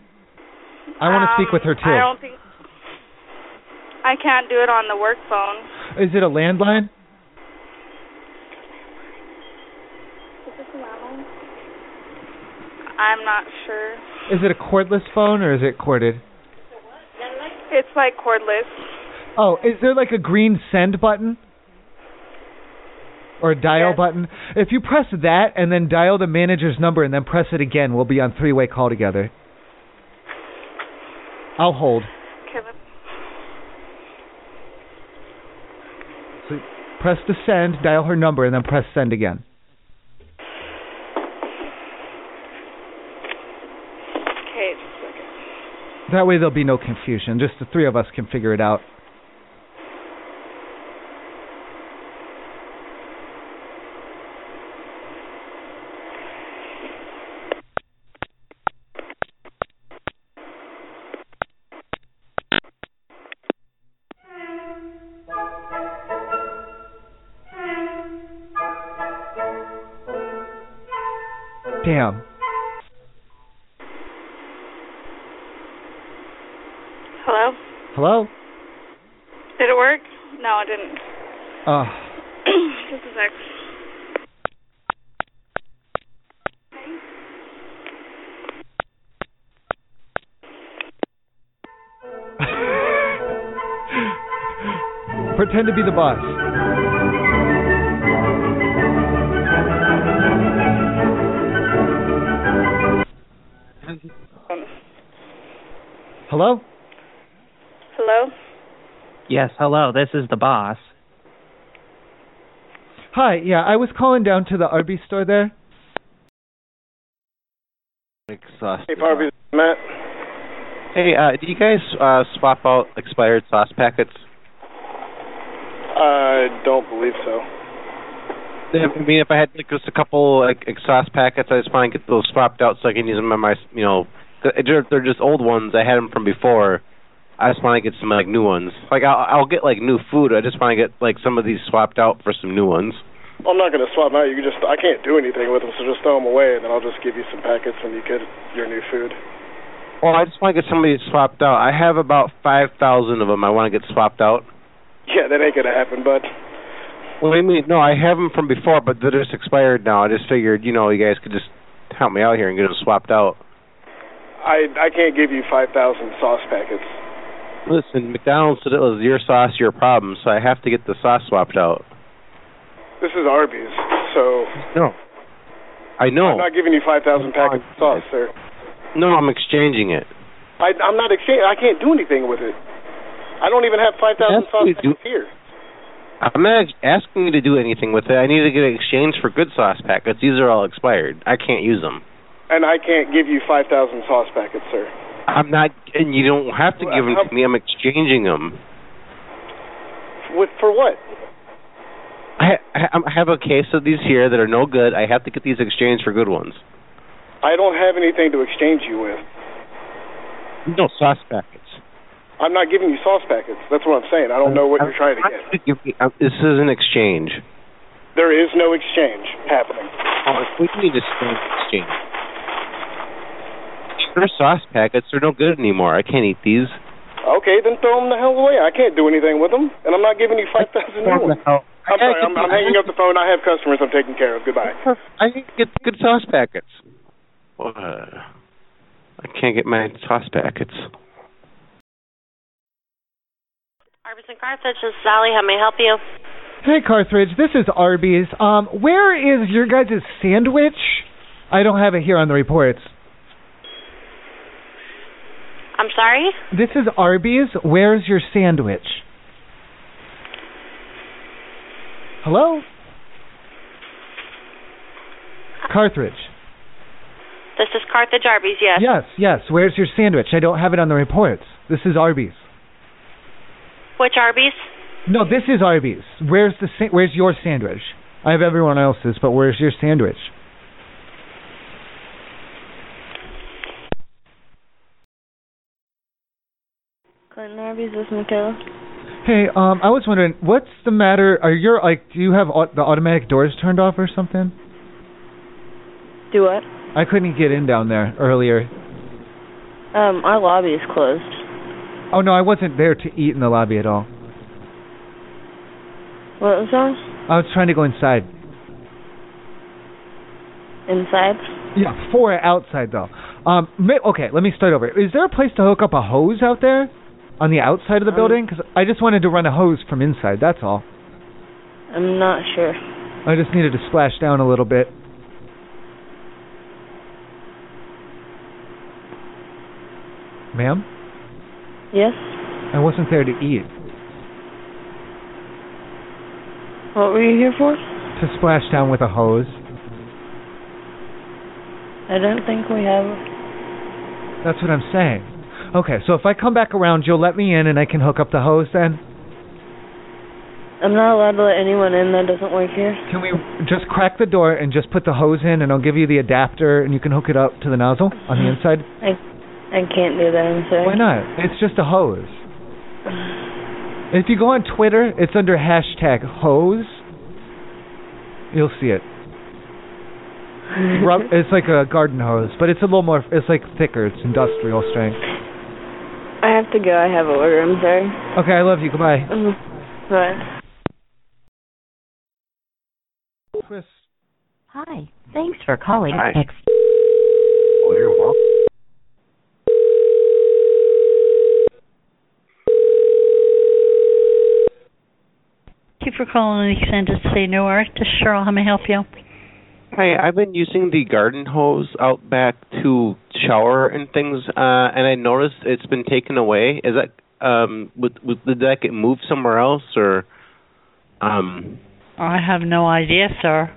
[SPEAKER 2] I want to speak with her too.
[SPEAKER 13] Um, I don't think I can't do it on the work phone.
[SPEAKER 2] Is it a landline?
[SPEAKER 13] Is this allowed? I'm not sure.
[SPEAKER 2] Is it a cordless phone or is it corded?
[SPEAKER 13] It's like cordless.
[SPEAKER 2] Oh, is there like a green send button? Or a dial button? If you press that and then dial the manager's number and then press it again, we'll be on three way call together. I'll hold.
[SPEAKER 13] Kevin.
[SPEAKER 2] So press the send, dial her number, and then press send again.
[SPEAKER 13] Okay, just a second.
[SPEAKER 2] That way there'll be no confusion. Just the three of us can figure it out. Damn.
[SPEAKER 13] Hello?
[SPEAKER 2] Hello?
[SPEAKER 13] Did it work? No, it didn't. [clears throat]
[SPEAKER 2] Uh,
[SPEAKER 13] just a sec.
[SPEAKER 2] pretend to be the boss. Hello?
[SPEAKER 13] Hello?
[SPEAKER 12] Yes, hello. This is the boss.
[SPEAKER 2] Hi, yeah, I was calling down to the Arby's store there.
[SPEAKER 6] Hey, Barbie, Matt. Hey, uh, do you guys uh, swap out expired sauce packets?
[SPEAKER 10] I don't believe so.
[SPEAKER 6] I mean, if I had like just a couple like ex- sauce packets, I just want to get those swapped out so I can use them in my, you know, 'cause they're, they're just old ones. I had them from before. I just want to get some like new ones. Like I'll, I'll get like new food. I just want to get like some of these swapped out for some new ones.
[SPEAKER 10] I'm not gonna swap 'em out. You can just I can't do anything with them, so just throw them away, and then I'll just give you some packets when you get your new food.
[SPEAKER 6] Well, I just want to get some of these swapped out. I have about five thousand of them. I want to get swapped out.
[SPEAKER 10] Yeah, that ain't gonna happen, bud.
[SPEAKER 6] What do you mean? No, I have them from before, but they're just expired now. I just figured, you know, you guys could just help me out here and get them swapped out.
[SPEAKER 10] I I can't give you five thousand sauce packets.
[SPEAKER 6] Listen, McDonald's said it was your sauce, your problem, so I have to get the sauce swapped out.
[SPEAKER 10] This is Arby's, so
[SPEAKER 6] No.
[SPEAKER 10] I'm
[SPEAKER 6] I know.
[SPEAKER 10] not giving you five thousand packets of sauce, sir.
[SPEAKER 6] No, I'm exchanging it.
[SPEAKER 10] I I'm not exchanging. I can't do anything with it. I don't even have five thousand
[SPEAKER 6] Yes,
[SPEAKER 10] sauce
[SPEAKER 6] you do.
[SPEAKER 10] packets here.
[SPEAKER 6] I'm not ex- asking you to do anything with it. I need to get an exchange for good sauce packets. These are all expired. I can't use them.
[SPEAKER 10] And I can't give you 5,000 sauce packets, sir.
[SPEAKER 6] I'm not, and you don't have to give them to me. I'm exchanging them.
[SPEAKER 10] With for what?
[SPEAKER 6] I, I I have a case of these here that are no good. I have to get these exchanged for good ones.
[SPEAKER 10] I don't have anything to exchange you with.
[SPEAKER 6] No sauce packets.
[SPEAKER 10] I'm not giving you sauce packets. That's what I'm saying. I don't know what you're trying to get.
[SPEAKER 6] You give me- uh, This is an exchange.
[SPEAKER 10] There is no exchange happening.
[SPEAKER 6] Oh, we need to start exchange. Your sauce packets are no good anymore. I can't eat these.
[SPEAKER 10] Okay, then throw them the hell away. I can't do anything with them, and I'm not giving you 5,000 new
[SPEAKER 6] [laughs]
[SPEAKER 10] ones. I'm sorry. I'm, I'm hanging up the phone. I have customers I'm taking care of. Goodbye.
[SPEAKER 6] I can get good sauce packets. Uh, I can't get my sauce packets.
[SPEAKER 13] Arby's and Carthage, this is Sally. How may I help you?
[SPEAKER 22] Hey, Carthage. This is Arby's. Um, where is your guys' sandwich? I don't have it here on the reports.
[SPEAKER 13] I'm sorry?
[SPEAKER 22] This is Arby's. Where's your sandwich? Hello? Carthage.
[SPEAKER 13] This is Carthage Arby's, yes.
[SPEAKER 22] Yes, yes. Where's your sandwich? I don't have it on the reports. This is Arby's.
[SPEAKER 13] Which Arby's?
[SPEAKER 22] No, this is Arby's. Where's the sa- where's your sandwich? I have everyone else's, but where's your sandwich?
[SPEAKER 26] Clinton Arby's, this is Michaela.
[SPEAKER 22] Hey, um, I was wondering, what's the matter? Are your like, do you have au- the automatic doors turned off or something?
[SPEAKER 26] Do what?
[SPEAKER 22] I couldn't get in down there earlier.
[SPEAKER 26] Um, our lobby is closed.
[SPEAKER 22] Oh no, I wasn't there to eat in the lobby at all.
[SPEAKER 26] What was that?
[SPEAKER 22] I was trying to go inside.
[SPEAKER 26] Inside?
[SPEAKER 22] Yeah, for outside though. Um, ma- okay, let me start over. Is there a place to hook up a hose out there on the outside of the
[SPEAKER 26] Um,
[SPEAKER 22] building? 'Cause I just wanted to run a hose from inside. That's all.
[SPEAKER 26] I'm not sure.
[SPEAKER 22] I just needed to splash down a little bit. Ma'am,
[SPEAKER 26] Yes?
[SPEAKER 22] I wasn't there to eat.
[SPEAKER 26] What were you here for?
[SPEAKER 22] To splash down with a hose.
[SPEAKER 26] I don't think we have.
[SPEAKER 22] That's what I'm saying. Okay, so if I come back around, you'll let me in and I can hook up the hose then?
[SPEAKER 26] I'm not allowed to let anyone in that doesn't work here.
[SPEAKER 22] Can we? Just crack the door and just put the hose in and I'll give you the adapter and you can hook it up to the nozzle on the inside.
[SPEAKER 26] I, I can't do that, I'm sorry.
[SPEAKER 22] Why not? It's just a hose. If you go on Twitter, it's under hashtag hose. You'll see it. Rub, it's like a garden hose, but it's a little more, it's like thicker, it's industrial strength.
[SPEAKER 26] I have to go. I have an order. I'm sorry.
[SPEAKER 22] Okay, I love you. Goodbye.
[SPEAKER 26] Bye.
[SPEAKER 22] Chris.
[SPEAKER 16] Hi. Thanks for calling. X.
[SPEAKER 6] Oh, you're welcome.
[SPEAKER 27] Thank you for calling the Extended Stay Newark. This is Cheryl. How may I help you?
[SPEAKER 6] Hi, I've been using the garden hose out back to shower and things, uh, and I noticed it's been taken away. Is that um, would, would, did that get moved somewhere else, or um,
[SPEAKER 27] I have no idea, sir.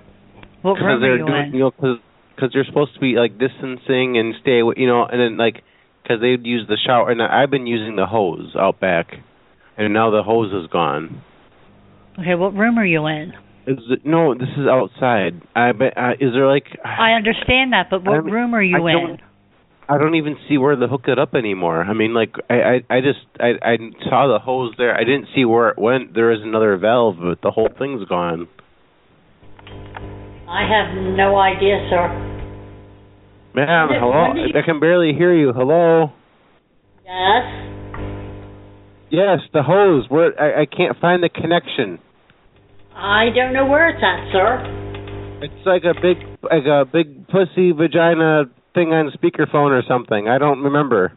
[SPEAKER 27] What
[SPEAKER 6] because
[SPEAKER 27] room
[SPEAKER 6] they're
[SPEAKER 27] are you
[SPEAKER 6] doing,
[SPEAKER 27] in?
[SPEAKER 6] you know, because because they're supposed to be like distancing and stay, away- you know, and then like because they'd use the shower, and I've been using the hose out back, and now the hose is gone.
[SPEAKER 27] Okay, what room are you in?
[SPEAKER 6] Is it, no, this is outside. I bet. Uh, is there like
[SPEAKER 27] I understand that, but what
[SPEAKER 6] I'm-
[SPEAKER 27] room are you
[SPEAKER 6] I
[SPEAKER 27] in?
[SPEAKER 6] don't- I don't even see where to hook it up anymore. I mean, like I, I, I just I, I saw the hose there. I didn't see where it went. There is another valve, but the whole thing's gone.
[SPEAKER 27] I have no idea, sir.
[SPEAKER 6] Ma'am,
[SPEAKER 27] Yes,
[SPEAKER 6] hello.
[SPEAKER 27] Wendy?
[SPEAKER 6] I can barely hear you. Hello.
[SPEAKER 27] Yes?
[SPEAKER 6] Yes, the hose. Where I, I can't find the connection.
[SPEAKER 1] I don't know where it's at, sir.
[SPEAKER 6] It's like a big, like a big pussy vagina thing on speakerphone or something. I don't remember.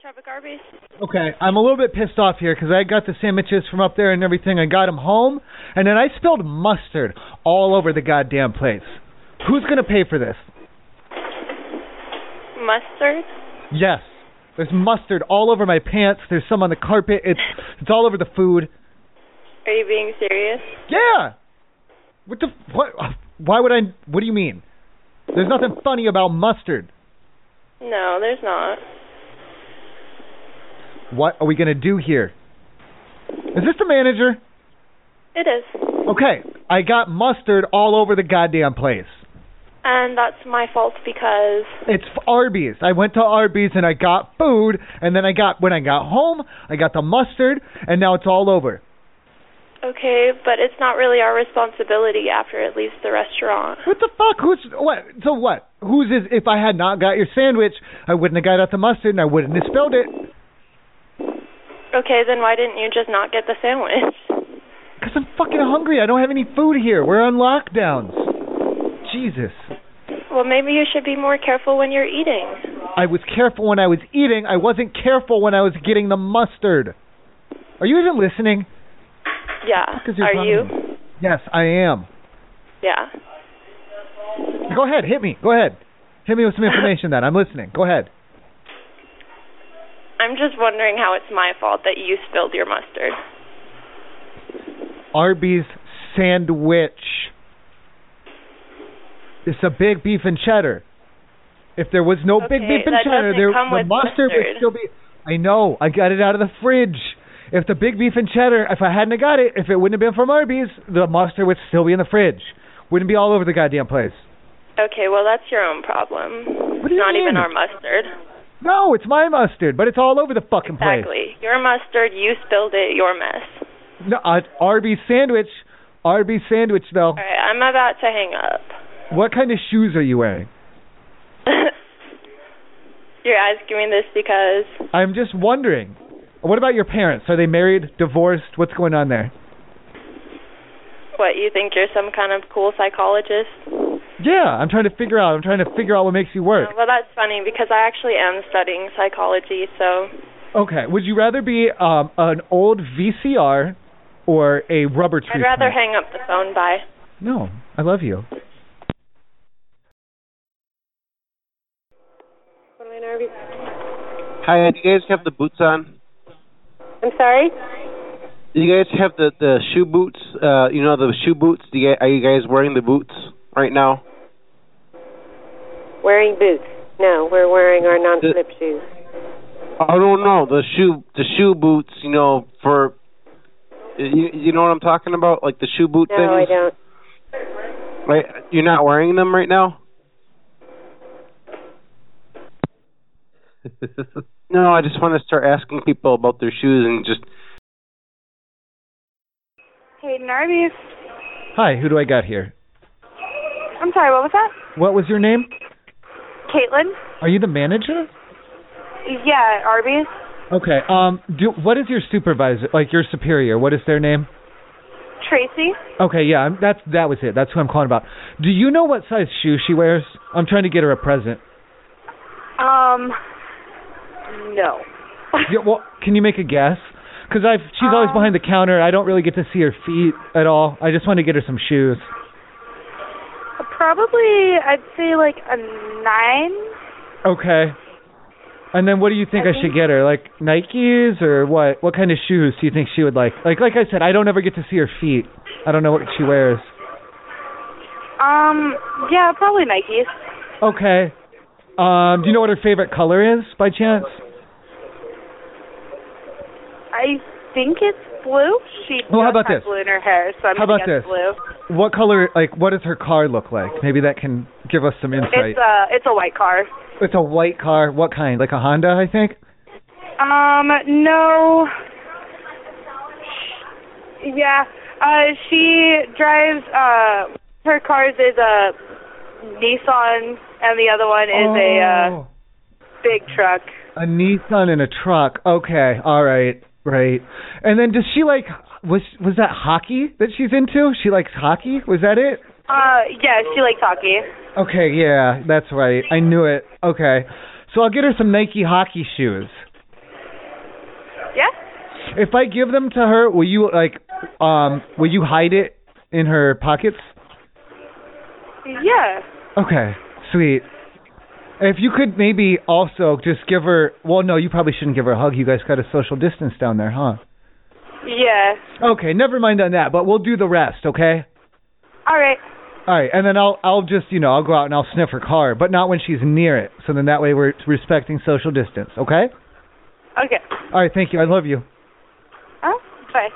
[SPEAKER 28] Traffic Arby's.
[SPEAKER 22] Okay, I'm a little bit pissed off here because I got the sandwiches from up there and everything. I got them home, and then I spilled mustard all over the goddamn place. Who's gonna pay for this?
[SPEAKER 4] Mustard?
[SPEAKER 22] Yes, there's mustard all over my pants. There's some on the carpet. It's it's all over the food.
[SPEAKER 4] Are you being serious?
[SPEAKER 22] Yeah. What the f- what? uh, Why would I? What do you mean? There's nothing funny about mustard.
[SPEAKER 4] No, there's not.
[SPEAKER 22] What are we gonna do here? Is this the manager?
[SPEAKER 4] It is.
[SPEAKER 22] Okay, I got mustard all over the goddamn place.
[SPEAKER 4] And that's my fault because
[SPEAKER 22] It's f- Arby's. I went to Arby's and I got food, and then I got when I got home, I got the mustard, and now it's all over.
[SPEAKER 4] okay, but it's not really our responsibility after it leaves the restaurant.
[SPEAKER 22] What the fuck? Who's what? So what? Whose is? If I had not got your sandwich, I wouldn't have got out the mustard, and I wouldn't have spilled it.
[SPEAKER 4] Okay, then why didn't you just not get the sandwich?
[SPEAKER 22] Cause I'm fucking hungry. I don't have any food here. We're on lockdowns. Jesus.
[SPEAKER 4] Well, maybe you should be more careful when you're eating.
[SPEAKER 22] I was careful when I was eating. I wasn't careful when I was getting the mustard. Are you even listening?
[SPEAKER 4] Yeah.
[SPEAKER 22] What is your
[SPEAKER 4] Are
[SPEAKER 22] problem?
[SPEAKER 4] you?
[SPEAKER 22] Yes, I am.
[SPEAKER 4] Yeah.
[SPEAKER 22] Go ahead, hit me. Go ahead. Hit me with some information then. I'm listening. Go ahead.
[SPEAKER 4] I'm just wondering how it's my fault that you spilled your mustard.
[SPEAKER 22] Arby's sandwich. It's a big beef and cheddar. If there was no Oh, big
[SPEAKER 4] Okay,
[SPEAKER 22] beef and
[SPEAKER 4] that
[SPEAKER 22] cheddar,
[SPEAKER 4] doesn't
[SPEAKER 22] there
[SPEAKER 4] come
[SPEAKER 22] the
[SPEAKER 4] with
[SPEAKER 22] mustard,
[SPEAKER 4] mustard.
[SPEAKER 22] would still be. I know. I got it out of the fridge. If the big beef and cheddar, if I hadn't have got it, if it wouldn't have been from Arby's, the mustard would still be in the fridge. Wouldn't be all over the goddamn place.
[SPEAKER 4] Okay, well that's your own problem.
[SPEAKER 22] do you
[SPEAKER 4] Not even
[SPEAKER 22] mean?
[SPEAKER 4] our mustard.
[SPEAKER 22] No, it's my mustard, but it's all over the fucking place.
[SPEAKER 4] Exactly. Your mustard, you spilled it, your mess.
[SPEAKER 22] No, uh, Arby's sandwich. Arby's sandwich,
[SPEAKER 4] All
[SPEAKER 22] though.
[SPEAKER 4] right, I'm about to hang up.
[SPEAKER 22] What kind of shoes are you wearing?
[SPEAKER 4] You're asking me this because
[SPEAKER 22] I'm just wondering. What about your parents? Are they married, divorced? What's going on there?
[SPEAKER 4] what you think you're some kind of cool psychologist?
[SPEAKER 22] Yeah, I'm trying to figure out. I'm trying to figure out what makes you work.
[SPEAKER 4] Well, that's funny because I actually am studying psychology, so
[SPEAKER 22] Okay, would you rather be um, an old VCR or a rubber tree?
[SPEAKER 4] I'd rather
[SPEAKER 22] plant?
[SPEAKER 4] hang up the phone. Bye.
[SPEAKER 22] No, I love you.
[SPEAKER 6] Hi, do you guys have the boots on?
[SPEAKER 12] I'm sorry?
[SPEAKER 6] Do you guys have the the shoe boots? Uh, you know the shoe boots. Do you, are you guys wearing the boots right now?
[SPEAKER 12] Wearing boots. No, we're wearing our non slip shoes.
[SPEAKER 6] I don't know the shoe the shoe boots. You know for you, you know what I'm talking about, like the shoe boot
[SPEAKER 12] No, I
[SPEAKER 6] things.
[SPEAKER 12] don't.
[SPEAKER 6] Right, you're not wearing them right [laughs] now. no, I just want to start asking people about their shoes and just
[SPEAKER 21] Hayden Arby's.
[SPEAKER 22] Hi, who do I got here?
[SPEAKER 21] I'm sorry, what was that?
[SPEAKER 22] What was your name?
[SPEAKER 21] Caitlin?
[SPEAKER 22] Are you the manager?
[SPEAKER 21] Yeah, Arby's.
[SPEAKER 22] Okay. Um. Do what is your supervisor? Like your superior? What is their name?
[SPEAKER 21] Tracy?
[SPEAKER 22] Okay. Yeah. I'm, that's that was it. That's who I'm calling about. Do you know what size shoe she wears? I'm trying to get her
[SPEAKER 4] [laughs]
[SPEAKER 22] a present.
[SPEAKER 21] Um, no.
[SPEAKER 22] yeah, well, can you make a guess? Because I've she's
[SPEAKER 4] Um,
[SPEAKER 22] always behind the counter. I don't really get to see her feet at all. I just want to get her some shoes.
[SPEAKER 21] Probably, I'd say like a nine.
[SPEAKER 22] Okay. And then what do you think I, should get her? Like Nikes or what? What kind of shoes do you think she would like? Like like I said, I don't ever get to see her feet. I don't know what she wears.
[SPEAKER 21] Um, yeah, probably Nikes.
[SPEAKER 22] Okay. Um, do you know what her favorite color is by chance?
[SPEAKER 21] I think it's blue. She
[SPEAKER 22] Well, how
[SPEAKER 21] does
[SPEAKER 22] about
[SPEAKER 21] have
[SPEAKER 22] this?
[SPEAKER 21] blue in her hair, so I'm
[SPEAKER 22] How
[SPEAKER 21] gonna
[SPEAKER 22] about
[SPEAKER 21] guess
[SPEAKER 22] this?
[SPEAKER 21] blue.
[SPEAKER 22] What color? Like what does her car look like? Maybe that can give us some insight.
[SPEAKER 21] It's a it's a white car.
[SPEAKER 22] It's a white car. What kind? Like a Honda, I think.
[SPEAKER 21] Um, no. Yeah, uh, she drives. Uh, her cars is a
[SPEAKER 12] Oh.
[SPEAKER 21] Nissan, and the other one is a uh, big truck.
[SPEAKER 22] a Nissan and a truck. Okay, all right, right. And then does she like was was that hockey that she's into? She likes hockey. Was that it?
[SPEAKER 21] Uh, yeah, she likes hockey.
[SPEAKER 22] Okay, yeah, that's right. I knew it. Okay, so I'll get her some Nike hockey shoes.
[SPEAKER 21] Yeah?
[SPEAKER 22] If I give them to her, will you like um will you hide it in her pockets?
[SPEAKER 21] Yeah.
[SPEAKER 22] Okay, sweet. If you could maybe also just give her well no, you probably shouldn't give her a hug. You guys got a social distance down there, huh?
[SPEAKER 21] Yeah.
[SPEAKER 22] Okay, never mind on that, but we'll do the rest, okay?
[SPEAKER 21] All right.
[SPEAKER 22] All right, and then I'll I'll just, you know, I'll go out and I'll sniff her car, but not when she's near it. So then that way we're respecting social distance, okay?
[SPEAKER 21] Okay.
[SPEAKER 22] All right, thank you. I love you.
[SPEAKER 21] Oh, bye.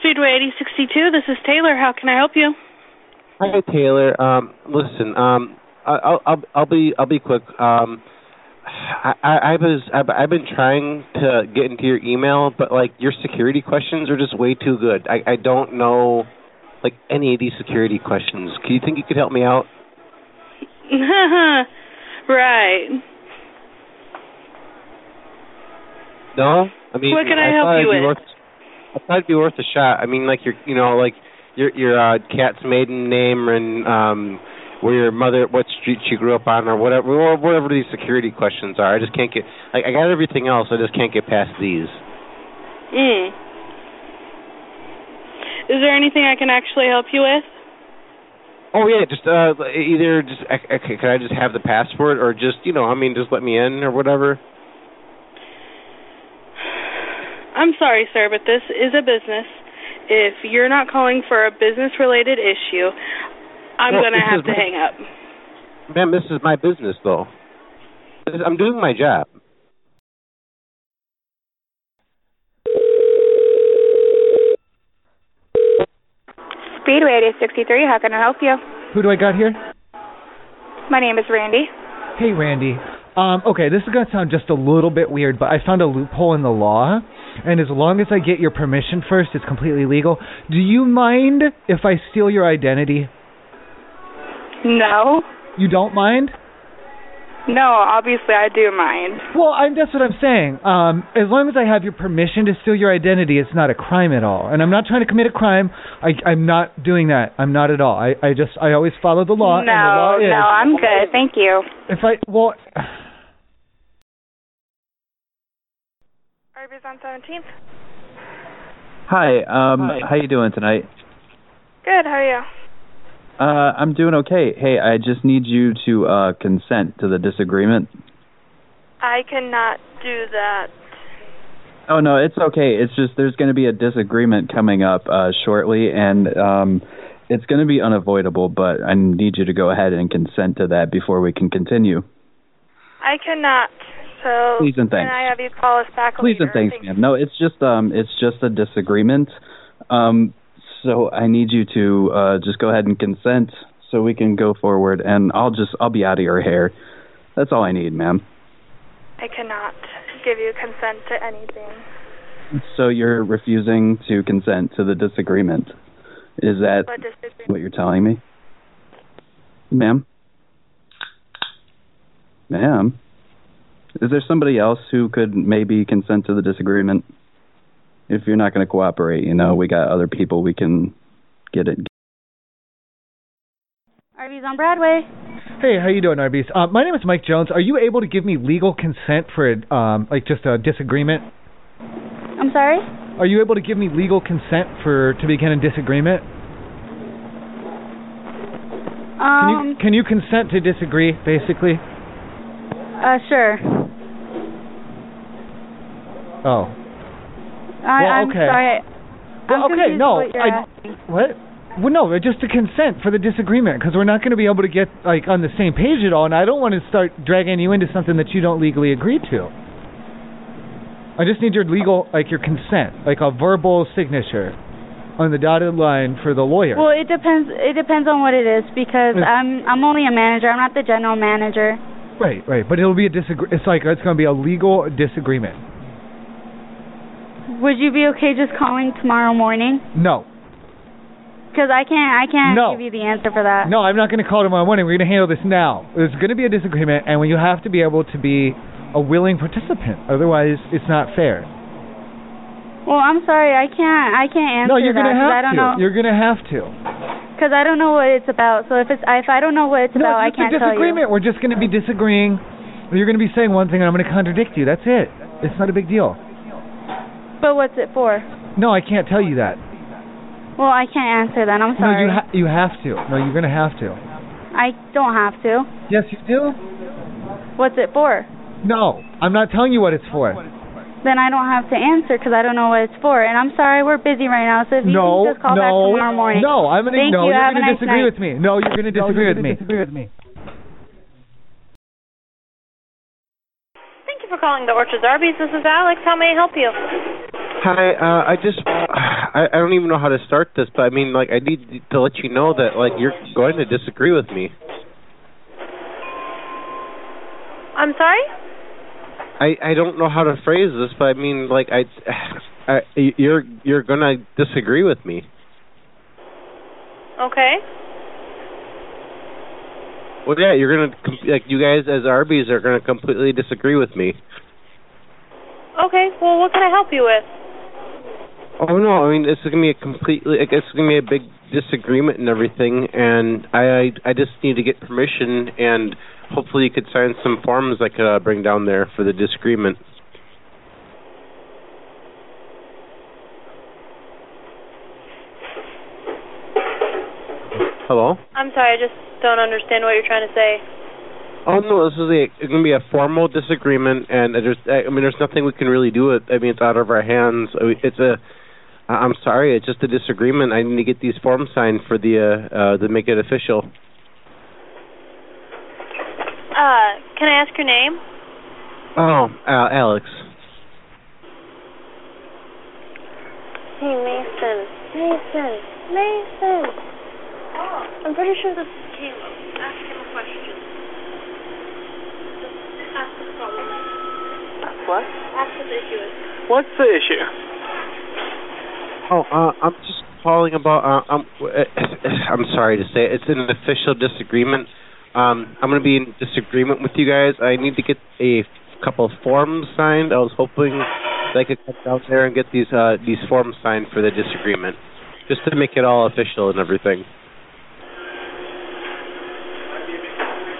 [SPEAKER 12] Speedway 8062, this is Taylor. How can I help you?
[SPEAKER 6] Hi Taylor. Um, listen. Um, I- I'll I'll I'll be I'll be quick. Um, I I I was I've, I've been trying to get into your email, but like your security questions are just way too good. I I don't know like any of these security questions. Do you think you could help me out?
[SPEAKER 12] [laughs] right.
[SPEAKER 6] No, I mean,
[SPEAKER 12] What can I
[SPEAKER 6] I
[SPEAKER 12] help
[SPEAKER 6] thought
[SPEAKER 12] you
[SPEAKER 6] it'd be
[SPEAKER 12] with?
[SPEAKER 6] Worth, I thought it'd be worth a shot. I mean, like your you know like your your uh, cat's maiden name and um where your mother what street she grew up on or whatever or whatever these security questions are. I just can't get like I got everything else. I just can't get past these.
[SPEAKER 12] Mm. Is there anything I can actually help you with?
[SPEAKER 6] Oh yeah, just uh either just I- I- can I just have the passport or just you know I mean just let me in or whatever.
[SPEAKER 12] I'm sorry, sir, but this is a business. If you're not calling for a business related issue, I'm
[SPEAKER 6] Well,
[SPEAKER 12] going to
[SPEAKER 6] this
[SPEAKER 12] have
[SPEAKER 6] is
[SPEAKER 12] to
[SPEAKER 6] my-
[SPEAKER 12] hang up.
[SPEAKER 6] Ma'am, this is my business though. This- I'm doing my job.
[SPEAKER 19] Speedway 63. how can I help you?
[SPEAKER 22] Who do I got here?
[SPEAKER 19] My name is Randy.
[SPEAKER 22] Hey, Randy. Um, okay, this is going to sound just a little bit weird, but I found a loophole in the law. And as long as I get your permission first, it's completely legal. Do you mind if I steal your identity?
[SPEAKER 19] No,
[SPEAKER 22] You don't mind?
[SPEAKER 19] no, obviously I do mind.
[SPEAKER 22] Well, I'm, that's what I'm saying. Um, as long as I have your permission to steal your identity, it's not a crime at all. And I'm not trying to commit a crime. I, I'm not doing that. I'm not at all. I, I just I always follow the law. and the law
[SPEAKER 19] no,
[SPEAKER 22] is,
[SPEAKER 19] no, I'm good. Thank you.
[SPEAKER 22] If I well,
[SPEAKER 19] Arby's on 17th.
[SPEAKER 15] Hi, um, how you doing tonight?
[SPEAKER 19] Good, how are you?
[SPEAKER 15] Uh, I'm doing okay. Hey, I just need you to uh, consent to the disagreement.
[SPEAKER 13] I cannot do that.
[SPEAKER 15] Oh no, it's okay. It's just there's going to be a disagreement coming up uh, shortly, and um, it's going to be unavoidable. But I need you to go ahead and consent to that before we can continue.
[SPEAKER 13] I cannot. So
[SPEAKER 15] Please and
[SPEAKER 13] can
[SPEAKER 15] thanks.
[SPEAKER 13] I have you call us back
[SPEAKER 15] Please
[SPEAKER 13] later?
[SPEAKER 15] and thanks, ma'am. No, it's just um, it's just a disagreement. Um, so I need you to uh, just go ahead and consent so we can go forward, and I'll just I'll be out of your hair. That's all I need, ma'am.
[SPEAKER 13] I cannot give you consent to anything.
[SPEAKER 15] So you're refusing to consent to the disagreement. Is that
[SPEAKER 13] What disagreement?
[SPEAKER 15] what you're telling me, ma'am? Ma'am, is there somebody else who could maybe consent to the disagreement? If you're not going to cooperate, you know we got other people we can get it.
[SPEAKER 23] Arby's on Broadway.
[SPEAKER 22] hey, how you doing, Arby's? Uh, my name is Mike Jones. Are you able to give me legal consent for a, um, like just a disagreement?
[SPEAKER 23] I'm sorry?
[SPEAKER 22] Are you able to give me legal consent for to begin a disagreement? Can you
[SPEAKER 23] Um,
[SPEAKER 22] can you consent to disagree, basically?
[SPEAKER 23] uh, sure.
[SPEAKER 22] Oh.
[SPEAKER 23] I,
[SPEAKER 22] Well,
[SPEAKER 23] I'm
[SPEAKER 22] okay.
[SPEAKER 23] sorry.
[SPEAKER 22] Well,
[SPEAKER 23] I'm
[SPEAKER 22] okay,
[SPEAKER 23] confused
[SPEAKER 22] no,
[SPEAKER 23] What you're
[SPEAKER 22] I-
[SPEAKER 23] asking.
[SPEAKER 22] What? Well, no, uh, just to consent for the disagreement, because we're not going to be able to get like on the same page at all, and I don't want to start dragging you into something that you don't legally agree to. I just need your legal, like your consent, like a verbal signature on the dotted line for the lawyer.
[SPEAKER 23] Well, it depends. It depends on what it is because
[SPEAKER 22] It's-
[SPEAKER 23] I'm I'm only a manager. I'm not the general manager.
[SPEAKER 22] right, right, but it'll be a disagree. It's like it's going to be a legal disagreement.
[SPEAKER 23] Would you be okay just calling tomorrow morning?
[SPEAKER 22] No.
[SPEAKER 23] Because I can't, I can't
[SPEAKER 22] No.
[SPEAKER 23] give you the answer for that.
[SPEAKER 22] No, I'm not going to call tomorrow morning. We're going to handle this now. There's going to be a disagreement, and you have to be able to be a willing participant. Otherwise, it's not fair.
[SPEAKER 23] Well, I'm sorry, I can't, I can't answer
[SPEAKER 22] no, you're
[SPEAKER 23] that.
[SPEAKER 22] going to
[SPEAKER 23] 'cause I
[SPEAKER 22] have
[SPEAKER 23] don't
[SPEAKER 22] to.
[SPEAKER 23] know,
[SPEAKER 22] You're going to have to.
[SPEAKER 23] because I don't know what it's about. So if it's, if I don't know what it's
[SPEAKER 22] no,
[SPEAKER 23] about, I
[SPEAKER 22] it's just
[SPEAKER 23] can't
[SPEAKER 22] a
[SPEAKER 23] tell you.
[SPEAKER 22] disagreement. We're just going to be disagreeing. You're going to be saying one thing, and I'm going to contradict you. That's it. It's not a big deal.
[SPEAKER 23] But what's it for?
[SPEAKER 22] No, I can't tell you that.
[SPEAKER 23] Well, I can't answer that. I'm
[SPEAKER 22] No,
[SPEAKER 23] sorry.
[SPEAKER 22] you ha- you have to. No, you're going to have to.
[SPEAKER 23] I don't have to.
[SPEAKER 22] Yes, you do.
[SPEAKER 23] What's it for?
[SPEAKER 22] No, I'm not telling you what it's for.
[SPEAKER 23] Then I don't have to answer because I don't know what it's for. And I'm sorry, we're busy right now. So if you
[SPEAKER 22] no,
[SPEAKER 23] can just call
[SPEAKER 22] no,
[SPEAKER 23] back tomorrow morning.
[SPEAKER 22] no. I'm gonna
[SPEAKER 23] Thank
[SPEAKER 22] no.
[SPEAKER 23] you.
[SPEAKER 22] are
[SPEAKER 23] Have
[SPEAKER 22] gonna
[SPEAKER 23] a nice
[SPEAKER 22] disagree
[SPEAKER 23] night.
[SPEAKER 22] with me. No, you're gonna
[SPEAKER 29] No,
[SPEAKER 22] disagree
[SPEAKER 29] you're
[SPEAKER 22] with
[SPEAKER 29] gonna
[SPEAKER 22] me.
[SPEAKER 29] disagree
[SPEAKER 22] with me.
[SPEAKER 1] Thank you for calling the Orchards Arby's. This is Alex. How may I help you?
[SPEAKER 6] Hi, uh, I just [sighs] I, I don't even know how to start this, but I mean, like, I need to let you know that like you're going to disagree with me.
[SPEAKER 1] I'm sorry?
[SPEAKER 6] I I don't know how to phrase this, but I mean, like, I, [sighs] I you're you're gonna disagree with me.
[SPEAKER 1] Okay.
[SPEAKER 6] Well, yeah, you're gonna com- like you guys as Arby's are gonna completely disagree with me.
[SPEAKER 1] Okay. Well, what can I help you with?
[SPEAKER 6] Oh no, I mean it's gonna be a completely like, it's gonna be a big disagreement and everything, and I I, I just need to get permission and hopefully you could sign some forms I could uh, bring down there for the disagreement. Hello.
[SPEAKER 1] I'm sorry. I just don't understand what you're trying to say.
[SPEAKER 6] Oh no, this is a, it's gonna be a formal disagreement, and there's I mean there's nothing we can really do. It I mean it's out of our hands. I mean, It's a I- I'm sorry, it's just a disagreement. I need to get these forms signed for the uh, uh to make it official.
[SPEAKER 1] Uh, can I ask your name?
[SPEAKER 6] Oh, uh, Alex.
[SPEAKER 1] Hey, Mason. Mason. Mason.
[SPEAKER 6] Oh.
[SPEAKER 1] I'm pretty sure this is Caleb. Ask him a question. Ask the problem.
[SPEAKER 12] What?
[SPEAKER 1] Ask what the issue is.
[SPEAKER 12] What's the issue?
[SPEAKER 6] Oh, uh, I'm just calling about. Uh, I'm [coughs] I'm sorry to say it. it's an official disagreement. Um, I'm gonna be in disagreement with you guys. I need to get a couple of forms signed. I was hoping that I could come down there and get these uh these forms signed for the disagreement, just to make it all official and everything.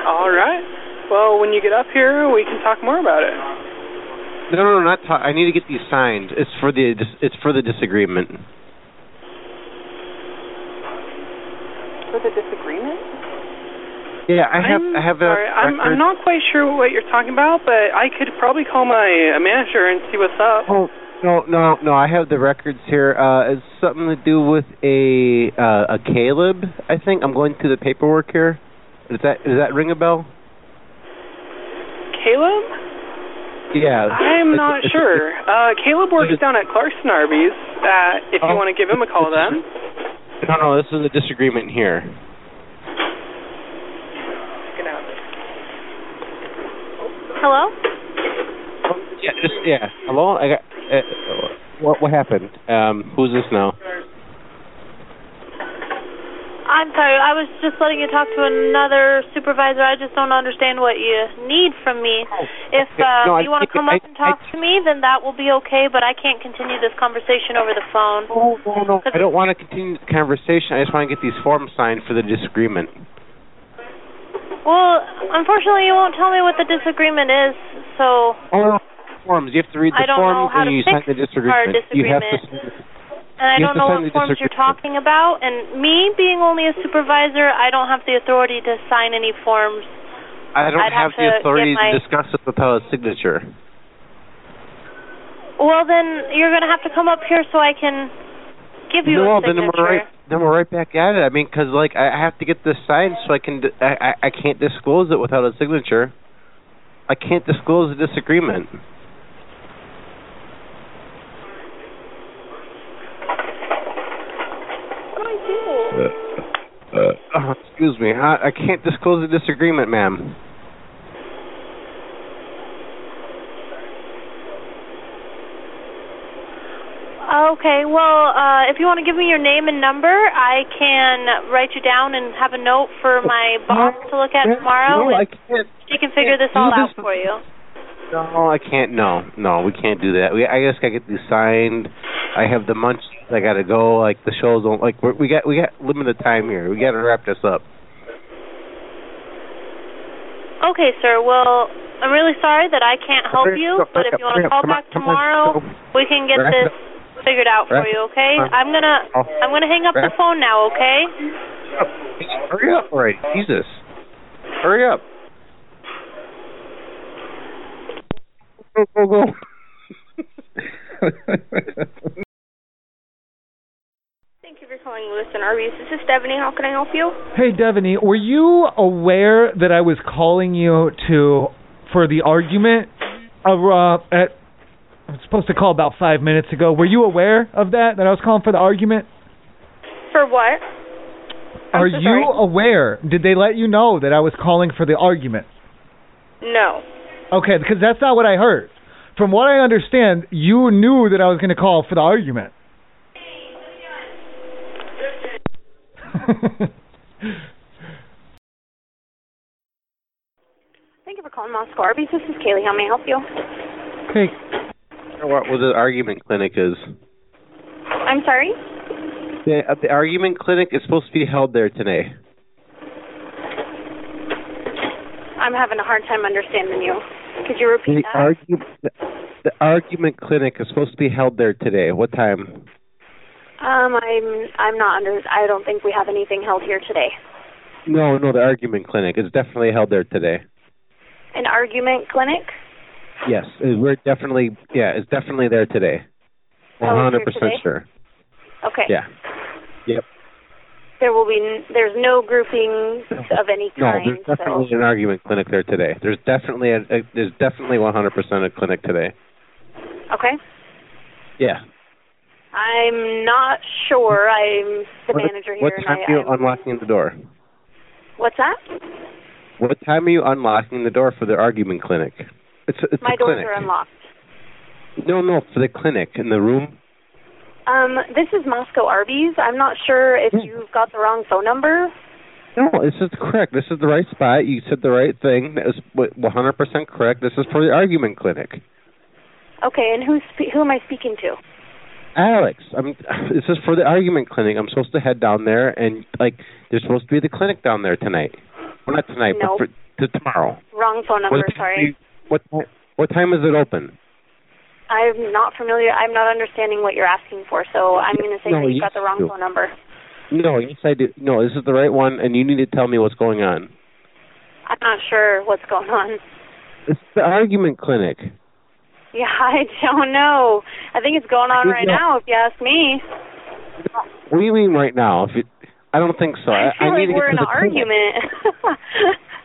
[SPEAKER 12] All right. Well, when you get up here, we can talk more about it.
[SPEAKER 6] No, no, no, not. Ta- I need to get these signed. It's for the dis- it's for the disagreement.
[SPEAKER 12] For the disagreement?
[SPEAKER 6] Yeah, I have I have a
[SPEAKER 12] Sorry, I'm I'm
[SPEAKER 6] record.
[SPEAKER 12] not quite sure what you're talking about, but I could probably call my uh, manager and see what's up.
[SPEAKER 6] Oh no no no! I have the records here. Uh, it's something to do with a uh, a Caleb. I think I'm going through the paperwork here. Does that does that ring a bell?
[SPEAKER 12] Caleb?
[SPEAKER 6] Yeah.
[SPEAKER 12] I'm
[SPEAKER 6] Uh, It's-
[SPEAKER 12] not
[SPEAKER 6] it's-
[SPEAKER 12] sure. Uh, Caleb works down at Clarkson Arby's. Uh, if you
[SPEAKER 6] Oh.
[SPEAKER 12] want to give him a call, then.
[SPEAKER 6] it's- No no, this is a disagreement here.
[SPEAKER 1] Hello?
[SPEAKER 6] Yeah just yeah. Hello. I got. Uh, what what happened? Um, who's this now?
[SPEAKER 1] I'm sorry. I was just letting you talk to another supervisor. I just don't understand what you need from me. If uh,
[SPEAKER 6] Oh, No, I-
[SPEAKER 1] you want to come
[SPEAKER 6] I-
[SPEAKER 1] up and talk to me, then that will be okay. But I can't continue this conversation over the phone.
[SPEAKER 6] Oh no no! I don't want to continue the conversation. I just want to get these forms signed for the disagreement.
[SPEAKER 1] Well, unfortunately, you won't tell me what the disagreement is. So
[SPEAKER 6] Oh, forms. You have to read
[SPEAKER 1] I
[SPEAKER 6] the
[SPEAKER 1] don't know
[SPEAKER 6] forms
[SPEAKER 1] how
[SPEAKER 6] and
[SPEAKER 1] to
[SPEAKER 6] you
[SPEAKER 1] fix
[SPEAKER 6] sign the
[SPEAKER 1] our
[SPEAKER 6] disagreement. You have to.
[SPEAKER 1] disagreement. And I
[SPEAKER 6] You
[SPEAKER 1] don't
[SPEAKER 6] have to
[SPEAKER 1] know
[SPEAKER 6] sign
[SPEAKER 1] what
[SPEAKER 6] the
[SPEAKER 1] forms you're
[SPEAKER 6] disagreement.
[SPEAKER 1] talking about. And me being only a supervisor, I don't have the authority to sign any forms.
[SPEAKER 6] I don't
[SPEAKER 1] I'd have
[SPEAKER 6] have,
[SPEAKER 1] to
[SPEAKER 6] the
[SPEAKER 1] get
[SPEAKER 6] authority
[SPEAKER 1] my-
[SPEAKER 6] to discuss it without a signature.
[SPEAKER 1] Well, then you're going to have to come up here so I can give you a
[SPEAKER 6] no,
[SPEAKER 1] signature.
[SPEAKER 6] then we're right. Then we're right back at it. I mean, because like I I have to get this signed, so I can. d- I, I- I can't disclose it without a signature. I can't disclose the disagreement. Oh, excuse me. I, I can't disclose the disagreement, ma'am.
[SPEAKER 1] Okay, well, uh, if you want to give me your name and number, I can write you down and have a note for my boss to look at tomorrow.
[SPEAKER 6] No, I
[SPEAKER 1] and
[SPEAKER 6] can't.
[SPEAKER 1] She can figure this
[SPEAKER 6] do
[SPEAKER 1] all out
[SPEAKER 6] this.
[SPEAKER 1] for you.
[SPEAKER 6] No, I can't. No, no, we can't do that. We, I guess I get these signed. I have the munch. I gotta go. Like the shows don't like. We're, we got we got limited time here. We gotta wrap this up.
[SPEAKER 1] Okay, sir. Well, I'm really sorry that I can't help
[SPEAKER 6] Hurry
[SPEAKER 1] you,
[SPEAKER 6] up,
[SPEAKER 1] but if you
[SPEAKER 6] hurry up,
[SPEAKER 1] want to
[SPEAKER 6] hurry up.
[SPEAKER 1] call
[SPEAKER 6] Come on,
[SPEAKER 1] back
[SPEAKER 6] come on,
[SPEAKER 1] tomorrow, we can get
[SPEAKER 6] Wrap it
[SPEAKER 1] this figured out for
[SPEAKER 6] Wrap-
[SPEAKER 1] you. Okay?
[SPEAKER 6] Wrap-
[SPEAKER 1] I'm gonna
[SPEAKER 6] Oh.
[SPEAKER 1] I'm gonna hang up the
[SPEAKER 6] Wrap-
[SPEAKER 1] phone now. Okay?
[SPEAKER 6] Hurry up already, Jesus! Hurry up. Go go go.
[SPEAKER 21] Thank you for calling Lewis and Arby's. This is Stephanie. How can I help you?
[SPEAKER 22] Hey, Devaney, were you aware that I was calling you to for the argument? Of, uh, at, I was supposed to call about five minutes ago. Were you aware of that? That I was calling for the argument?
[SPEAKER 21] For what?
[SPEAKER 22] Are
[SPEAKER 21] so
[SPEAKER 22] you
[SPEAKER 21] sorry.
[SPEAKER 22] aware? Did they let you know that I was calling for the argument?
[SPEAKER 21] No.
[SPEAKER 22] Okay, because that's not what I heard. From what I understand, you knew that I was going to call for the argument. [laughs]
[SPEAKER 21] Thank you for calling Moscow Arby's. This is Kaylee. How may I help you?
[SPEAKER 22] Hey,
[SPEAKER 6] What was the argument clinic is?
[SPEAKER 21] I'm sorry?
[SPEAKER 6] The, uh, the argument clinic is supposed to be held there today.
[SPEAKER 21] I'm having a hard time understanding you. Could you repeat
[SPEAKER 6] The
[SPEAKER 21] that?
[SPEAKER 6] argument the, the argument clinic is supposed to be held there today. What time?
[SPEAKER 21] um, I'm I'm not under. I don't think we have anything held here today.
[SPEAKER 6] No, no, the argument clinic is definitely held there today.
[SPEAKER 21] An argument clinic?
[SPEAKER 6] Yes, it- we're definitely yeah, it's definitely there today. One
[SPEAKER 21] Oh, it's
[SPEAKER 6] hundred
[SPEAKER 21] here
[SPEAKER 6] percent
[SPEAKER 21] today?
[SPEAKER 6] sure.
[SPEAKER 21] Okay.
[SPEAKER 6] Yeah. Yep.
[SPEAKER 21] There will be. N- there's no groupings of any
[SPEAKER 6] No,
[SPEAKER 21] kind.
[SPEAKER 6] there's definitely
[SPEAKER 21] so.
[SPEAKER 6] an argument clinic there today. There's definitely a, a there's definitely one hundred percent a clinic today.
[SPEAKER 21] Okay.
[SPEAKER 6] Yeah.
[SPEAKER 21] I'm not sure. I'm the manager
[SPEAKER 6] what
[SPEAKER 21] here, and
[SPEAKER 6] time
[SPEAKER 21] I,
[SPEAKER 6] are you
[SPEAKER 21] I'm-
[SPEAKER 6] unlocking the door?
[SPEAKER 21] What's that?
[SPEAKER 6] What time are you unlocking the door for the argument clinic? It's it's
[SPEAKER 21] My
[SPEAKER 6] a
[SPEAKER 21] doors
[SPEAKER 6] clinic.
[SPEAKER 21] are unlocked.
[SPEAKER 6] No, no, for the clinic in the room.
[SPEAKER 21] Um, this is Moscow Arby's. I'm not sure
[SPEAKER 6] Hmm.
[SPEAKER 21] if you've got the wrong phone number.
[SPEAKER 6] No, this is correct. This is the right spot. You said the right thing. That was 100% correct. This is for the argument clinic.
[SPEAKER 21] Okay, and who's spe- who am I speaking to?
[SPEAKER 6] Alex, I'm. This is for the argument clinic. I'm supposed to head down there, and like, there's supposed to be the clinic down there tonight. Well, not tonight,
[SPEAKER 21] Nope.
[SPEAKER 6] but for, to tomorrow.
[SPEAKER 21] Wrong phone number.
[SPEAKER 6] what, time do
[SPEAKER 21] Sorry,
[SPEAKER 6] you- What ti- what time is it open?
[SPEAKER 21] I'm not familiar. I'm not understanding what you're asking for, so I'm going to say
[SPEAKER 6] No,
[SPEAKER 21] that
[SPEAKER 6] you
[SPEAKER 21] you've got the wrong
[SPEAKER 6] do.
[SPEAKER 21] phone number.
[SPEAKER 6] No, yes, I do. No, this is the right one, and you need to tell me what's going on.
[SPEAKER 21] I'm not sure what's going on. [laughs]
[SPEAKER 6] It's the argument clinic.
[SPEAKER 21] Yeah, I don't know. I think it's going on
[SPEAKER 6] Who's
[SPEAKER 21] right
[SPEAKER 6] that?
[SPEAKER 21] now. If you ask me,
[SPEAKER 6] What do you mean right now? If you, I don't think so. I,
[SPEAKER 21] I feel like
[SPEAKER 6] need to get
[SPEAKER 21] we're
[SPEAKER 6] to
[SPEAKER 21] in an
[SPEAKER 6] the clinic.
[SPEAKER 21] argument. [laughs]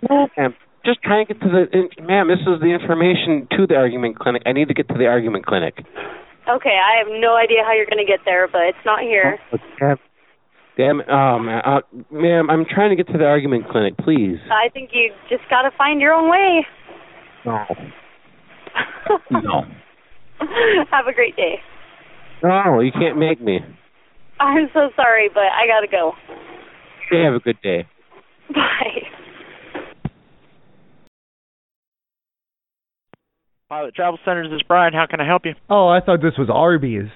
[SPEAKER 6] No, ma'am. Just try and get to the, in- ma'am. This is the information to the argument clinic. I need to get to the argument clinic.
[SPEAKER 21] okay, I have no idea how you're going to get there, but it's not here.
[SPEAKER 6] Damn, damn, oh, man, uh, ma'am. I'm trying to get to the argument clinic, please.
[SPEAKER 21] I think you just got to find your own way. [laughs]
[SPEAKER 6] No, [laughs] no,
[SPEAKER 21] Have a great day.
[SPEAKER 6] no. You can't make me.
[SPEAKER 21] I'm so sorry, but I got to go. [laughs]
[SPEAKER 6] Hey, have a good day.
[SPEAKER 21] Bye.
[SPEAKER 5] Pilot Travel Centers this is Brian. How can I help you?
[SPEAKER 22] Oh, I thought this was Arby's.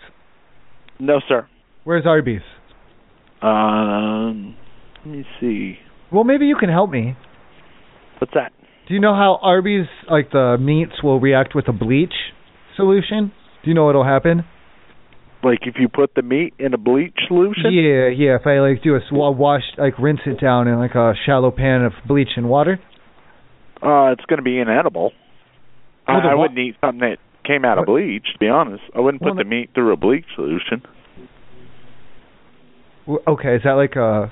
[SPEAKER 5] No, sir.
[SPEAKER 22] Where's Arby's?
[SPEAKER 5] Um, let me see.
[SPEAKER 22] Well, maybe you can help me.
[SPEAKER 5] What's that?
[SPEAKER 22] Do you know how Arby's, like the meats, will react with a bleach solution? Do you know what'll happen?
[SPEAKER 5] Like if you put the meat in a bleach solution?
[SPEAKER 22] Yeah, yeah. If I like do a s- wa- wash, like rinse it down in like a shallow pan of bleach and water.
[SPEAKER 5] Uh, it's going to be inedible.
[SPEAKER 22] Well, the
[SPEAKER 5] I, I
[SPEAKER 22] wa-
[SPEAKER 5] wouldn't eat something that came out of bleach. To be honest, I wouldn't put
[SPEAKER 22] Well,
[SPEAKER 5] the meat through a bleach solution.
[SPEAKER 22] W- Okay, is that like a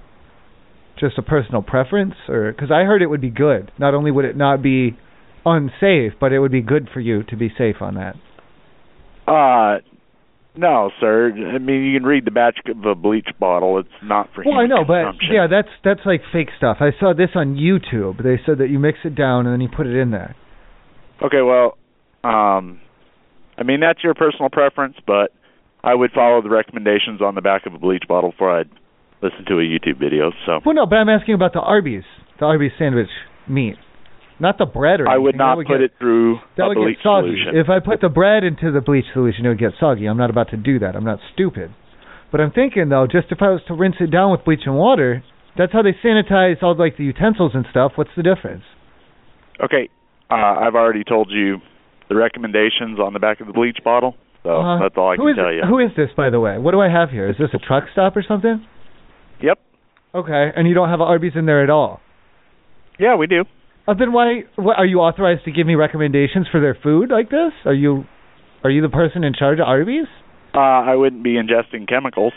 [SPEAKER 22] just a personal preference, or because I heard it would be good. Not only would it not be unsafe, but it would be good for you to be safe on that.
[SPEAKER 5] Uh, no, sir. I mean, you can read the back of a bleach bottle. It's not for
[SPEAKER 22] Well, I
[SPEAKER 5] human
[SPEAKER 22] know, but
[SPEAKER 5] consumption.
[SPEAKER 22] yeah, that's that's like fake stuff. I saw this on YouTube. They said that you mix it down and then you put it in there.
[SPEAKER 5] Okay, well, um, I mean that's your personal preference, but
[SPEAKER 16] I would follow the recommendations on the back of a bleach bottle before I'd listen to a YouTube video. So
[SPEAKER 22] Well, no, but I'm asking about the Arby's, the Arby's sandwich meat, not the bread or
[SPEAKER 16] I would
[SPEAKER 22] anything. That
[SPEAKER 16] not put
[SPEAKER 22] get-
[SPEAKER 16] it through
[SPEAKER 22] That
[SPEAKER 16] a
[SPEAKER 22] would
[SPEAKER 16] bleach
[SPEAKER 22] get soggy.
[SPEAKER 16] solution.
[SPEAKER 22] If I put the bread into the bleach solution, it would get soggy. I'm not about to do that. I'm not stupid. But I'm thinking though, just if I was to rinse it down with bleach and water, that's how they sanitize all like the utensils and stuff. What's the difference?
[SPEAKER 16] Okay, uh, I've already told you the recommendations on the back of the bleach bottle, so
[SPEAKER 22] Uh-huh.
[SPEAKER 16] that's all Oh, I
[SPEAKER 22] Who
[SPEAKER 16] can
[SPEAKER 22] is
[SPEAKER 16] tell you.
[SPEAKER 22] who is this, by the way? What do I have here? Is this a truck stop or something?
[SPEAKER 16] Yep.
[SPEAKER 22] Okay, and you don't have Arby's in there at all.
[SPEAKER 16] Yeah, we do.
[SPEAKER 22] Uh, then why? What, are you authorized to give me recommendations for their food like this? Are you, are you the person in charge of Arby's?
[SPEAKER 16] Uh, I wouldn't be ingesting chemicals.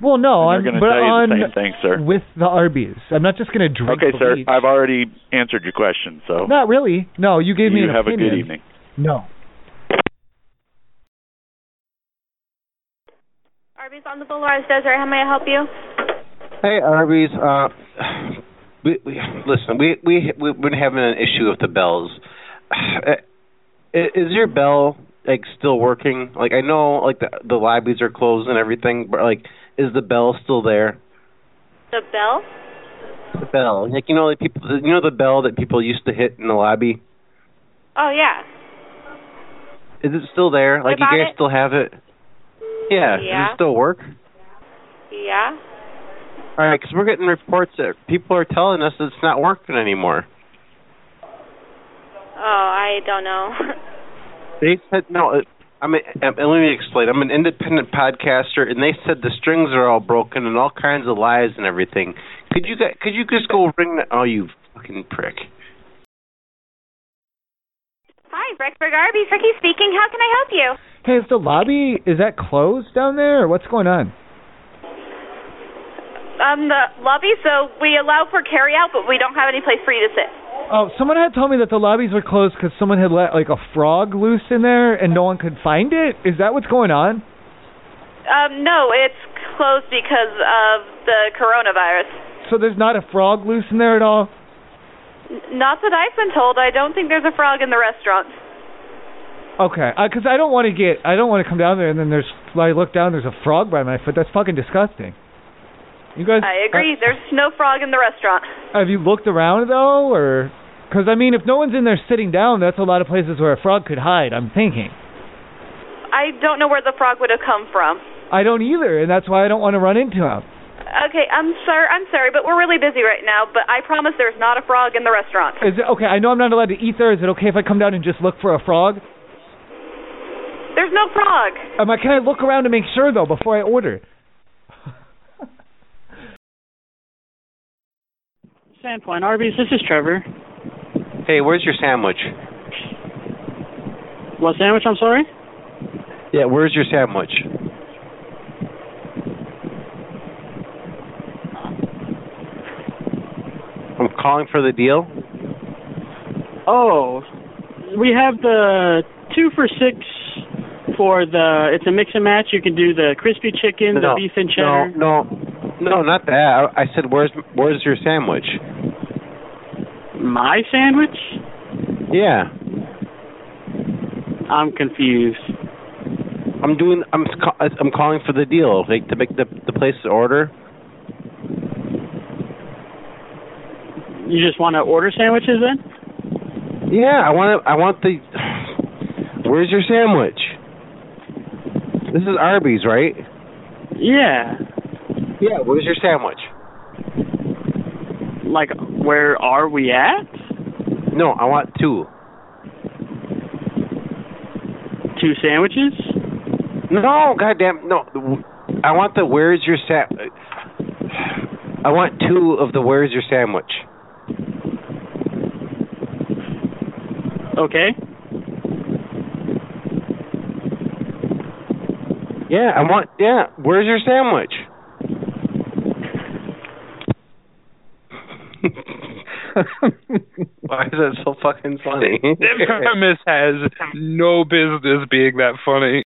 [SPEAKER 22] Well, no, I'm
[SPEAKER 16] They're going to
[SPEAKER 22] but
[SPEAKER 16] tell you
[SPEAKER 22] on
[SPEAKER 16] the same thing, sir.
[SPEAKER 22] with the Arby's. I'm not just going to drink.
[SPEAKER 16] Okay,
[SPEAKER 22] the
[SPEAKER 16] sir,
[SPEAKER 22] bleach.
[SPEAKER 16] I've already answered your question, so
[SPEAKER 22] Not really. No, you gave me
[SPEAKER 16] you
[SPEAKER 22] an
[SPEAKER 16] have
[SPEAKER 22] opinion.
[SPEAKER 16] a good evening.
[SPEAKER 22] No.
[SPEAKER 21] Arby's on the Polarized Desert. How may I help you?
[SPEAKER 6] Hey, Arby's. Uh, we, we listen. We we we've been having an issue with the bells. Uh, i- Is your bell like still working? Like I know like the the libraries are closed and everything, but like is the bell still there?
[SPEAKER 21] The bell?
[SPEAKER 6] The bell, like you know, like people, you know the bell that people used to hit in the lobby.
[SPEAKER 21] Oh yeah.
[SPEAKER 6] Is it still there? Like
[SPEAKER 21] About
[SPEAKER 6] you guys
[SPEAKER 21] it?
[SPEAKER 6] still have it? Yeah. Does
[SPEAKER 21] Yeah.
[SPEAKER 6] it still work?
[SPEAKER 21] Yeah.
[SPEAKER 6] All right, because we're getting reports that people are telling us it's not working anymore.
[SPEAKER 21] Oh, I don't know. [laughs]
[SPEAKER 6] They said no. it- I mean, uh, let me explain. I'm an independent podcaster, and they said the strings are all broken and all kinds of lies and everything. Could you gu- could you just go ring the? Oh, you fucking prick!
[SPEAKER 21] Hi, Brickburg Arby's. Ricky speaking. How can I help you?
[SPEAKER 22] Hey, is the lobby is that closed down there? Or what's going on?
[SPEAKER 21] Um, the lobby. So we allow for carry out, but we don't have any place for you to sit.
[SPEAKER 22] Oh, someone had told me that the lobbies were closed because someone had let like a frog loose in there and no one could find it. Is that what's going on?
[SPEAKER 21] Um, no, it's closed because of the coronavirus.
[SPEAKER 22] So there's not a frog loose in there at all.
[SPEAKER 21] N- Not that I've been told. I don't think there's a frog in the restaurant.
[SPEAKER 22] Okay, because I don't want to get, I don't want to come down there and then there's, I look down, there's a frog by my foot. That's fucking disgusting. You guys,
[SPEAKER 21] I agree. There's no frog in the restaurant.
[SPEAKER 22] have you looked around though, or? Because I mean, if no one's in there sitting down, that's a lot of places where a frog could hide. I'm thinking.
[SPEAKER 21] I don't know where the frog would have come from.
[SPEAKER 22] I don't either, and that's why I don't want to run into him.
[SPEAKER 21] Okay, I'm sorry. I'm sorry, but we're really busy right now. But I promise there's not a frog in the restaurant.
[SPEAKER 22] Is it okay? I know I'm not allowed to eat there. Is it okay if I come down and just look for a frog?
[SPEAKER 21] There's no frog.
[SPEAKER 22] Am I? Can I look around to make sure though before I order?
[SPEAKER 12] Sandpoint Arby's, this is Trevor.
[SPEAKER 6] Hey, where's your sandwich?
[SPEAKER 12] What sandwich? I'm sorry.
[SPEAKER 6] Yeah, where's your sandwich? I'm calling for the deal.
[SPEAKER 12] Oh, we have the two for six for the. It's a mix and match. You can do the crispy chicken, the
[SPEAKER 6] No,
[SPEAKER 12] beef and
[SPEAKER 6] no,
[SPEAKER 12] cheddar.
[SPEAKER 6] No, no, not that. I I said, where's where's your sandwich?
[SPEAKER 12] My sandwich?
[SPEAKER 6] Yeah.
[SPEAKER 12] I'm confused.
[SPEAKER 6] I'm doing. I'm ca- I'm calling for the deal, like to make the the place order.
[SPEAKER 12] You just want to order sandwiches then?
[SPEAKER 6] Yeah, I want to. I want the. Where's your sandwich? This is Arby's, right?
[SPEAKER 12] Yeah.
[SPEAKER 6] Yeah. Where's your sandwich?
[SPEAKER 12] Like, where are we at?
[SPEAKER 6] No, I want two.
[SPEAKER 12] Two sandwiches?
[SPEAKER 6] No, goddamn, no. I want the where's your sa- I want two of the where's your sandwich.
[SPEAKER 12] Okay.
[SPEAKER 6] Yeah, I want. Yeah, where's your sandwich? [laughs] Why is that so fucking [laughs]
[SPEAKER 11] [laughs]
[SPEAKER 6] funny?
[SPEAKER 11] That premise has no business being that funny.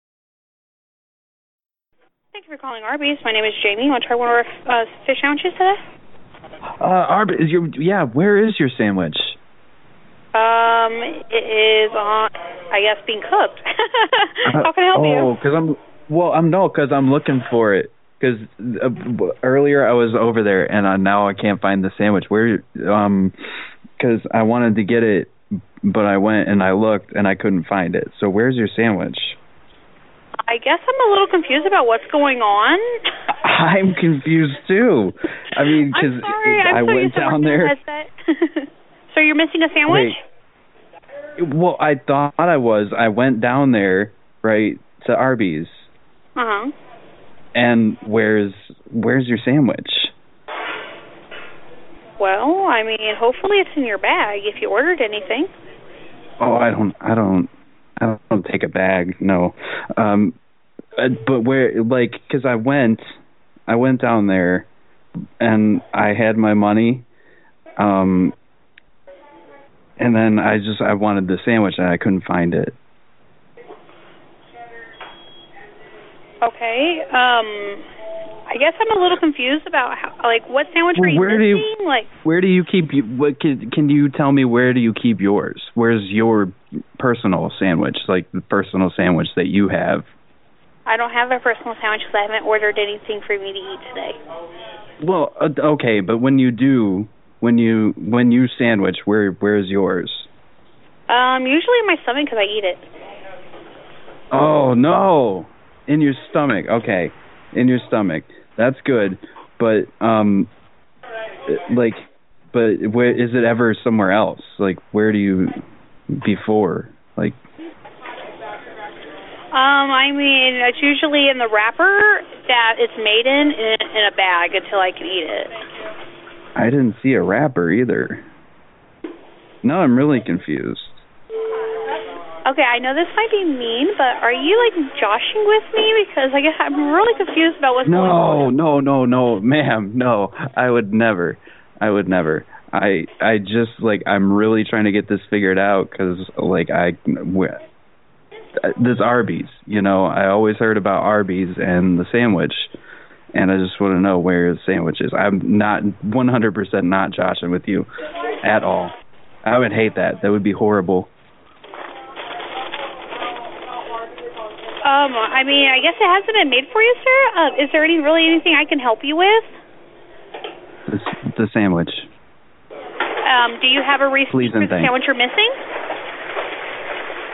[SPEAKER 11] Thank you for calling Arby's. My name is Jamie. Want to try one of our uh, fish sandwiches today?
[SPEAKER 15] Uh, Arb, is your yeah? Where is your sandwich?
[SPEAKER 11] Um, [laughs] it is on, I guess, being cooked. How can I help
[SPEAKER 15] oh,
[SPEAKER 11] you?
[SPEAKER 15] because I'm Well, I'm no, because I'm looking for it. Because uh, b- earlier I was over there, and I, now I can't find the sandwich. Where? Um, because I wanted to get it, but I went and I looked, and I couldn't find it. So where's your sandwich? [laughs]
[SPEAKER 11] I guess I'm a little confused about what's going on.
[SPEAKER 15] I'm confused too. I mean, because
[SPEAKER 11] I'm sorry, I'm
[SPEAKER 15] I
[SPEAKER 11] so
[SPEAKER 15] went
[SPEAKER 11] used to
[SPEAKER 15] down
[SPEAKER 11] working
[SPEAKER 15] there.
[SPEAKER 11] as that- [laughs] so you're missing a sandwich?
[SPEAKER 15] Well, I thought I was. I went down there, right, to Arby's,
[SPEAKER 11] Uh huh.
[SPEAKER 15] and where's where's your sandwich?
[SPEAKER 11] Well, I mean, hopefully it's in your bag if you ordered anything.
[SPEAKER 15] Oh, I don't, I don't, I don't take a bag. No, um, uh, but where, like, because I went, I went down there, and I had my money, um, and then I just I wanted the sandwich and I couldn't find it.
[SPEAKER 11] Okay. Um, I guess I'm a little confused about how, like what sandwich
[SPEAKER 15] Well,
[SPEAKER 11] are you
[SPEAKER 15] where do you-
[SPEAKER 11] missing? Like,
[SPEAKER 15] Where do you keep? y- What can, can you tell me? Where do you keep yours? Where's your personal sandwich? Like the personal sandwich that you have.
[SPEAKER 11] I don't have a personal sandwich because I haven't ordered anything for me to eat today.
[SPEAKER 15] Well, uh, okay, but when you do, when you when you sandwich, where where's yours?
[SPEAKER 11] Um, usually in my stomach because I eat it.
[SPEAKER 15] Oh no, in your stomach. Okay, in your stomach. That's good, but um, uh, like, but where is it ever somewhere else? Like, where do you before? Like,
[SPEAKER 11] Um, I mean, it's usually in the wrapper that it's made in in, in a bag until I can eat it.
[SPEAKER 15] I didn't see a wrapper either. No, I'm really confused.
[SPEAKER 11] Okay, I know this might be mean, but are you like joshing with me because I guess I'm really confused about what's going on.
[SPEAKER 15] No, no, no, no, ma'am, no. I would never. I would never. I I just like I'm really trying to get this figured out because like I wh- this Arby's, you know, I always heard about Arby's and the sandwich, and I just want to know where the sandwich is. I'm not 100% not joshing with you at all. I would hate that. That would be horrible.
[SPEAKER 11] Um, I mean, I guess it hasn't been made for you, sir. Uh, is there any really anything I can help you with?
[SPEAKER 15] This, the sandwich.
[SPEAKER 11] Um, do you have a reason
[SPEAKER 15] Please
[SPEAKER 11] for
[SPEAKER 15] and
[SPEAKER 11] the
[SPEAKER 15] thanks.
[SPEAKER 11] sandwich you're missing?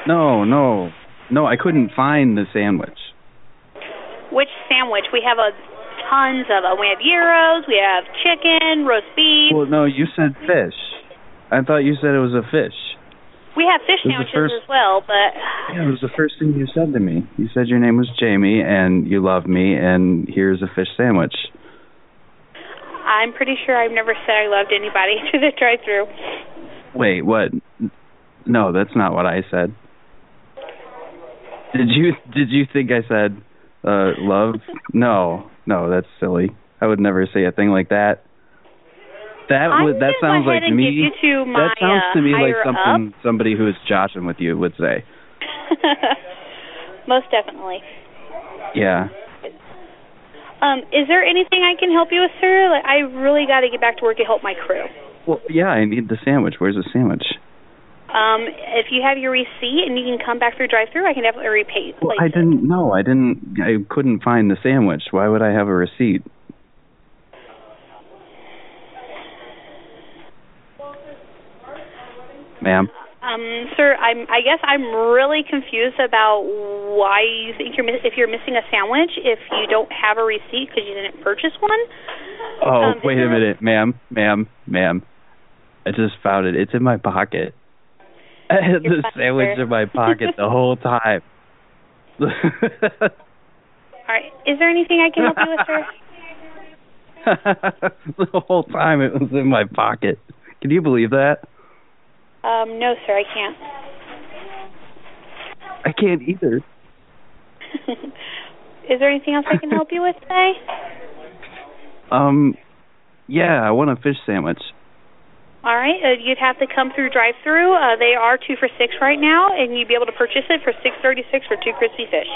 [SPEAKER 15] No, no, no. I couldn't find the sandwich.
[SPEAKER 11] Which sandwich? We have a tons of them. We have gyros, we have chicken, roast beef.
[SPEAKER 15] Well, no, you said fish. I thought you said it was a fish.
[SPEAKER 11] we have fish
[SPEAKER 15] this is the
[SPEAKER 11] sandwiches
[SPEAKER 15] first-
[SPEAKER 11] as well, but
[SPEAKER 15] Yeah, it was the first thing you said to me. You said your name was Jamie and you love me and here's a fish sandwich.
[SPEAKER 11] I'm pretty sure I've never said I loved anybody [laughs] through the drive-through.
[SPEAKER 15] Wait, what? No, that's not what I said. Did you did you think I said uh love? No. No, that's silly. I would never say a thing like that. That
[SPEAKER 11] I'm
[SPEAKER 15] would that
[SPEAKER 11] gonna
[SPEAKER 15] sounds
[SPEAKER 11] go ahead
[SPEAKER 15] like
[SPEAKER 11] and
[SPEAKER 15] me.
[SPEAKER 11] give you to my
[SPEAKER 15] that sounds
[SPEAKER 11] uh,
[SPEAKER 15] to me like
[SPEAKER 11] higher
[SPEAKER 15] something somebody who is joshing with you would say.
[SPEAKER 11] up. Most definitely.
[SPEAKER 15] Yeah.
[SPEAKER 11] Um, is there anything I can help you with, sir? Like, I really got to get back to work and help my crew.
[SPEAKER 15] Well, yeah, I need the sandwich. Where's the sandwich?
[SPEAKER 11] Um, if you have your receipt and you can come back through drive-through, I can definitely repay.
[SPEAKER 15] Well, I didn't know. I didn't. I couldn't find the sandwich. Why would I have a receipt? Ma'am.
[SPEAKER 11] Um, sir, I'm. I guess I'm really confused about why you think you're miss- if you're missing a sandwich if you don't have a receipt because you didn't purchase one.
[SPEAKER 15] Oh,
[SPEAKER 11] Um,
[SPEAKER 15] wait a minute, ma'am, ma'am, ma'am. I just found it. It's in my pocket. [laughs] I had
[SPEAKER 11] Your
[SPEAKER 15] the
[SPEAKER 11] pocket.
[SPEAKER 15] sandwich in my pocket the whole time. [laughs]
[SPEAKER 11] All right. Is there anything I can help you
[SPEAKER 15] [laughs]
[SPEAKER 11] with, sir?
[SPEAKER 15] the whole time it was in my pocket. Can you believe that?
[SPEAKER 11] Um, no, sir, I can't. [laughs]
[SPEAKER 15] I can't either.
[SPEAKER 11] Is there anything else I can help you with today?
[SPEAKER 15] Um, yeah, I want a fish sandwich.
[SPEAKER 11] All right. Uh, you'd have to come through drive-through. Uh, they are two for six right now, and you'd be able to purchase it for six thirty-six for two crispy fish.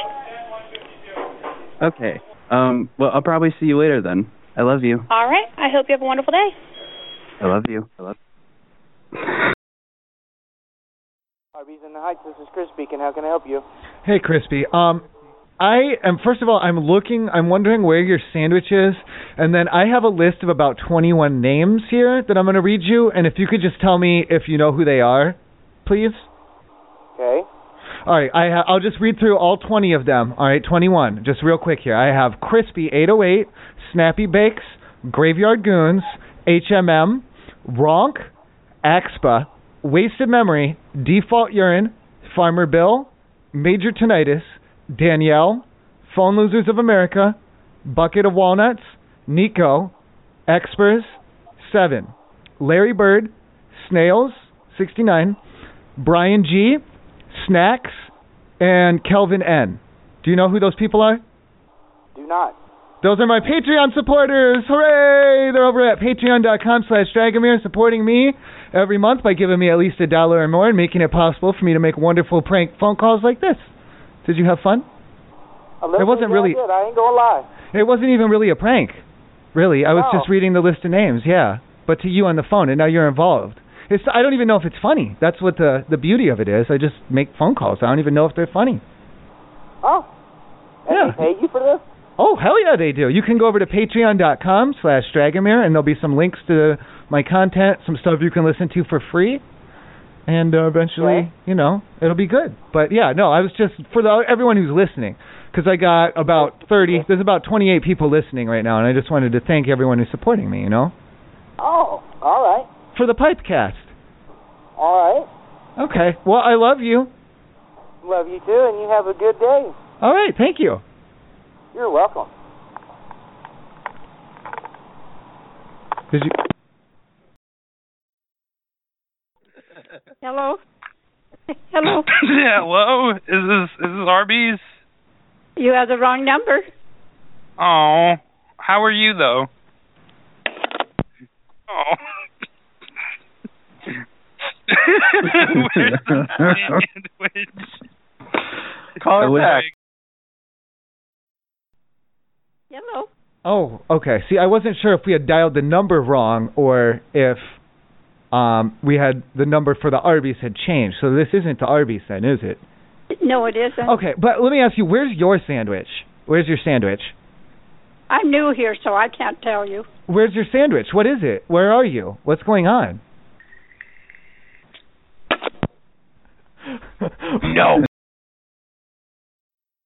[SPEAKER 15] Okay. Um, well, I'll probably see you later then. I love you.
[SPEAKER 11] All right. I hope you have a wonderful day.
[SPEAKER 15] I love you. I love
[SPEAKER 12] Arby's in the Heights, this is Chris speaking. How can I help you?
[SPEAKER 22] Hey, Crispy. Um, I am first of all I'm looking I'm wondering where your sandwich is and then I have a list of about 21 names here that I'm going to read you and if you could just tell me if you know who they are please
[SPEAKER 12] Okay.
[SPEAKER 22] all right I ha- I'll just read through all 20 of them all right 21 just real quick here I have crispy 808 snappy bakes graveyard goons HMM Ronk Axpa wasted memory default urine farmer bill major tinnitus Danielle, Phone Losers of America, Bucket of Walnuts, Nico, Expers, 7, Larry Bird, Snails, 69, Brian G, Snacks, and Kelvin N. Do you know who those people are?
[SPEAKER 12] Do not.
[SPEAKER 22] Those are my Patreon supporters. Hooray! They're over at patreon.com slash Dragomir supporting me every month by giving me at least a dollar or more and making it possible for me to make wonderful prank phone calls like this. Did you have fun?
[SPEAKER 12] A little
[SPEAKER 22] It wasn't
[SPEAKER 12] bit,
[SPEAKER 22] really-
[SPEAKER 12] yeah, I did. I ain't gonna lie.
[SPEAKER 22] It wasn't even really a prank. Really, I was
[SPEAKER 12] Oh.
[SPEAKER 22] just reading the list of names, yeah. But to you on the phone, and now you're involved. It's I don't even know if it's funny. That's what the the beauty of it is. I just make phone calls. I don't even know if they're funny.
[SPEAKER 12] Oh. And
[SPEAKER 22] Yeah.
[SPEAKER 12] they paid you for this?
[SPEAKER 22] Oh hell yeah, they do. You can go over to patreon.com slash Dragomir, and there'll be some links to my content, some stuff you can listen to for free, and uh, eventually, you know, it'll be good. But yeah, no, I was just for the, everyone who's listening, because I got about thirty. There's about twenty-eight people listening right now, and I just wanted to thank everyone who's supporting me. You know,
[SPEAKER 12] Oh, all right.
[SPEAKER 22] for the Pipecast.
[SPEAKER 12] All right.
[SPEAKER 22] Okay. Well, I love you.
[SPEAKER 12] Love you too, and you have a good day.
[SPEAKER 22] All right. Thank you.
[SPEAKER 12] You're welcome.
[SPEAKER 22] Did you?
[SPEAKER 26] [laughs] Hello. Hello.
[SPEAKER 17] Hello, is this is this Arby's?
[SPEAKER 26] You have the wrong number.
[SPEAKER 17] Oh, how are you though? [laughs] Oh.
[SPEAKER 15] [laughs]
[SPEAKER 17] Where's the sandwich?
[SPEAKER 26] Call
[SPEAKER 22] her I would- back.
[SPEAKER 26] Hello.
[SPEAKER 22] Oh, okay. See, I wasn't sure if we had dialed the number wrong or if um we had the number for the Arby's had changed. So this isn't the Arby's then, is it?
[SPEAKER 26] No, it isn't.
[SPEAKER 22] Okay, but let me ask you, where's your sandwich? Where's your sandwich?
[SPEAKER 26] I'm new here, so I can't tell you.
[SPEAKER 22] Where's your sandwich? What is it? Where are you? What's going on?
[SPEAKER 17] No.